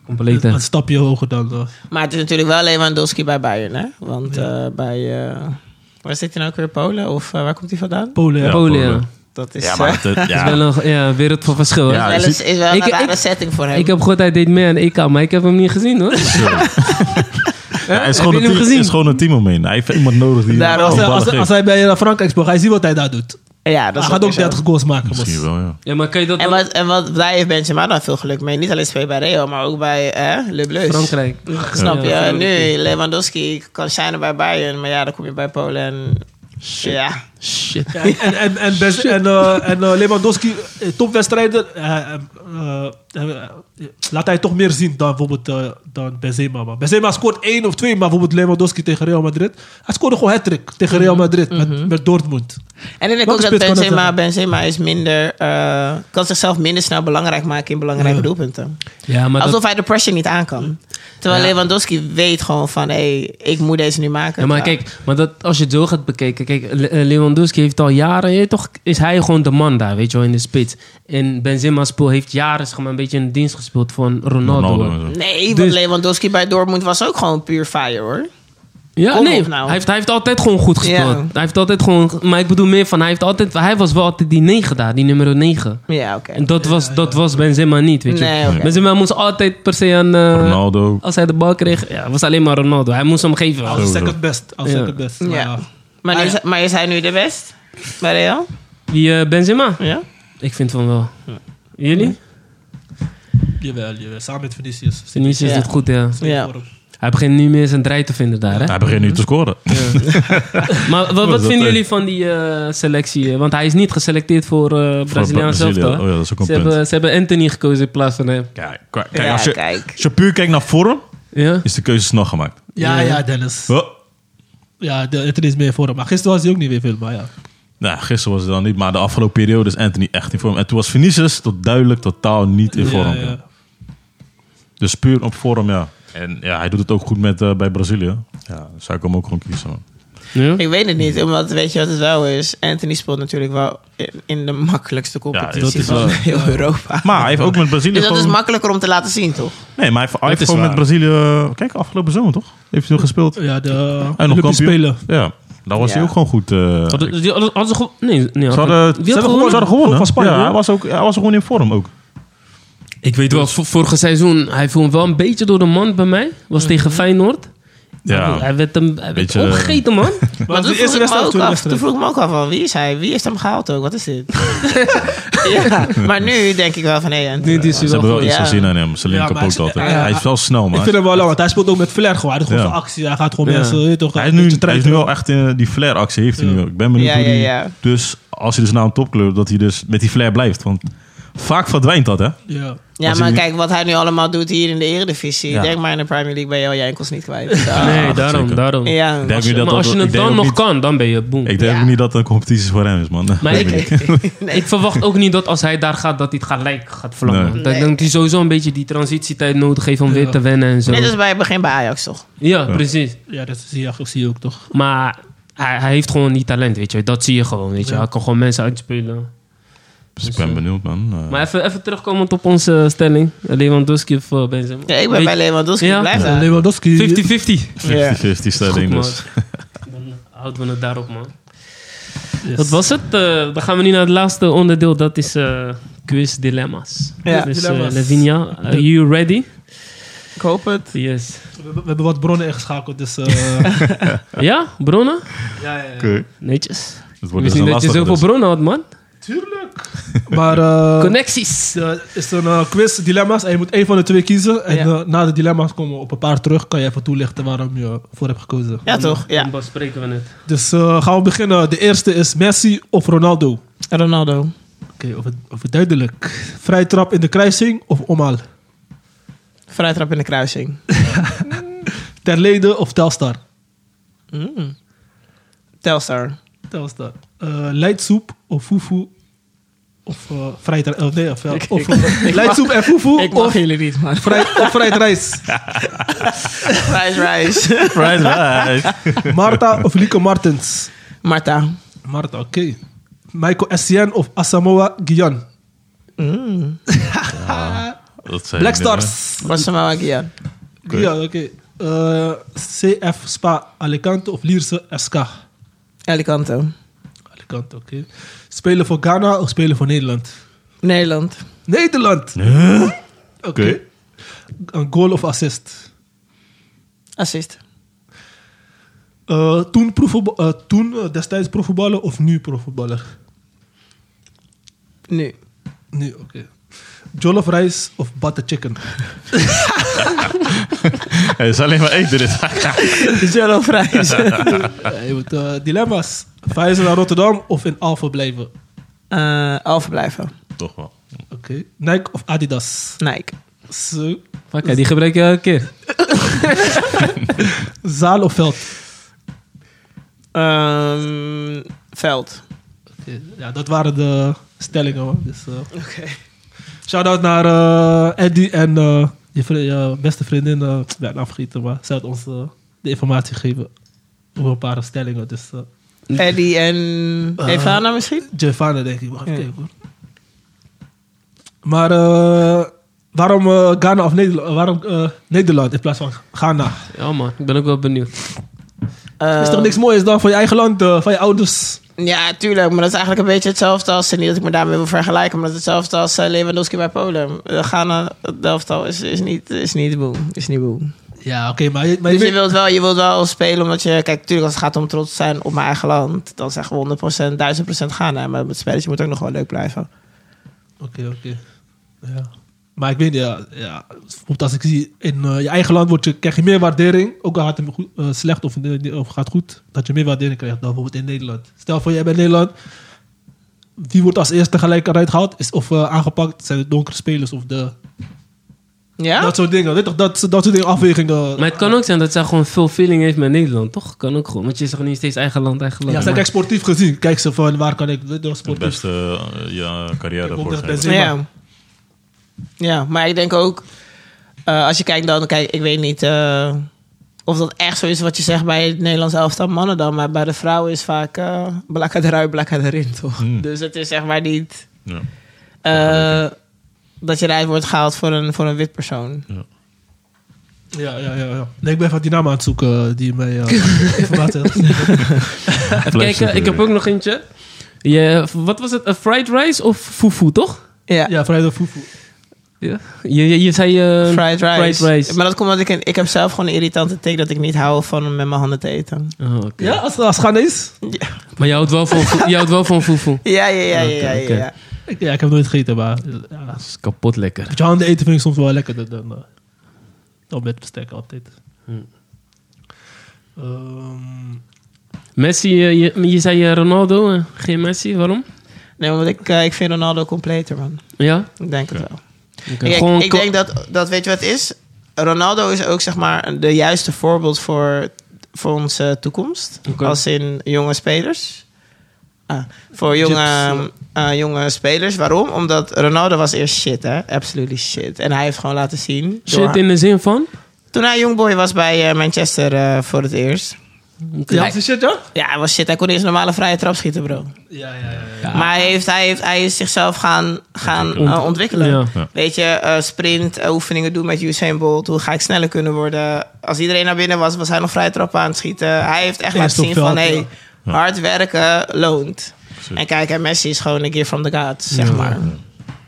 Speaker 2: compleet
Speaker 4: een,
Speaker 2: hè.
Speaker 4: een stapje hoger dan... eh,
Speaker 3: Maar het is natuurlijk wel Lewandowski bij Bayern, hè? Want eh, bij... eh, waar zit hij nou ook weer? Polen? Of eh, waar komt hij vandaan?
Speaker 4: Polen, ja.
Speaker 5: Ja.
Speaker 2: Polen,
Speaker 5: Polen.
Speaker 2: ja.
Speaker 3: Dat is,
Speaker 5: Ja,
Speaker 3: eh,
Speaker 5: maar het, eh,
Speaker 2: is
Speaker 5: ja,
Speaker 2: wel een ja, wereld van verschil. Hè?
Speaker 5: Ja,
Speaker 3: wel eens- is wel een
Speaker 2: Ik-
Speaker 3: rare
Speaker 2: ik-
Speaker 3: setting voor hem.
Speaker 2: Ik heb gehoord, hij deed mee aan EK, maar ik heb hem niet gezien hoor.
Speaker 5: Ja, hij is
Speaker 2: Heb
Speaker 5: gewoon,
Speaker 2: je
Speaker 5: een
Speaker 2: hem
Speaker 5: team,
Speaker 2: gezien?
Speaker 5: is gewoon een teamomheen. Hij heeft iemand nodig die
Speaker 3: Daarom.
Speaker 5: een
Speaker 4: Als, hij-
Speaker 5: ballen
Speaker 4: als, hij- als
Speaker 5: geeft.
Speaker 4: hij bij eh, Frankrijk speelt, hij ziet wat hij daar doet.
Speaker 3: ja, dat
Speaker 4: Hij
Speaker 3: is
Speaker 4: gaat ook
Speaker 3: zo.
Speaker 4: 30 goals maken, bos.
Speaker 5: Misschien wel, ja.
Speaker 2: Ja, maar kan je dat
Speaker 3: En wat, en wat, daar heeft Benzema dan veel geluk mee. Niet alleen spelen bij Real, maar ook bij eh, Le Bleus.
Speaker 2: Frankrijk.
Speaker 3: Snap je?
Speaker 2: Ja,
Speaker 3: nu, Lewandowski kan zijn bij Bayern, maar ja, dan kom je bij Polen en Ja.
Speaker 2: Shit.
Speaker 4: Ja, en en, en, best, en, eh, en eh, Lewandowski, eh, topwedstrijden, eh, eh, eh, eh, laat hij toch meer zien dan bijvoorbeeld eh, dan Benzema. Maar Benzema scoort één of twee, maar bijvoorbeeld Lewandowski tegen Real Madrid. Hij scoorde gewoon hat-trick tegen Real Madrid met, met Dortmund.
Speaker 3: En ik denk
Speaker 4: Welke
Speaker 3: ook dat
Speaker 4: spits kan dat
Speaker 3: Benzema,
Speaker 4: zeggen?
Speaker 3: Benzema is minder, eh, kan zichzelf minder snel belangrijk maken in belangrijke doelpunten.
Speaker 2: Ja, maar dat-
Speaker 3: Alsof hij de pressure niet aan kan. Terwijl Lewandowski weet gewoon van, hé, hey, ik moet deze nu maken.
Speaker 2: Ja, maar kijk, maar dat, als je het zo gaat bekijken... Kijk, Le- eh, Lewandowski heeft al jaren... je weet toch is hij gewoon de man daar, weet je wel, in de spits. En Benzema speel, heeft jaren zeg maar, een beetje in de dienst gespeeld van Ronaldo.
Speaker 5: Ronaldo en zo.
Speaker 3: Nee, want
Speaker 2: Dus-
Speaker 3: Lewandowski bij Dortmund was ook gewoon puur fire hoor.
Speaker 2: Ja,
Speaker 3: Kom
Speaker 2: nee,
Speaker 3: op nou.
Speaker 2: hij, heeft, hij heeft altijd gewoon goed gespeeld.
Speaker 3: Ja.
Speaker 2: Hij heeft altijd gewoon... Maar ik bedoel meer van, hij, heeft altijd, hij was wel altijd die 9 daar, die nummer 9.
Speaker 3: Ja, oké.
Speaker 2: En dat was, dat was Benzema niet, weet je.
Speaker 3: Nee, oké.
Speaker 2: Benzema moest altijd per se aan... eh,
Speaker 5: Ronaldo.
Speaker 2: Als hij de bal kreeg, ja, was alleen maar Ronaldo. Hij moest hem geven.
Speaker 4: Als
Speaker 5: Sowieso.
Speaker 4: second best. Als
Speaker 2: Ja.
Speaker 4: second best. Maar
Speaker 3: Ja.
Speaker 4: ja.
Speaker 2: Ah,
Speaker 3: Maar, is, maar is hij nu de best bij Real?
Speaker 2: Die eh, Benzema?
Speaker 3: Ja.
Speaker 2: Ik vind van wel. Jullie?
Speaker 4: Jawel, jawel. Samen met Vinicius.
Speaker 2: Vinicius
Speaker 3: Ja.
Speaker 2: doet goed, ja.
Speaker 3: Ja.
Speaker 2: Hij begint nu meer zijn draai te vinden daar, hè?
Speaker 5: Hij begint nu te scoren.
Speaker 2: Maar wat,
Speaker 5: dat
Speaker 2: wat vinden
Speaker 5: leuk.
Speaker 2: jullie van die eh, selectie? Want hij is niet geselecteerd voor eh Braziliaans
Speaker 5: Brazilië.
Speaker 2: zelf,
Speaker 5: Oh ja, dat is ook een
Speaker 2: ze,
Speaker 5: punt.
Speaker 2: hebben, ze hebben Anthony gekozen in plaats van hem.
Speaker 5: Kijk, kijk,
Speaker 3: Ja,
Speaker 5: als, je,
Speaker 3: kijk.
Speaker 5: als je puur kijkt naar vorm,
Speaker 2: Ja?
Speaker 5: is de keuze snel gemaakt. Oh.
Speaker 4: Ja, ja, Dennis.
Speaker 5: Huh?
Speaker 4: Ja, de, het is meer voor hem. Maar gisteren was hij ook niet weer veel, maar ja.
Speaker 5: Nou, gisteren was het dan niet, maar de afgelopen periode is Anthony echt in vorm. En toen was Vinicius tot duidelijk totaal niet in
Speaker 4: Ja,
Speaker 5: vorm.
Speaker 4: ja.
Speaker 5: Dus puur op vorm, ja. En ja, hij doet het ook goed met, eh, bij Brazilië. Ja, dan zou ik hem ook gewoon kiezen. Man.
Speaker 2: Ja?
Speaker 3: Ik weet het niet, omdat weet je wat het wel is? Anthony speelt natuurlijk wel in, in de makkelijkste
Speaker 5: dat
Speaker 3: competitie
Speaker 5: is
Speaker 3: van
Speaker 5: wel-
Speaker 3: heel Europa.
Speaker 5: Maar hij heeft ook met Brazilië
Speaker 3: dus dat is
Speaker 5: gewoon-
Speaker 3: makkelijker om te laten zien, toch?
Speaker 5: Nee, maar hij heeft, hij heeft
Speaker 2: is
Speaker 5: gewoon met
Speaker 2: waar.
Speaker 5: Brazilië... Kijk, afgelopen zomer toch? Heeft hij nog gespeeld.
Speaker 4: Ja, de eh,
Speaker 5: En nog
Speaker 4: Olympische Spelen.
Speaker 5: kampioen. Ja, daar was
Speaker 3: Ja.
Speaker 5: hij ook gewoon goed. eh
Speaker 2: Hadden- die hadden- hadden ze gewoon- Nee, nee.
Speaker 5: ze
Speaker 2: hadden-
Speaker 5: hadden,
Speaker 2: die
Speaker 5: ze
Speaker 2: had gewonnen.
Speaker 5: hadden gewonnen. Ze hadden gewonnen.
Speaker 4: Van Spanje,
Speaker 5: ja, hij
Speaker 4: hoor.
Speaker 5: was, ook, hij was gewoon in vorm ook.
Speaker 2: Ik weet wel, vor- vorig seizoen, hij viel wel een beetje door de mand bij mij. Was
Speaker 3: Mm.
Speaker 2: tegen Feyenoord.
Speaker 5: Ja,
Speaker 2: Hij werd, hem, hij werd
Speaker 5: Beetje- eh,
Speaker 2: opgegeten, man.
Speaker 3: Maar toen
Speaker 4: de
Speaker 3: vroeg,
Speaker 4: eerste
Speaker 3: ik me
Speaker 4: wedstrijd of
Speaker 3: ook
Speaker 4: tweede
Speaker 3: af, toen
Speaker 4: wedstrijd?
Speaker 3: vroeg ik me ook af van wie is hij? Wie heeft hem gehaald ook? Wat is dit? ja, maar nu denk ik wel van hé, Anthony.
Speaker 2: Nu is hij
Speaker 5: ze
Speaker 2: wel
Speaker 5: hebben wel
Speaker 2: goed.
Speaker 5: iets
Speaker 3: ja.
Speaker 5: gezien aan hem. Ze
Speaker 4: Ja,
Speaker 5: linkt
Speaker 4: maar
Speaker 5: ook
Speaker 4: hij-
Speaker 5: altijd.
Speaker 4: ja,
Speaker 5: hij is wel snel,
Speaker 4: Ik
Speaker 5: maar...
Speaker 4: vind hem wel lang, want hij speelt ook met flair gewoon. Hij doet gewoon
Speaker 5: Ja.
Speaker 4: zijn actie. Hij gaat gewoon
Speaker 2: Ja.
Speaker 4: mensen... weet je toch,
Speaker 5: Hij is,
Speaker 4: een beetje
Speaker 5: nu, hij is
Speaker 4: treiteren.
Speaker 5: nu wel echt in die flair-actie. Heeft hij nu ook. Ik ben benieuwd
Speaker 3: Ja,
Speaker 5: hoe
Speaker 3: ja,
Speaker 5: die-
Speaker 3: ja.
Speaker 5: Dus als hij dus naar een topclub, dat hij dus met die flair blijft. Want vaak verdwijnt dat, hè?
Speaker 4: Ja.
Speaker 3: Ja,
Speaker 5: Als
Speaker 3: maar
Speaker 5: hij nu-
Speaker 3: kijk wat hij nu allemaal doet hier in de Eredivisie.
Speaker 5: Ja.
Speaker 3: Denk maar in de Premier League ben je al je enkels niet kwijt. Ja.
Speaker 2: Nee,
Speaker 5: dat
Speaker 2: daarom,
Speaker 5: zeker.
Speaker 2: daarom.
Speaker 3: Ja,
Speaker 5: Ik denk niet dat
Speaker 2: maar als
Speaker 5: dat-
Speaker 2: je
Speaker 5: ik
Speaker 2: het
Speaker 5: denk
Speaker 2: dan
Speaker 5: ook
Speaker 2: nog
Speaker 5: niet-
Speaker 2: kan, dan ben je boem.
Speaker 5: Ik denk
Speaker 3: Ja.
Speaker 5: ook niet dat dat een competitie is voor hem is, man.
Speaker 2: Maar
Speaker 5: Nee.
Speaker 2: ik, ik verwacht ook niet dat als hij daar gaat, dat hij het gelijk gaat verlangen.
Speaker 5: Nee.
Speaker 2: Want Ik denk dat hij sowieso een beetje die transitietijd nodig heeft om weer
Speaker 4: Ja.
Speaker 2: te wennen en zo.
Speaker 3: Net als bij het begin bij Ajax, toch?
Speaker 2: Ja, precies.
Speaker 4: Ja, dat zie je, eigenlijk- zie je ook toch.
Speaker 2: Maar hij, hij heeft gewoon die talent, weet je. Dat zie je gewoon, weet je. Hij kan gewoon mensen uitspelen.
Speaker 5: Dus ik ben benieuwd, man. Eh,
Speaker 2: Maar even, even terugkomend op onze stelling. Lewandowski of eh, Benzema.
Speaker 3: Ja, ik ben
Speaker 2: Weet-
Speaker 3: bij Lewandowski.
Speaker 2: Ja.
Speaker 3: Blijf daar.
Speaker 4: Lewandowski.
Speaker 2: 50-50.
Speaker 5: 50-50 stelling
Speaker 2: Goed,
Speaker 5: dus.
Speaker 2: man. Dan houden we het daarop, man.
Speaker 4: Yes.
Speaker 2: Dat was het. Eh, dan gaan we nu naar het laatste onderdeel. Dat is eh, quiz dilemma's.
Speaker 3: Ja.
Speaker 2: dus eh,
Speaker 4: Dilemma's.
Speaker 2: Lavinia, are you ready?
Speaker 3: Ik hoop het.
Speaker 2: Yes.
Speaker 4: We, hebben- we hebben wat bronnen ingeschakeld, dus... eh,
Speaker 2: Ja, bronnen?
Speaker 4: ja, ja, ja.
Speaker 5: Oké.
Speaker 2: Netjes.
Speaker 5: Het
Speaker 2: Ik wist
Speaker 5: wordt dus een
Speaker 2: niet dat je
Speaker 5: lastige
Speaker 2: zoveel
Speaker 5: dus.
Speaker 2: bronnen had, man.
Speaker 4: Maar eh,
Speaker 2: Connecties.
Speaker 4: de- is een eh, quiz, dilemma's. En je moet één van de twee kiezen. En
Speaker 3: Ja.
Speaker 4: eh, na de dilemma's komen we op een paar terug. Kan je even toelichten waarom je voor hebt gekozen.
Speaker 3: Ja, toch? Ja.
Speaker 2: Dan bespreken we het.
Speaker 4: Dus eh, gaan we beginnen. De eerste is Messi of Ronaldo. Oké,
Speaker 3: Ronaldo.
Speaker 4: of, het, of het duidelijk. Vrij trap in de kruising of omhaal?
Speaker 3: Vrijtrap in de kruising.
Speaker 4: Terlede of Telstar?
Speaker 3: Mm. Telstar.
Speaker 4: Telstar. Eh Leidsoep of Fufu? Of eh vrij tra- eh, nee, of, eh, of, Leidsoep en Fufu of,
Speaker 3: jullie niet, man.
Speaker 4: vrij, of fried rice?
Speaker 3: Rice, rice.
Speaker 5: Right, right.
Speaker 4: Marta of Lieke Martens?
Speaker 3: Marta.
Speaker 4: Marta, oké. Michael Essien of Asamoah Gyan?
Speaker 5: Dat zijn
Speaker 4: Black
Speaker 5: dingen, hè.
Speaker 4: Stars.
Speaker 3: Mm. Was hem ook, ja.
Speaker 4: Ja, oké. Eh, CF Spa Alicante of Lierse SK?
Speaker 3: Alicante.
Speaker 4: Alicante, oké. Spelen voor Ghana of spelen voor Nederland?
Speaker 3: Nederland.
Speaker 4: Nederland! Oké.
Speaker 5: Oké.
Speaker 4: Een goal of assist?
Speaker 3: Assist.
Speaker 4: Eh, toen proefvoetbal- eh, toen eh, destijds profvoetballer of nu profvoetballer?
Speaker 3: Nu.
Speaker 4: Nu, oké. Jollof rice of butter chicken?
Speaker 5: Het is alleen maar eten dit.
Speaker 3: Jollof rijzen.
Speaker 4: Eh, je moet, eh, dilemma's. Verhuizen naar Rotterdam of in Alphen blijven?
Speaker 3: Eh Alphen blijven.
Speaker 5: Toch wel.
Speaker 4: Oké. Nike of Adidas?
Speaker 3: Nike.
Speaker 4: Zo.
Speaker 2: Fuck, ja, die gebruik je elke keer.
Speaker 4: Zaal of veld?
Speaker 3: Ehm, veld.
Speaker 4: Oké, Ja, dat waren de stellingen, man. Dus, eh,
Speaker 3: Oké.
Speaker 4: Shout-out naar eh, Eddie en eh, je, vri- je beste vriendin. eh ja, naam vergeten, maar zij had ons eh, de informatie gegeven over een paar stellingen. Dus eh
Speaker 3: Eddie en
Speaker 4: Eh,
Speaker 3: Evana misschien?
Speaker 4: Giovanna, denk ik. Wacht even
Speaker 3: Ja.
Speaker 4: kijken, hoor. Maar eh, waarom eh, Ghana of Nederland, waarom, eh, Nederland in plaats van Ghana?
Speaker 2: Ja man, ik ben ook wel benieuwd.
Speaker 4: Is
Speaker 3: Ehm,
Speaker 4: toch niks moois dan van je eigen land, eh, van je ouders?
Speaker 3: Ja, tuurlijk. Maar dat is eigenlijk een beetje hetzelfde als... en Niet dat ik me daarmee wil vergelijken... maar dat is hetzelfde als eh, Lewandowski bij Polen. Eh, Ghana, het elftal is, is niet, is niet boem. Is niet boem.
Speaker 4: Ja, oké, maar, je- maar je
Speaker 3: Dus je
Speaker 4: weet-
Speaker 3: wilt, wel, je wilt wel spelen omdat je... Kijk, natuurlijk als het gaat om trots te zijn op mijn eigen land... dan zeggen we 100%, 1000% Ghana. Maar het spelletje moet ook nog wel leuk blijven.
Speaker 4: Oké, oké. Ja. Maar ik weet niet, ja, ja, bijvoorbeeld als ik zie, in eh, je eigen land word je, krijg je meer waardering, ook al gaat het goed, eh, slecht of, eh, of gaat goed, dat je meer waardering krijgt dan bijvoorbeeld in Nederland. Stel voor, jij bent in Nederland, wie wordt als eerste gelijk eruit gehaald is, of eh, aangepakt, zijn de donkere spelers of de,
Speaker 3: Ja?
Speaker 4: dat soort dingen. Weet toch, dat, dat soort dingen, afwegingen.
Speaker 2: Maar het kan ook zijn dat zij gewoon veel feeling heeft met Nederland, toch? Kan ook gewoon, want je zegt niet steeds eigen land, eigen land.
Speaker 4: ja, ze
Speaker 2: Maar-
Speaker 4: kijken sportief gezien, kijk ze van waar kan ik, weet je,
Speaker 5: De
Speaker 4: sportief.
Speaker 5: beste eh, ja, carrière
Speaker 4: Komt
Speaker 5: voor
Speaker 4: dat
Speaker 5: zijn.
Speaker 4: best-
Speaker 3: Ja. ja, maar ik denk ook, eh, als je kijkt dan, kijk, ik weet niet eh, of dat echt zo is wat je zegt bij het Nederlands elftal mannen dan, maar bij de vrouwen is vaak eh blakka eruit, blakka erin toch?
Speaker 5: Mm.
Speaker 3: Dus het is zeg maar niet
Speaker 5: Ja.
Speaker 3: eh, dat je eruit wordt gehaald voor een, voor een wit persoon.
Speaker 4: Ja, ja, ja. ja. Nee, ik ben van die naam aan het zoeken die mij eh, informatie had gegeven.
Speaker 2: Even kijken, ik heb ook nog eentje. Je, wat was het? Een fried rice of fufu, toch?
Speaker 3: Ja,
Speaker 4: Ja, vrijdag Fufu.
Speaker 2: Ja. Je, je, je zei... eh,
Speaker 3: fried, rice.
Speaker 2: fried rice.
Speaker 3: Maar dat komt omdat ik, een- ik heb zelf gewoon een irritante tik dat ik niet hou van om met mijn handen te eten.
Speaker 2: Oh, oké.
Speaker 4: Ja, als, als Ghanese?
Speaker 2: Maar je houdt wel van, fu- je houdt wel van fufu.
Speaker 3: Ja, ja, ja, ja, ja.
Speaker 2: Oké,
Speaker 3: ja,
Speaker 2: oké.
Speaker 3: ja.
Speaker 4: Ik, ja, ik heb nooit gegeten, maar ja,
Speaker 2: Dat is kapot lekker.
Speaker 4: met je handen eten vind ik soms wel lekkerder dan, eh, dan met bestek altijd. Ehm,
Speaker 2: Messi, eh, je, je zei eh, Ronaldo, eh, geen Messi, waarom?
Speaker 3: Nee, want ik, eh, ik vind Ronaldo completer, man.
Speaker 2: Ja?
Speaker 3: Ik denk het wel.
Speaker 2: Oké,
Speaker 3: Ik,
Speaker 2: gewoon
Speaker 3: ik denk dat, dat, weet je wat het is? Ronaldo is ook zeg maar de juiste voorbeeld voor, voor onze toekomst.
Speaker 2: Oké.
Speaker 3: Als in jonge spelers. Ah, voor jonge,
Speaker 4: Chips,
Speaker 3: eh, jonge spelers. Waarom? Omdat Ronaldo was eerst shit, hè? Absolutely shit. En hij heeft gewoon laten zien.
Speaker 2: shit
Speaker 3: door-
Speaker 2: in de zin van?
Speaker 3: Toen hij jongboy was bij eh, Manchester eh, voor het eerst.
Speaker 2: Oké.
Speaker 4: ja, was die shit, ja?
Speaker 3: Ja, hij was shit. Hij kon eerst een normale vrije trap schieten, bro.
Speaker 4: Ja, ja, ja. ja.
Speaker 3: Maar hij, heeft, hij, heeft, hij is zichzelf gaan, gaan
Speaker 2: Ont-
Speaker 3: eh, ontwikkelen.
Speaker 2: Ja.
Speaker 5: Ja.
Speaker 3: Weet je, eh, sprint, eh, oefeningen doen met Usain Bolt. Hoe ga ik sneller kunnen worden? Als iedereen naar binnen was, was hij nog vrij trappen aan het schieten. Hij heeft echt
Speaker 4: Eerst
Speaker 3: laten
Speaker 4: op
Speaker 3: zien
Speaker 4: veld,
Speaker 3: van...
Speaker 4: ja.
Speaker 3: Hey, hard werken loont.
Speaker 5: Precies.
Speaker 3: En kijk, en Messi is gewoon een keer van de gods, zeg maar.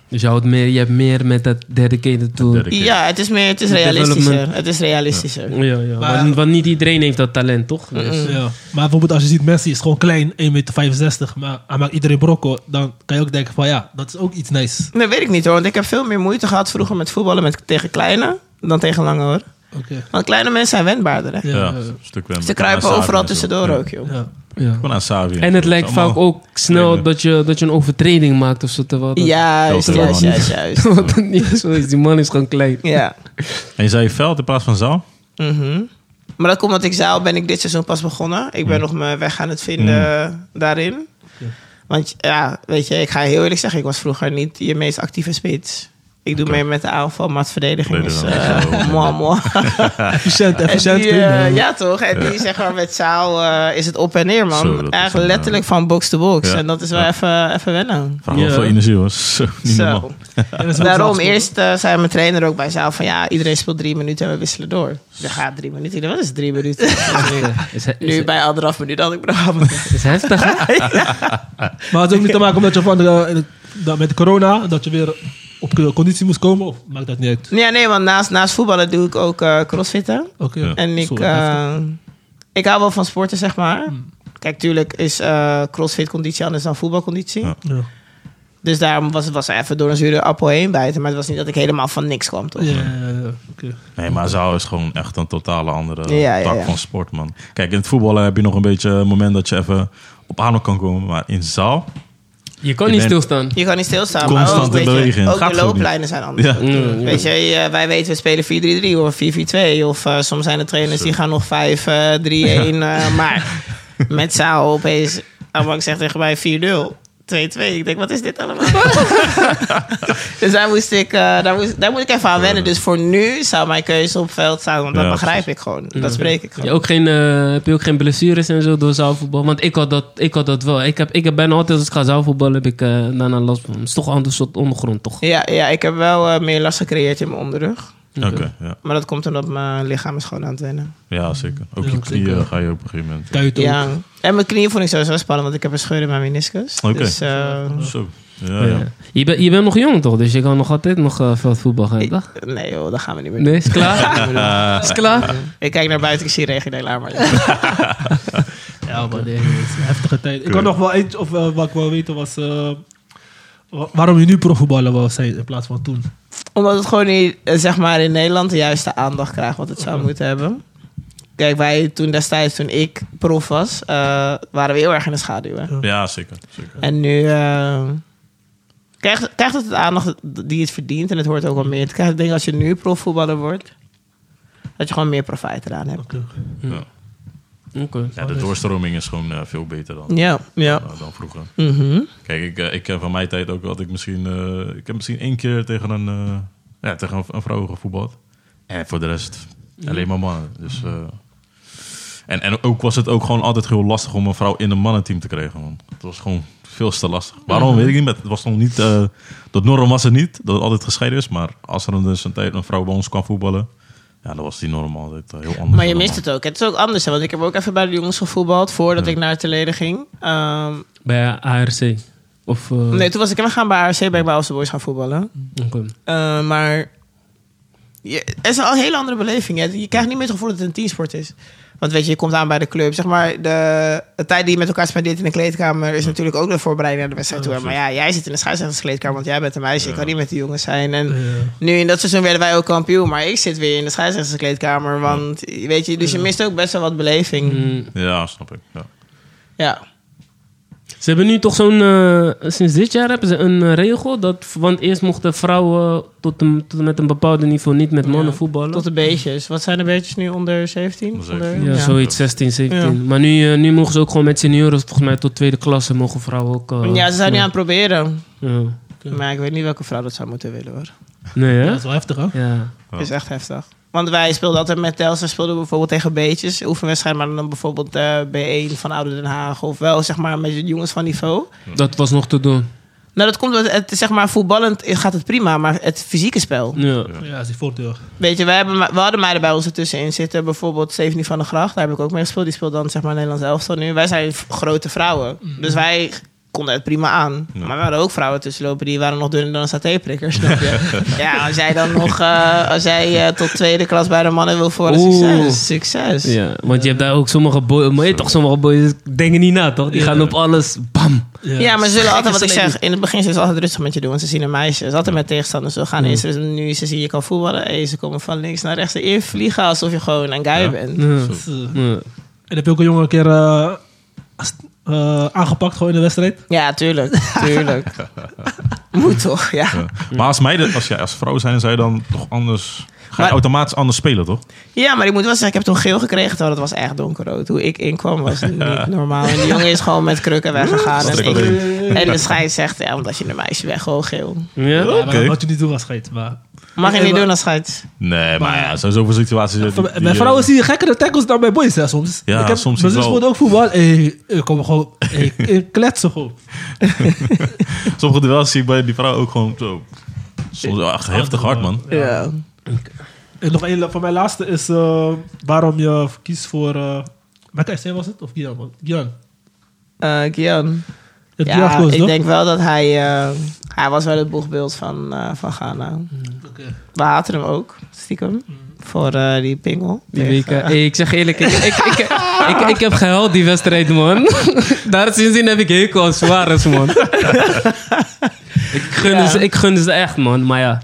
Speaker 2: Dus je, houdt meer, je hebt meer met dat dedicated tool.
Speaker 5: Dedicated.
Speaker 3: Ja, het is, meer, het is realistischer.
Speaker 2: Development.
Speaker 3: Het is realistischer.
Speaker 2: Ja, ja.
Speaker 4: Maar-
Speaker 2: want, want niet iedereen heeft dat talent, toch? Dus-
Speaker 4: Ja. Maar bijvoorbeeld als je ziet Messi is gewoon klein, 1,65 meter, maar hij maakt iedereen brokko. Dan kan je ook denken van ja, dat is ook iets nice.
Speaker 3: Dat weet ik niet hoor, want ik heb veel meer moeite gehad vroeger met voetballen met, tegen kleine dan tegen lange hoor.
Speaker 4: Oké.
Speaker 3: Want kleine mensen zijn wendbaarder. Hè?
Speaker 5: Ja,
Speaker 4: Ja, eh, ja,
Speaker 5: een stuk
Speaker 3: Ze kruipen overal tussendoor ook, joh.
Speaker 4: ja.
Speaker 2: ja.
Speaker 5: Gewoon aan Savi.
Speaker 2: En het lijkt vaak ook snel
Speaker 5: Trainen.
Speaker 2: dat je, dat je een overtreding maakt of zo. Terwijl dat,
Speaker 3: Juist,
Speaker 5: Dat helemaal
Speaker 3: juist,
Speaker 5: niet.
Speaker 3: juist, juist.
Speaker 2: wat dat niet zo is. Die man is gewoon klein.
Speaker 3: Ja.
Speaker 5: En je zei veld in plaats van zaal?
Speaker 3: Mhm. Maar dat komt omdat ik zaal ben ik dit seizoen pas begonnen. Ik ben nog mijn weg aan het vinden daarin. Want ja, weet je, ik ga heel eerlijk zeggen, ik was vroeger niet je meest actieve spits. Ik doe
Speaker 5: Oké.
Speaker 3: meer met de aanval, maar het verdediging is
Speaker 5: Verdediging,
Speaker 3: eh,
Speaker 5: ja.
Speaker 3: moi, moi.
Speaker 4: Efficiënt,
Speaker 3: En
Speaker 4: efficiënt.
Speaker 3: die,
Speaker 4: winnen.
Speaker 3: eh, ja, toch? En die zeg maar met zaal eh, is het op en neer, man.
Speaker 5: Zo, dat is
Speaker 3: Echt
Speaker 5: een, eh,
Speaker 3: letterlijk van box to box.
Speaker 5: ja.
Speaker 3: En dat is wel
Speaker 5: Ja.
Speaker 3: even, even wennen.
Speaker 5: Vraag wel
Speaker 2: Ja.
Speaker 5: veel energie hoor. Zo, niet normaal.
Speaker 3: Zo.
Speaker 4: En dat is ook
Speaker 3: Daarom,
Speaker 4: afgesproken.
Speaker 3: eerst eh, zei mijn trainer ook bij zaal van ja, iedereen speelt drie minuten en we wisselen door. Dan gaat drie minuten. Ik dacht, Wat is drie minuten?
Speaker 2: Is, hij- is,
Speaker 3: Nu bij anderhalf minuut had ik braaf.
Speaker 2: is hij heftig. hè?
Speaker 4: Maar het is ook niet te maken omdat je van de, dat met corona, dat je weer op de conditie moest komen? Of maakt dat niet uit?
Speaker 3: Ja, nee, want naast, naast voetballen doe ik ook eh, crossfitten.
Speaker 4: Oké.
Speaker 5: Ja.
Speaker 3: En ik,
Speaker 4: Sorry,
Speaker 3: eh, ik hou wel van sporten, Hmm. zeg maar. Kijk, tuurlijk is eh, crossfit conditie anders dan voetbalconditie.
Speaker 5: Ja.
Speaker 4: Ja.
Speaker 3: Dus daarom was het was even door een zure appel heen bijten. Maar het was niet dat ik helemaal van niks kwam, toch?
Speaker 4: Ja, ja, ja, oké.
Speaker 5: Nee, maar zaal is gewoon echt een totale andere
Speaker 3: Ja, ja,
Speaker 5: tak
Speaker 3: ja.
Speaker 5: van sport, man. Kijk, in het voetballen heb je nog een beetje een moment dat je even op adem kan komen. Maar in zaal,
Speaker 2: Je kan
Speaker 5: Ik
Speaker 2: niet
Speaker 5: ben-
Speaker 2: stilstaan.
Speaker 3: Je kan niet stilstaan.
Speaker 5: Constant
Speaker 3: maar ook,
Speaker 5: in
Speaker 3: weet je,
Speaker 5: beweging.
Speaker 3: Ook
Speaker 5: Gaat
Speaker 3: de
Speaker 5: gewoon niet.
Speaker 3: looplijnen zijn anders.
Speaker 5: Ja.
Speaker 2: Mm,
Speaker 3: Weet je, eh, wij weten, we spelen 4-3-3 of 4-4-2. Of eh, soms zijn er trainers die gaan nog 5-3-1. eh, maar met Sao opeens, Amang zegt tegen mij 4-0. 2-2. Ik denk, wat is dit allemaal? dus daar moest, ik, eh, daar, moest, daar moet ik even aan wennen. Dus voor nu zou mijn keuze op veld staan. Want dat
Speaker 5: Ja,
Speaker 3: begrijp
Speaker 5: precies.
Speaker 3: ik gewoon. Dat spreek ik
Speaker 2: Mm. Ja,
Speaker 3: gewoon.
Speaker 2: ook geen, eh, heb je ook geen blessures en zo door zaalvoetbal? Want ik had dat, ik had dat wel. Ik heb, ik heb bijna altijd als ik ga zaalvoetballen, heb ik eh, daarna last van. Het is toch een ander soort ondergrond, toch?
Speaker 3: Ja, ja, ik heb wel eh, meer last gecreëerd in mijn onderrug.
Speaker 5: oké, ja.
Speaker 3: Maar dat komt omdat mijn lichaam is gewoon aan het wennen.
Speaker 5: ja, zeker. Ook
Speaker 4: Ja,
Speaker 5: je knieën
Speaker 4: zeker.
Speaker 5: ga je op een gegeven moment.
Speaker 4: Kuit ook.
Speaker 3: Ja, en mijn knieën vond ik sowieso spannend, want ik heb een scheur in mijn meniscus.
Speaker 5: Oké.
Speaker 3: Dus, eh,
Speaker 5: Zo. Ja, ja.
Speaker 2: Ja. Eh, Je, bent- je bent nog jong, toch? Dus je kan nog altijd nog eh, veldvoetbal gaan,
Speaker 3: ik-
Speaker 2: toch?
Speaker 3: nee joh, dat gaan we niet meer doen.
Speaker 2: Nee, is klaar? is klaar?
Speaker 3: Ik kijk naar buiten, ik zie regen, nee, laat maar. liggen.
Speaker 4: Ja, man, nee, het is een heftige tijd. Ik had nog wel iets, of eh, wat ik wou weten was... eh, wa- waarom je nu profvoetballer wou zijn in plaats van toen.
Speaker 3: Omdat het gewoon niet, eh, zeg maar, in Nederland de juiste aandacht krijgt wat het zou moeten hebben. Kijk, wij toen destijds, toen ik prof was, eh, waren we heel erg in de schaduw. Hè?
Speaker 5: Ja, zeker. zeker.
Speaker 3: En nu eh, krijgt, krijgt het de aandacht die het verdient en het hoort ook wel meer. te krijgen. Ik denk als je nu profvoetballer wordt, dat je gewoon meer profijt eraan hebt.
Speaker 4: Oké.
Speaker 5: Ja.
Speaker 2: Oké.
Speaker 5: Ja, de doorstroming is gewoon eh, veel beter dan,
Speaker 3: Ja, ja.
Speaker 5: eh, dan vroeger.
Speaker 3: Mhm.
Speaker 5: Kijk, ik, eh, ik ken van mijn tijd ook had ik misschien. eh, ik heb misschien één keer tegen een, eh, ja, tegen een, een vrouw gevoetbald. En voor de rest alleen maar mannen. Dus, eh, en, en ook was het ook gewoon altijd heel lastig om een vrouw in een mannenteam te krijgen. Man. Het was gewoon veel te lastig. Waarom weet ik niet. maar Het was nog niet. eh dat norm was het niet. Dat het altijd gescheiden is. Maar als er dan dus een tijd een vrouw bij ons kwam voetballen. Ja, dan was die norm altijd eh, heel anders.
Speaker 3: Maar je
Speaker 5: dan
Speaker 3: mist
Speaker 5: een
Speaker 3: het ook. Het is ook anders, hè? want ik heb ook even bij de jongens gevoetbald voordat ik naar Telede ging. Ehm,
Speaker 2: Bij ARC? Of... eh,
Speaker 3: nee, toen was ik even gaan bij ARC, ben ik bij Alse Boys gaan voetballen.
Speaker 2: oké.
Speaker 3: Eh, maar je, het is al een hele andere beleving. Hè? Je krijgt niet meer het gevoel dat het een teamsport is. Want weet je, je komt aan bij de club. Zeg maar, de, de tijd die je met elkaar spendeert in de kleedkamer is natuurlijk ook de voorbereiding naar de wedstrijd toe. Maar ja, jij zit in de scheidsrechterskleedkamer, want jij bent een meisje. Ik kan niet met die jongens zijn. En
Speaker 4: Eh,
Speaker 3: nu in dat seizoen werden wij ook kampioen. Maar ik zit weer in de scheidsrechterskleedkamer. Want weet je, dus je mist ook best wel wat beleving.
Speaker 2: Mm,
Speaker 5: man. Ja, snap ik. Ja.
Speaker 3: Ja.
Speaker 2: Ze hebben nu toch zo'n... eh, sinds dit jaar hebben ze een eh, regel. Dat, want eerst mochten vrouwen tot, een, tot en met een bepaald niveau niet met mannen
Speaker 3: Ja,
Speaker 2: voetballen.
Speaker 3: Tot de beetjes. Wat zijn de beetjes nu onder 17?
Speaker 5: Onder
Speaker 3: Onder,
Speaker 5: 17.
Speaker 2: Ja,
Speaker 5: Ja.
Speaker 2: zoiets 16, 17.
Speaker 3: Ja.
Speaker 2: Maar nu, eh, nu mogen ze ook gewoon met senioren, volgens mij tot tweede klasse, mogen vrouwen ook. eh,
Speaker 3: Ja, ze zijn nu aan het proberen.
Speaker 2: ja.
Speaker 3: Maar ik weet niet welke vrouw dat zou moeten willen hoor.
Speaker 2: Nee, hè?
Speaker 4: Dat is wel heftig, hè?
Speaker 2: Ja.
Speaker 5: Ja.
Speaker 3: is echt heftig. Want wij speelden altijd met Telstra, speelden we bijvoorbeeld tegen beetjes. Oefenwedstrijd, maar dan bijvoorbeeld eh, B1 van Oude Den Haag. Of wel zeg maar met de jongens van niveau.
Speaker 2: Dat was nog te doen.
Speaker 3: Nou, dat komt omdat het zeg maar voetballend gaat het prima, maar het fysieke spel.
Speaker 2: Ja.
Speaker 4: Ja, is die voordeur.
Speaker 3: Weet je, wij hebben, we hadden meiden bij ons ertussenin zitten. Bijvoorbeeld Stephanie van der Gracht, daar heb ik ook mee gespeeld. Die speelt dan zeg maar Nederlands elftal nu. Wij zijn v- grote vrouwen, dus wij konden het prima aan.
Speaker 5: Ja.
Speaker 3: Maar we hadden ook vrouwen tussenlopen, die waren nog dunner dan een satéprikker, snap je? ja, als jij dan nog, eh, als jij eh, tot tweede klas bij de mannen wil voor
Speaker 2: Oeh.
Speaker 3: succes, succes.
Speaker 2: ja. Want je hebt daar ook sommige boys. Maar je hebt toch sommige boys denken niet na, toch? Die gaan op alles. Bam.
Speaker 3: Ja, maar ze zullen altijd, wat ik
Speaker 4: Gekke
Speaker 3: zeg, in het begin zullen ze altijd rustig met je doen. Want ze zien een meisje, ze is altijd met tegenstanders. Ze gaan eerst rustig- nu ze zien je kan voetballen. Hey, ze komen van links naar rechts in vliegen alsof je gewoon een guy
Speaker 5: Ja.
Speaker 3: bent.
Speaker 2: Ja.
Speaker 4: sleden. Eh,
Speaker 2: Ja.
Speaker 4: En heb je ook een jongen een keer eh, ast- eh, aangepakt gewoon in de wedstrijd?
Speaker 3: Ja, tuurlijk. Tuurlijk. Moet toch, ja.
Speaker 5: Ja. eh. Maar als, meiden, als, jij als vrouw zijn, zou je dan toch anders... Ga je
Speaker 3: Maar-
Speaker 5: automatisch anders spelen, toch?
Speaker 3: Ja, maar ik moet wel zeggen, ik heb toen geel gekregen. Terwijl het was echt donkerrood. Hoe ik inkwam was niet normaal. En die jongen is gewoon met krukken weggegaan. En, ik- en de scheids zegt, ja, omdat je een meisje weg, gewoon geel.
Speaker 2: Ja.
Speaker 4: Ja, maar Wat je niet doen was schijt, maar...
Speaker 3: Mag je niet doen als scheids.
Speaker 5: Nee, maar ja, zijn zoveel situaties. eh, die-
Speaker 4: Bij-
Speaker 5: die,
Speaker 4: Bij
Speaker 5: eh,
Speaker 4: vrouwen zie je gekkere tackles dan bij boys, hè, soms.
Speaker 5: Ja,
Speaker 4: ik heb,
Speaker 5: soms
Speaker 4: Mijn
Speaker 5: is
Speaker 4: zus
Speaker 5: wel-
Speaker 4: speelde ook voetbal. Hey, ik kom gewoon... Hey, ik kletsen gewoon.
Speaker 5: Sommige duels zie ik bij die vrouw ook gewoon zo... Soms wel echt heftig hard, man.
Speaker 3: Ja.
Speaker 4: En Eh, nog één van mijn laatste is eh, waarom je kiest voor... eh Welke SC was het? Of Gian? man? Gian.
Speaker 3: Eh Kian.
Speaker 4: Je hebt Gian
Speaker 3: Ja,
Speaker 4: gekozen,
Speaker 3: ik
Speaker 4: toch?
Speaker 3: denk wel dat hij... eh, hij was wel het boegbeeld van, eh, van Ghana.
Speaker 4: Oké.
Speaker 3: We haten hem ook, stiekem. Voor eh, die pingel.
Speaker 2: Die
Speaker 3: Tegen-
Speaker 2: WK. Hey, ik zeg eerlijk, ik, ik, ik, ik, ik heb gehuild die wedstrijd, man. Daar sindsdien heb ik hekel aan Suarez, man. Ik gun,
Speaker 3: Ja.
Speaker 2: ze, ik gun ze echt, man. Maar ja,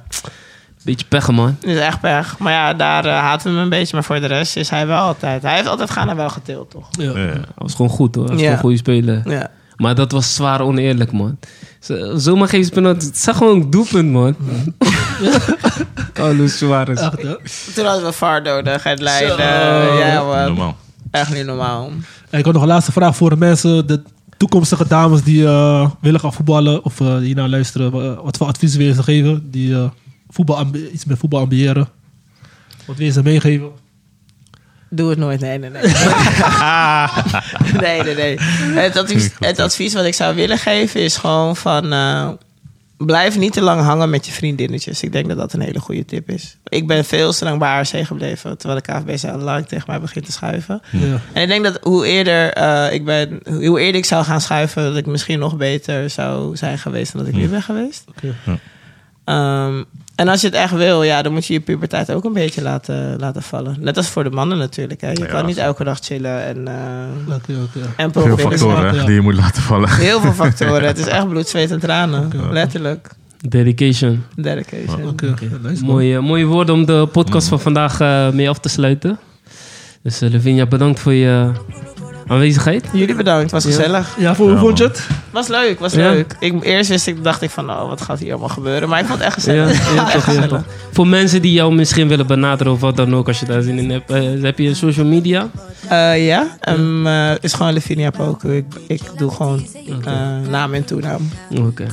Speaker 2: beetje pech, man.
Speaker 3: Dat is echt pech. Maar ja, daar eh, haten we hem een beetje. Maar voor de rest is hij wel altijd. Hij heeft altijd Ghana wel getild, toch?
Speaker 4: Ja.
Speaker 5: Ja.
Speaker 2: Dat was gewoon goed, hoor. Dat was
Speaker 3: Ja.
Speaker 2: gewoon goede speler.
Speaker 3: Ja.
Speaker 2: Maar dat was zwaar oneerlijk, man. Zo- Zomaar geef ze penalty. Het zag gewoon een doelpunt, man. Carlos Suarez.
Speaker 4: Echt, hè?
Speaker 3: Toen hadden we VAR nodig en Leiden.
Speaker 4: Zo.
Speaker 3: Ja, man.
Speaker 5: Normaal.
Speaker 3: Echt niet normaal.
Speaker 4: En ik had nog een laatste vraag voor de mensen. De toekomstige dames die eh, willen gaan voetballen of eh hiernaar luisteren. eh, wat voor advies wil je ze geven? Die eh, voetbal ambi- iets met voetbal ambiëren. Wat wil je ze meegeven?
Speaker 3: Doe het nooit. Nee, nee, nee. nee, nee, nee. Het advies, het advies wat ik zou willen geven is gewoon van... eh, blijf niet te lang hangen met je vriendinnetjes. Ik denk dat dat een hele goede tip is. Ik ben veel te lang bij ARC gebleven. Terwijl de KVB al lang tegen mij begint te schuiven.
Speaker 4: Ja.
Speaker 3: En ik denk dat hoe eerder, eh, ik ben, hoe eerder ik zou gaan schuiven... dat ik misschien nog beter zou zijn geweest dan dat ik
Speaker 2: Hm.
Speaker 3: nu ben geweest.
Speaker 4: Oké.
Speaker 5: Ja.
Speaker 3: Ehm, en als je het echt wil, ja, dan moet je je puberteit ook een beetje laten, laten vallen. Net als voor de mannen natuurlijk. Hè. Je
Speaker 5: Ja.
Speaker 3: kan niet elke dag chillen en, eh
Speaker 4: Oké, oké.
Speaker 3: en
Speaker 5: Veel
Speaker 3: proberen.
Speaker 5: factoren
Speaker 4: ja.
Speaker 5: die je moet laten vallen.
Speaker 3: Heel veel factoren. het is echt bloed, zweet en tranen. Letterlijk.
Speaker 2: Dedication.
Speaker 3: Dedication.
Speaker 4: Oké, oké. Nice, man.
Speaker 2: Mooie, mooie woorden om de podcast van vandaag eh, mee af te sluiten. Dus eh, Lavinia, bedankt voor je aanwezigheid.
Speaker 3: Jullie bedankt, was gezellig.
Speaker 4: Ja, voor, hoe
Speaker 5: Ja,
Speaker 4: vond je het?
Speaker 3: Was leuk, was
Speaker 2: Ja.
Speaker 3: leuk. Ik, eerst wist ik, dacht ik van, oh, wat gaat hier allemaal gebeuren? Maar ik vond het echt
Speaker 2: Ja,
Speaker 3: gezellig.
Speaker 2: ja, toch, ja, toch. Voor mensen die jou misschien willen benaderen of wat dan ook, als je daar zin in hebt, eh, heb je social media?
Speaker 3: Eh, ja, ehm, eh, het is gewoon Lavinia Poku. Ik, ik doe gewoon eh, naam en toenaam.
Speaker 2: Oké,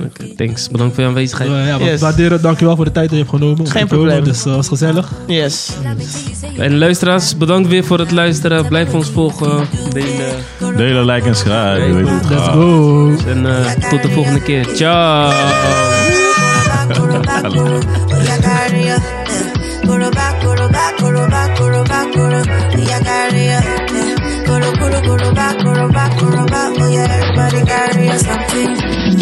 Speaker 2: oké, thanks. Bedankt voor je aanwezigheid.
Speaker 4: Eh, ja, we
Speaker 3: Yes.
Speaker 4: waarderen het. Dankjewel voor de tijd die je hebt genomen. om
Speaker 3: Geen
Speaker 4: te komen.
Speaker 3: probleem.
Speaker 4: Dus eh, was gezellig.
Speaker 3: Yes.
Speaker 2: En luisteraars, bedankt weer voor het luisteren. Blijf ons volgen, delen.
Speaker 5: Delen, like en schrijven. Je weet hoe het
Speaker 4: Let's
Speaker 5: gaat.
Speaker 4: go.
Speaker 2: En eh, tot de volgende keer. Ciao!
Speaker 6: Something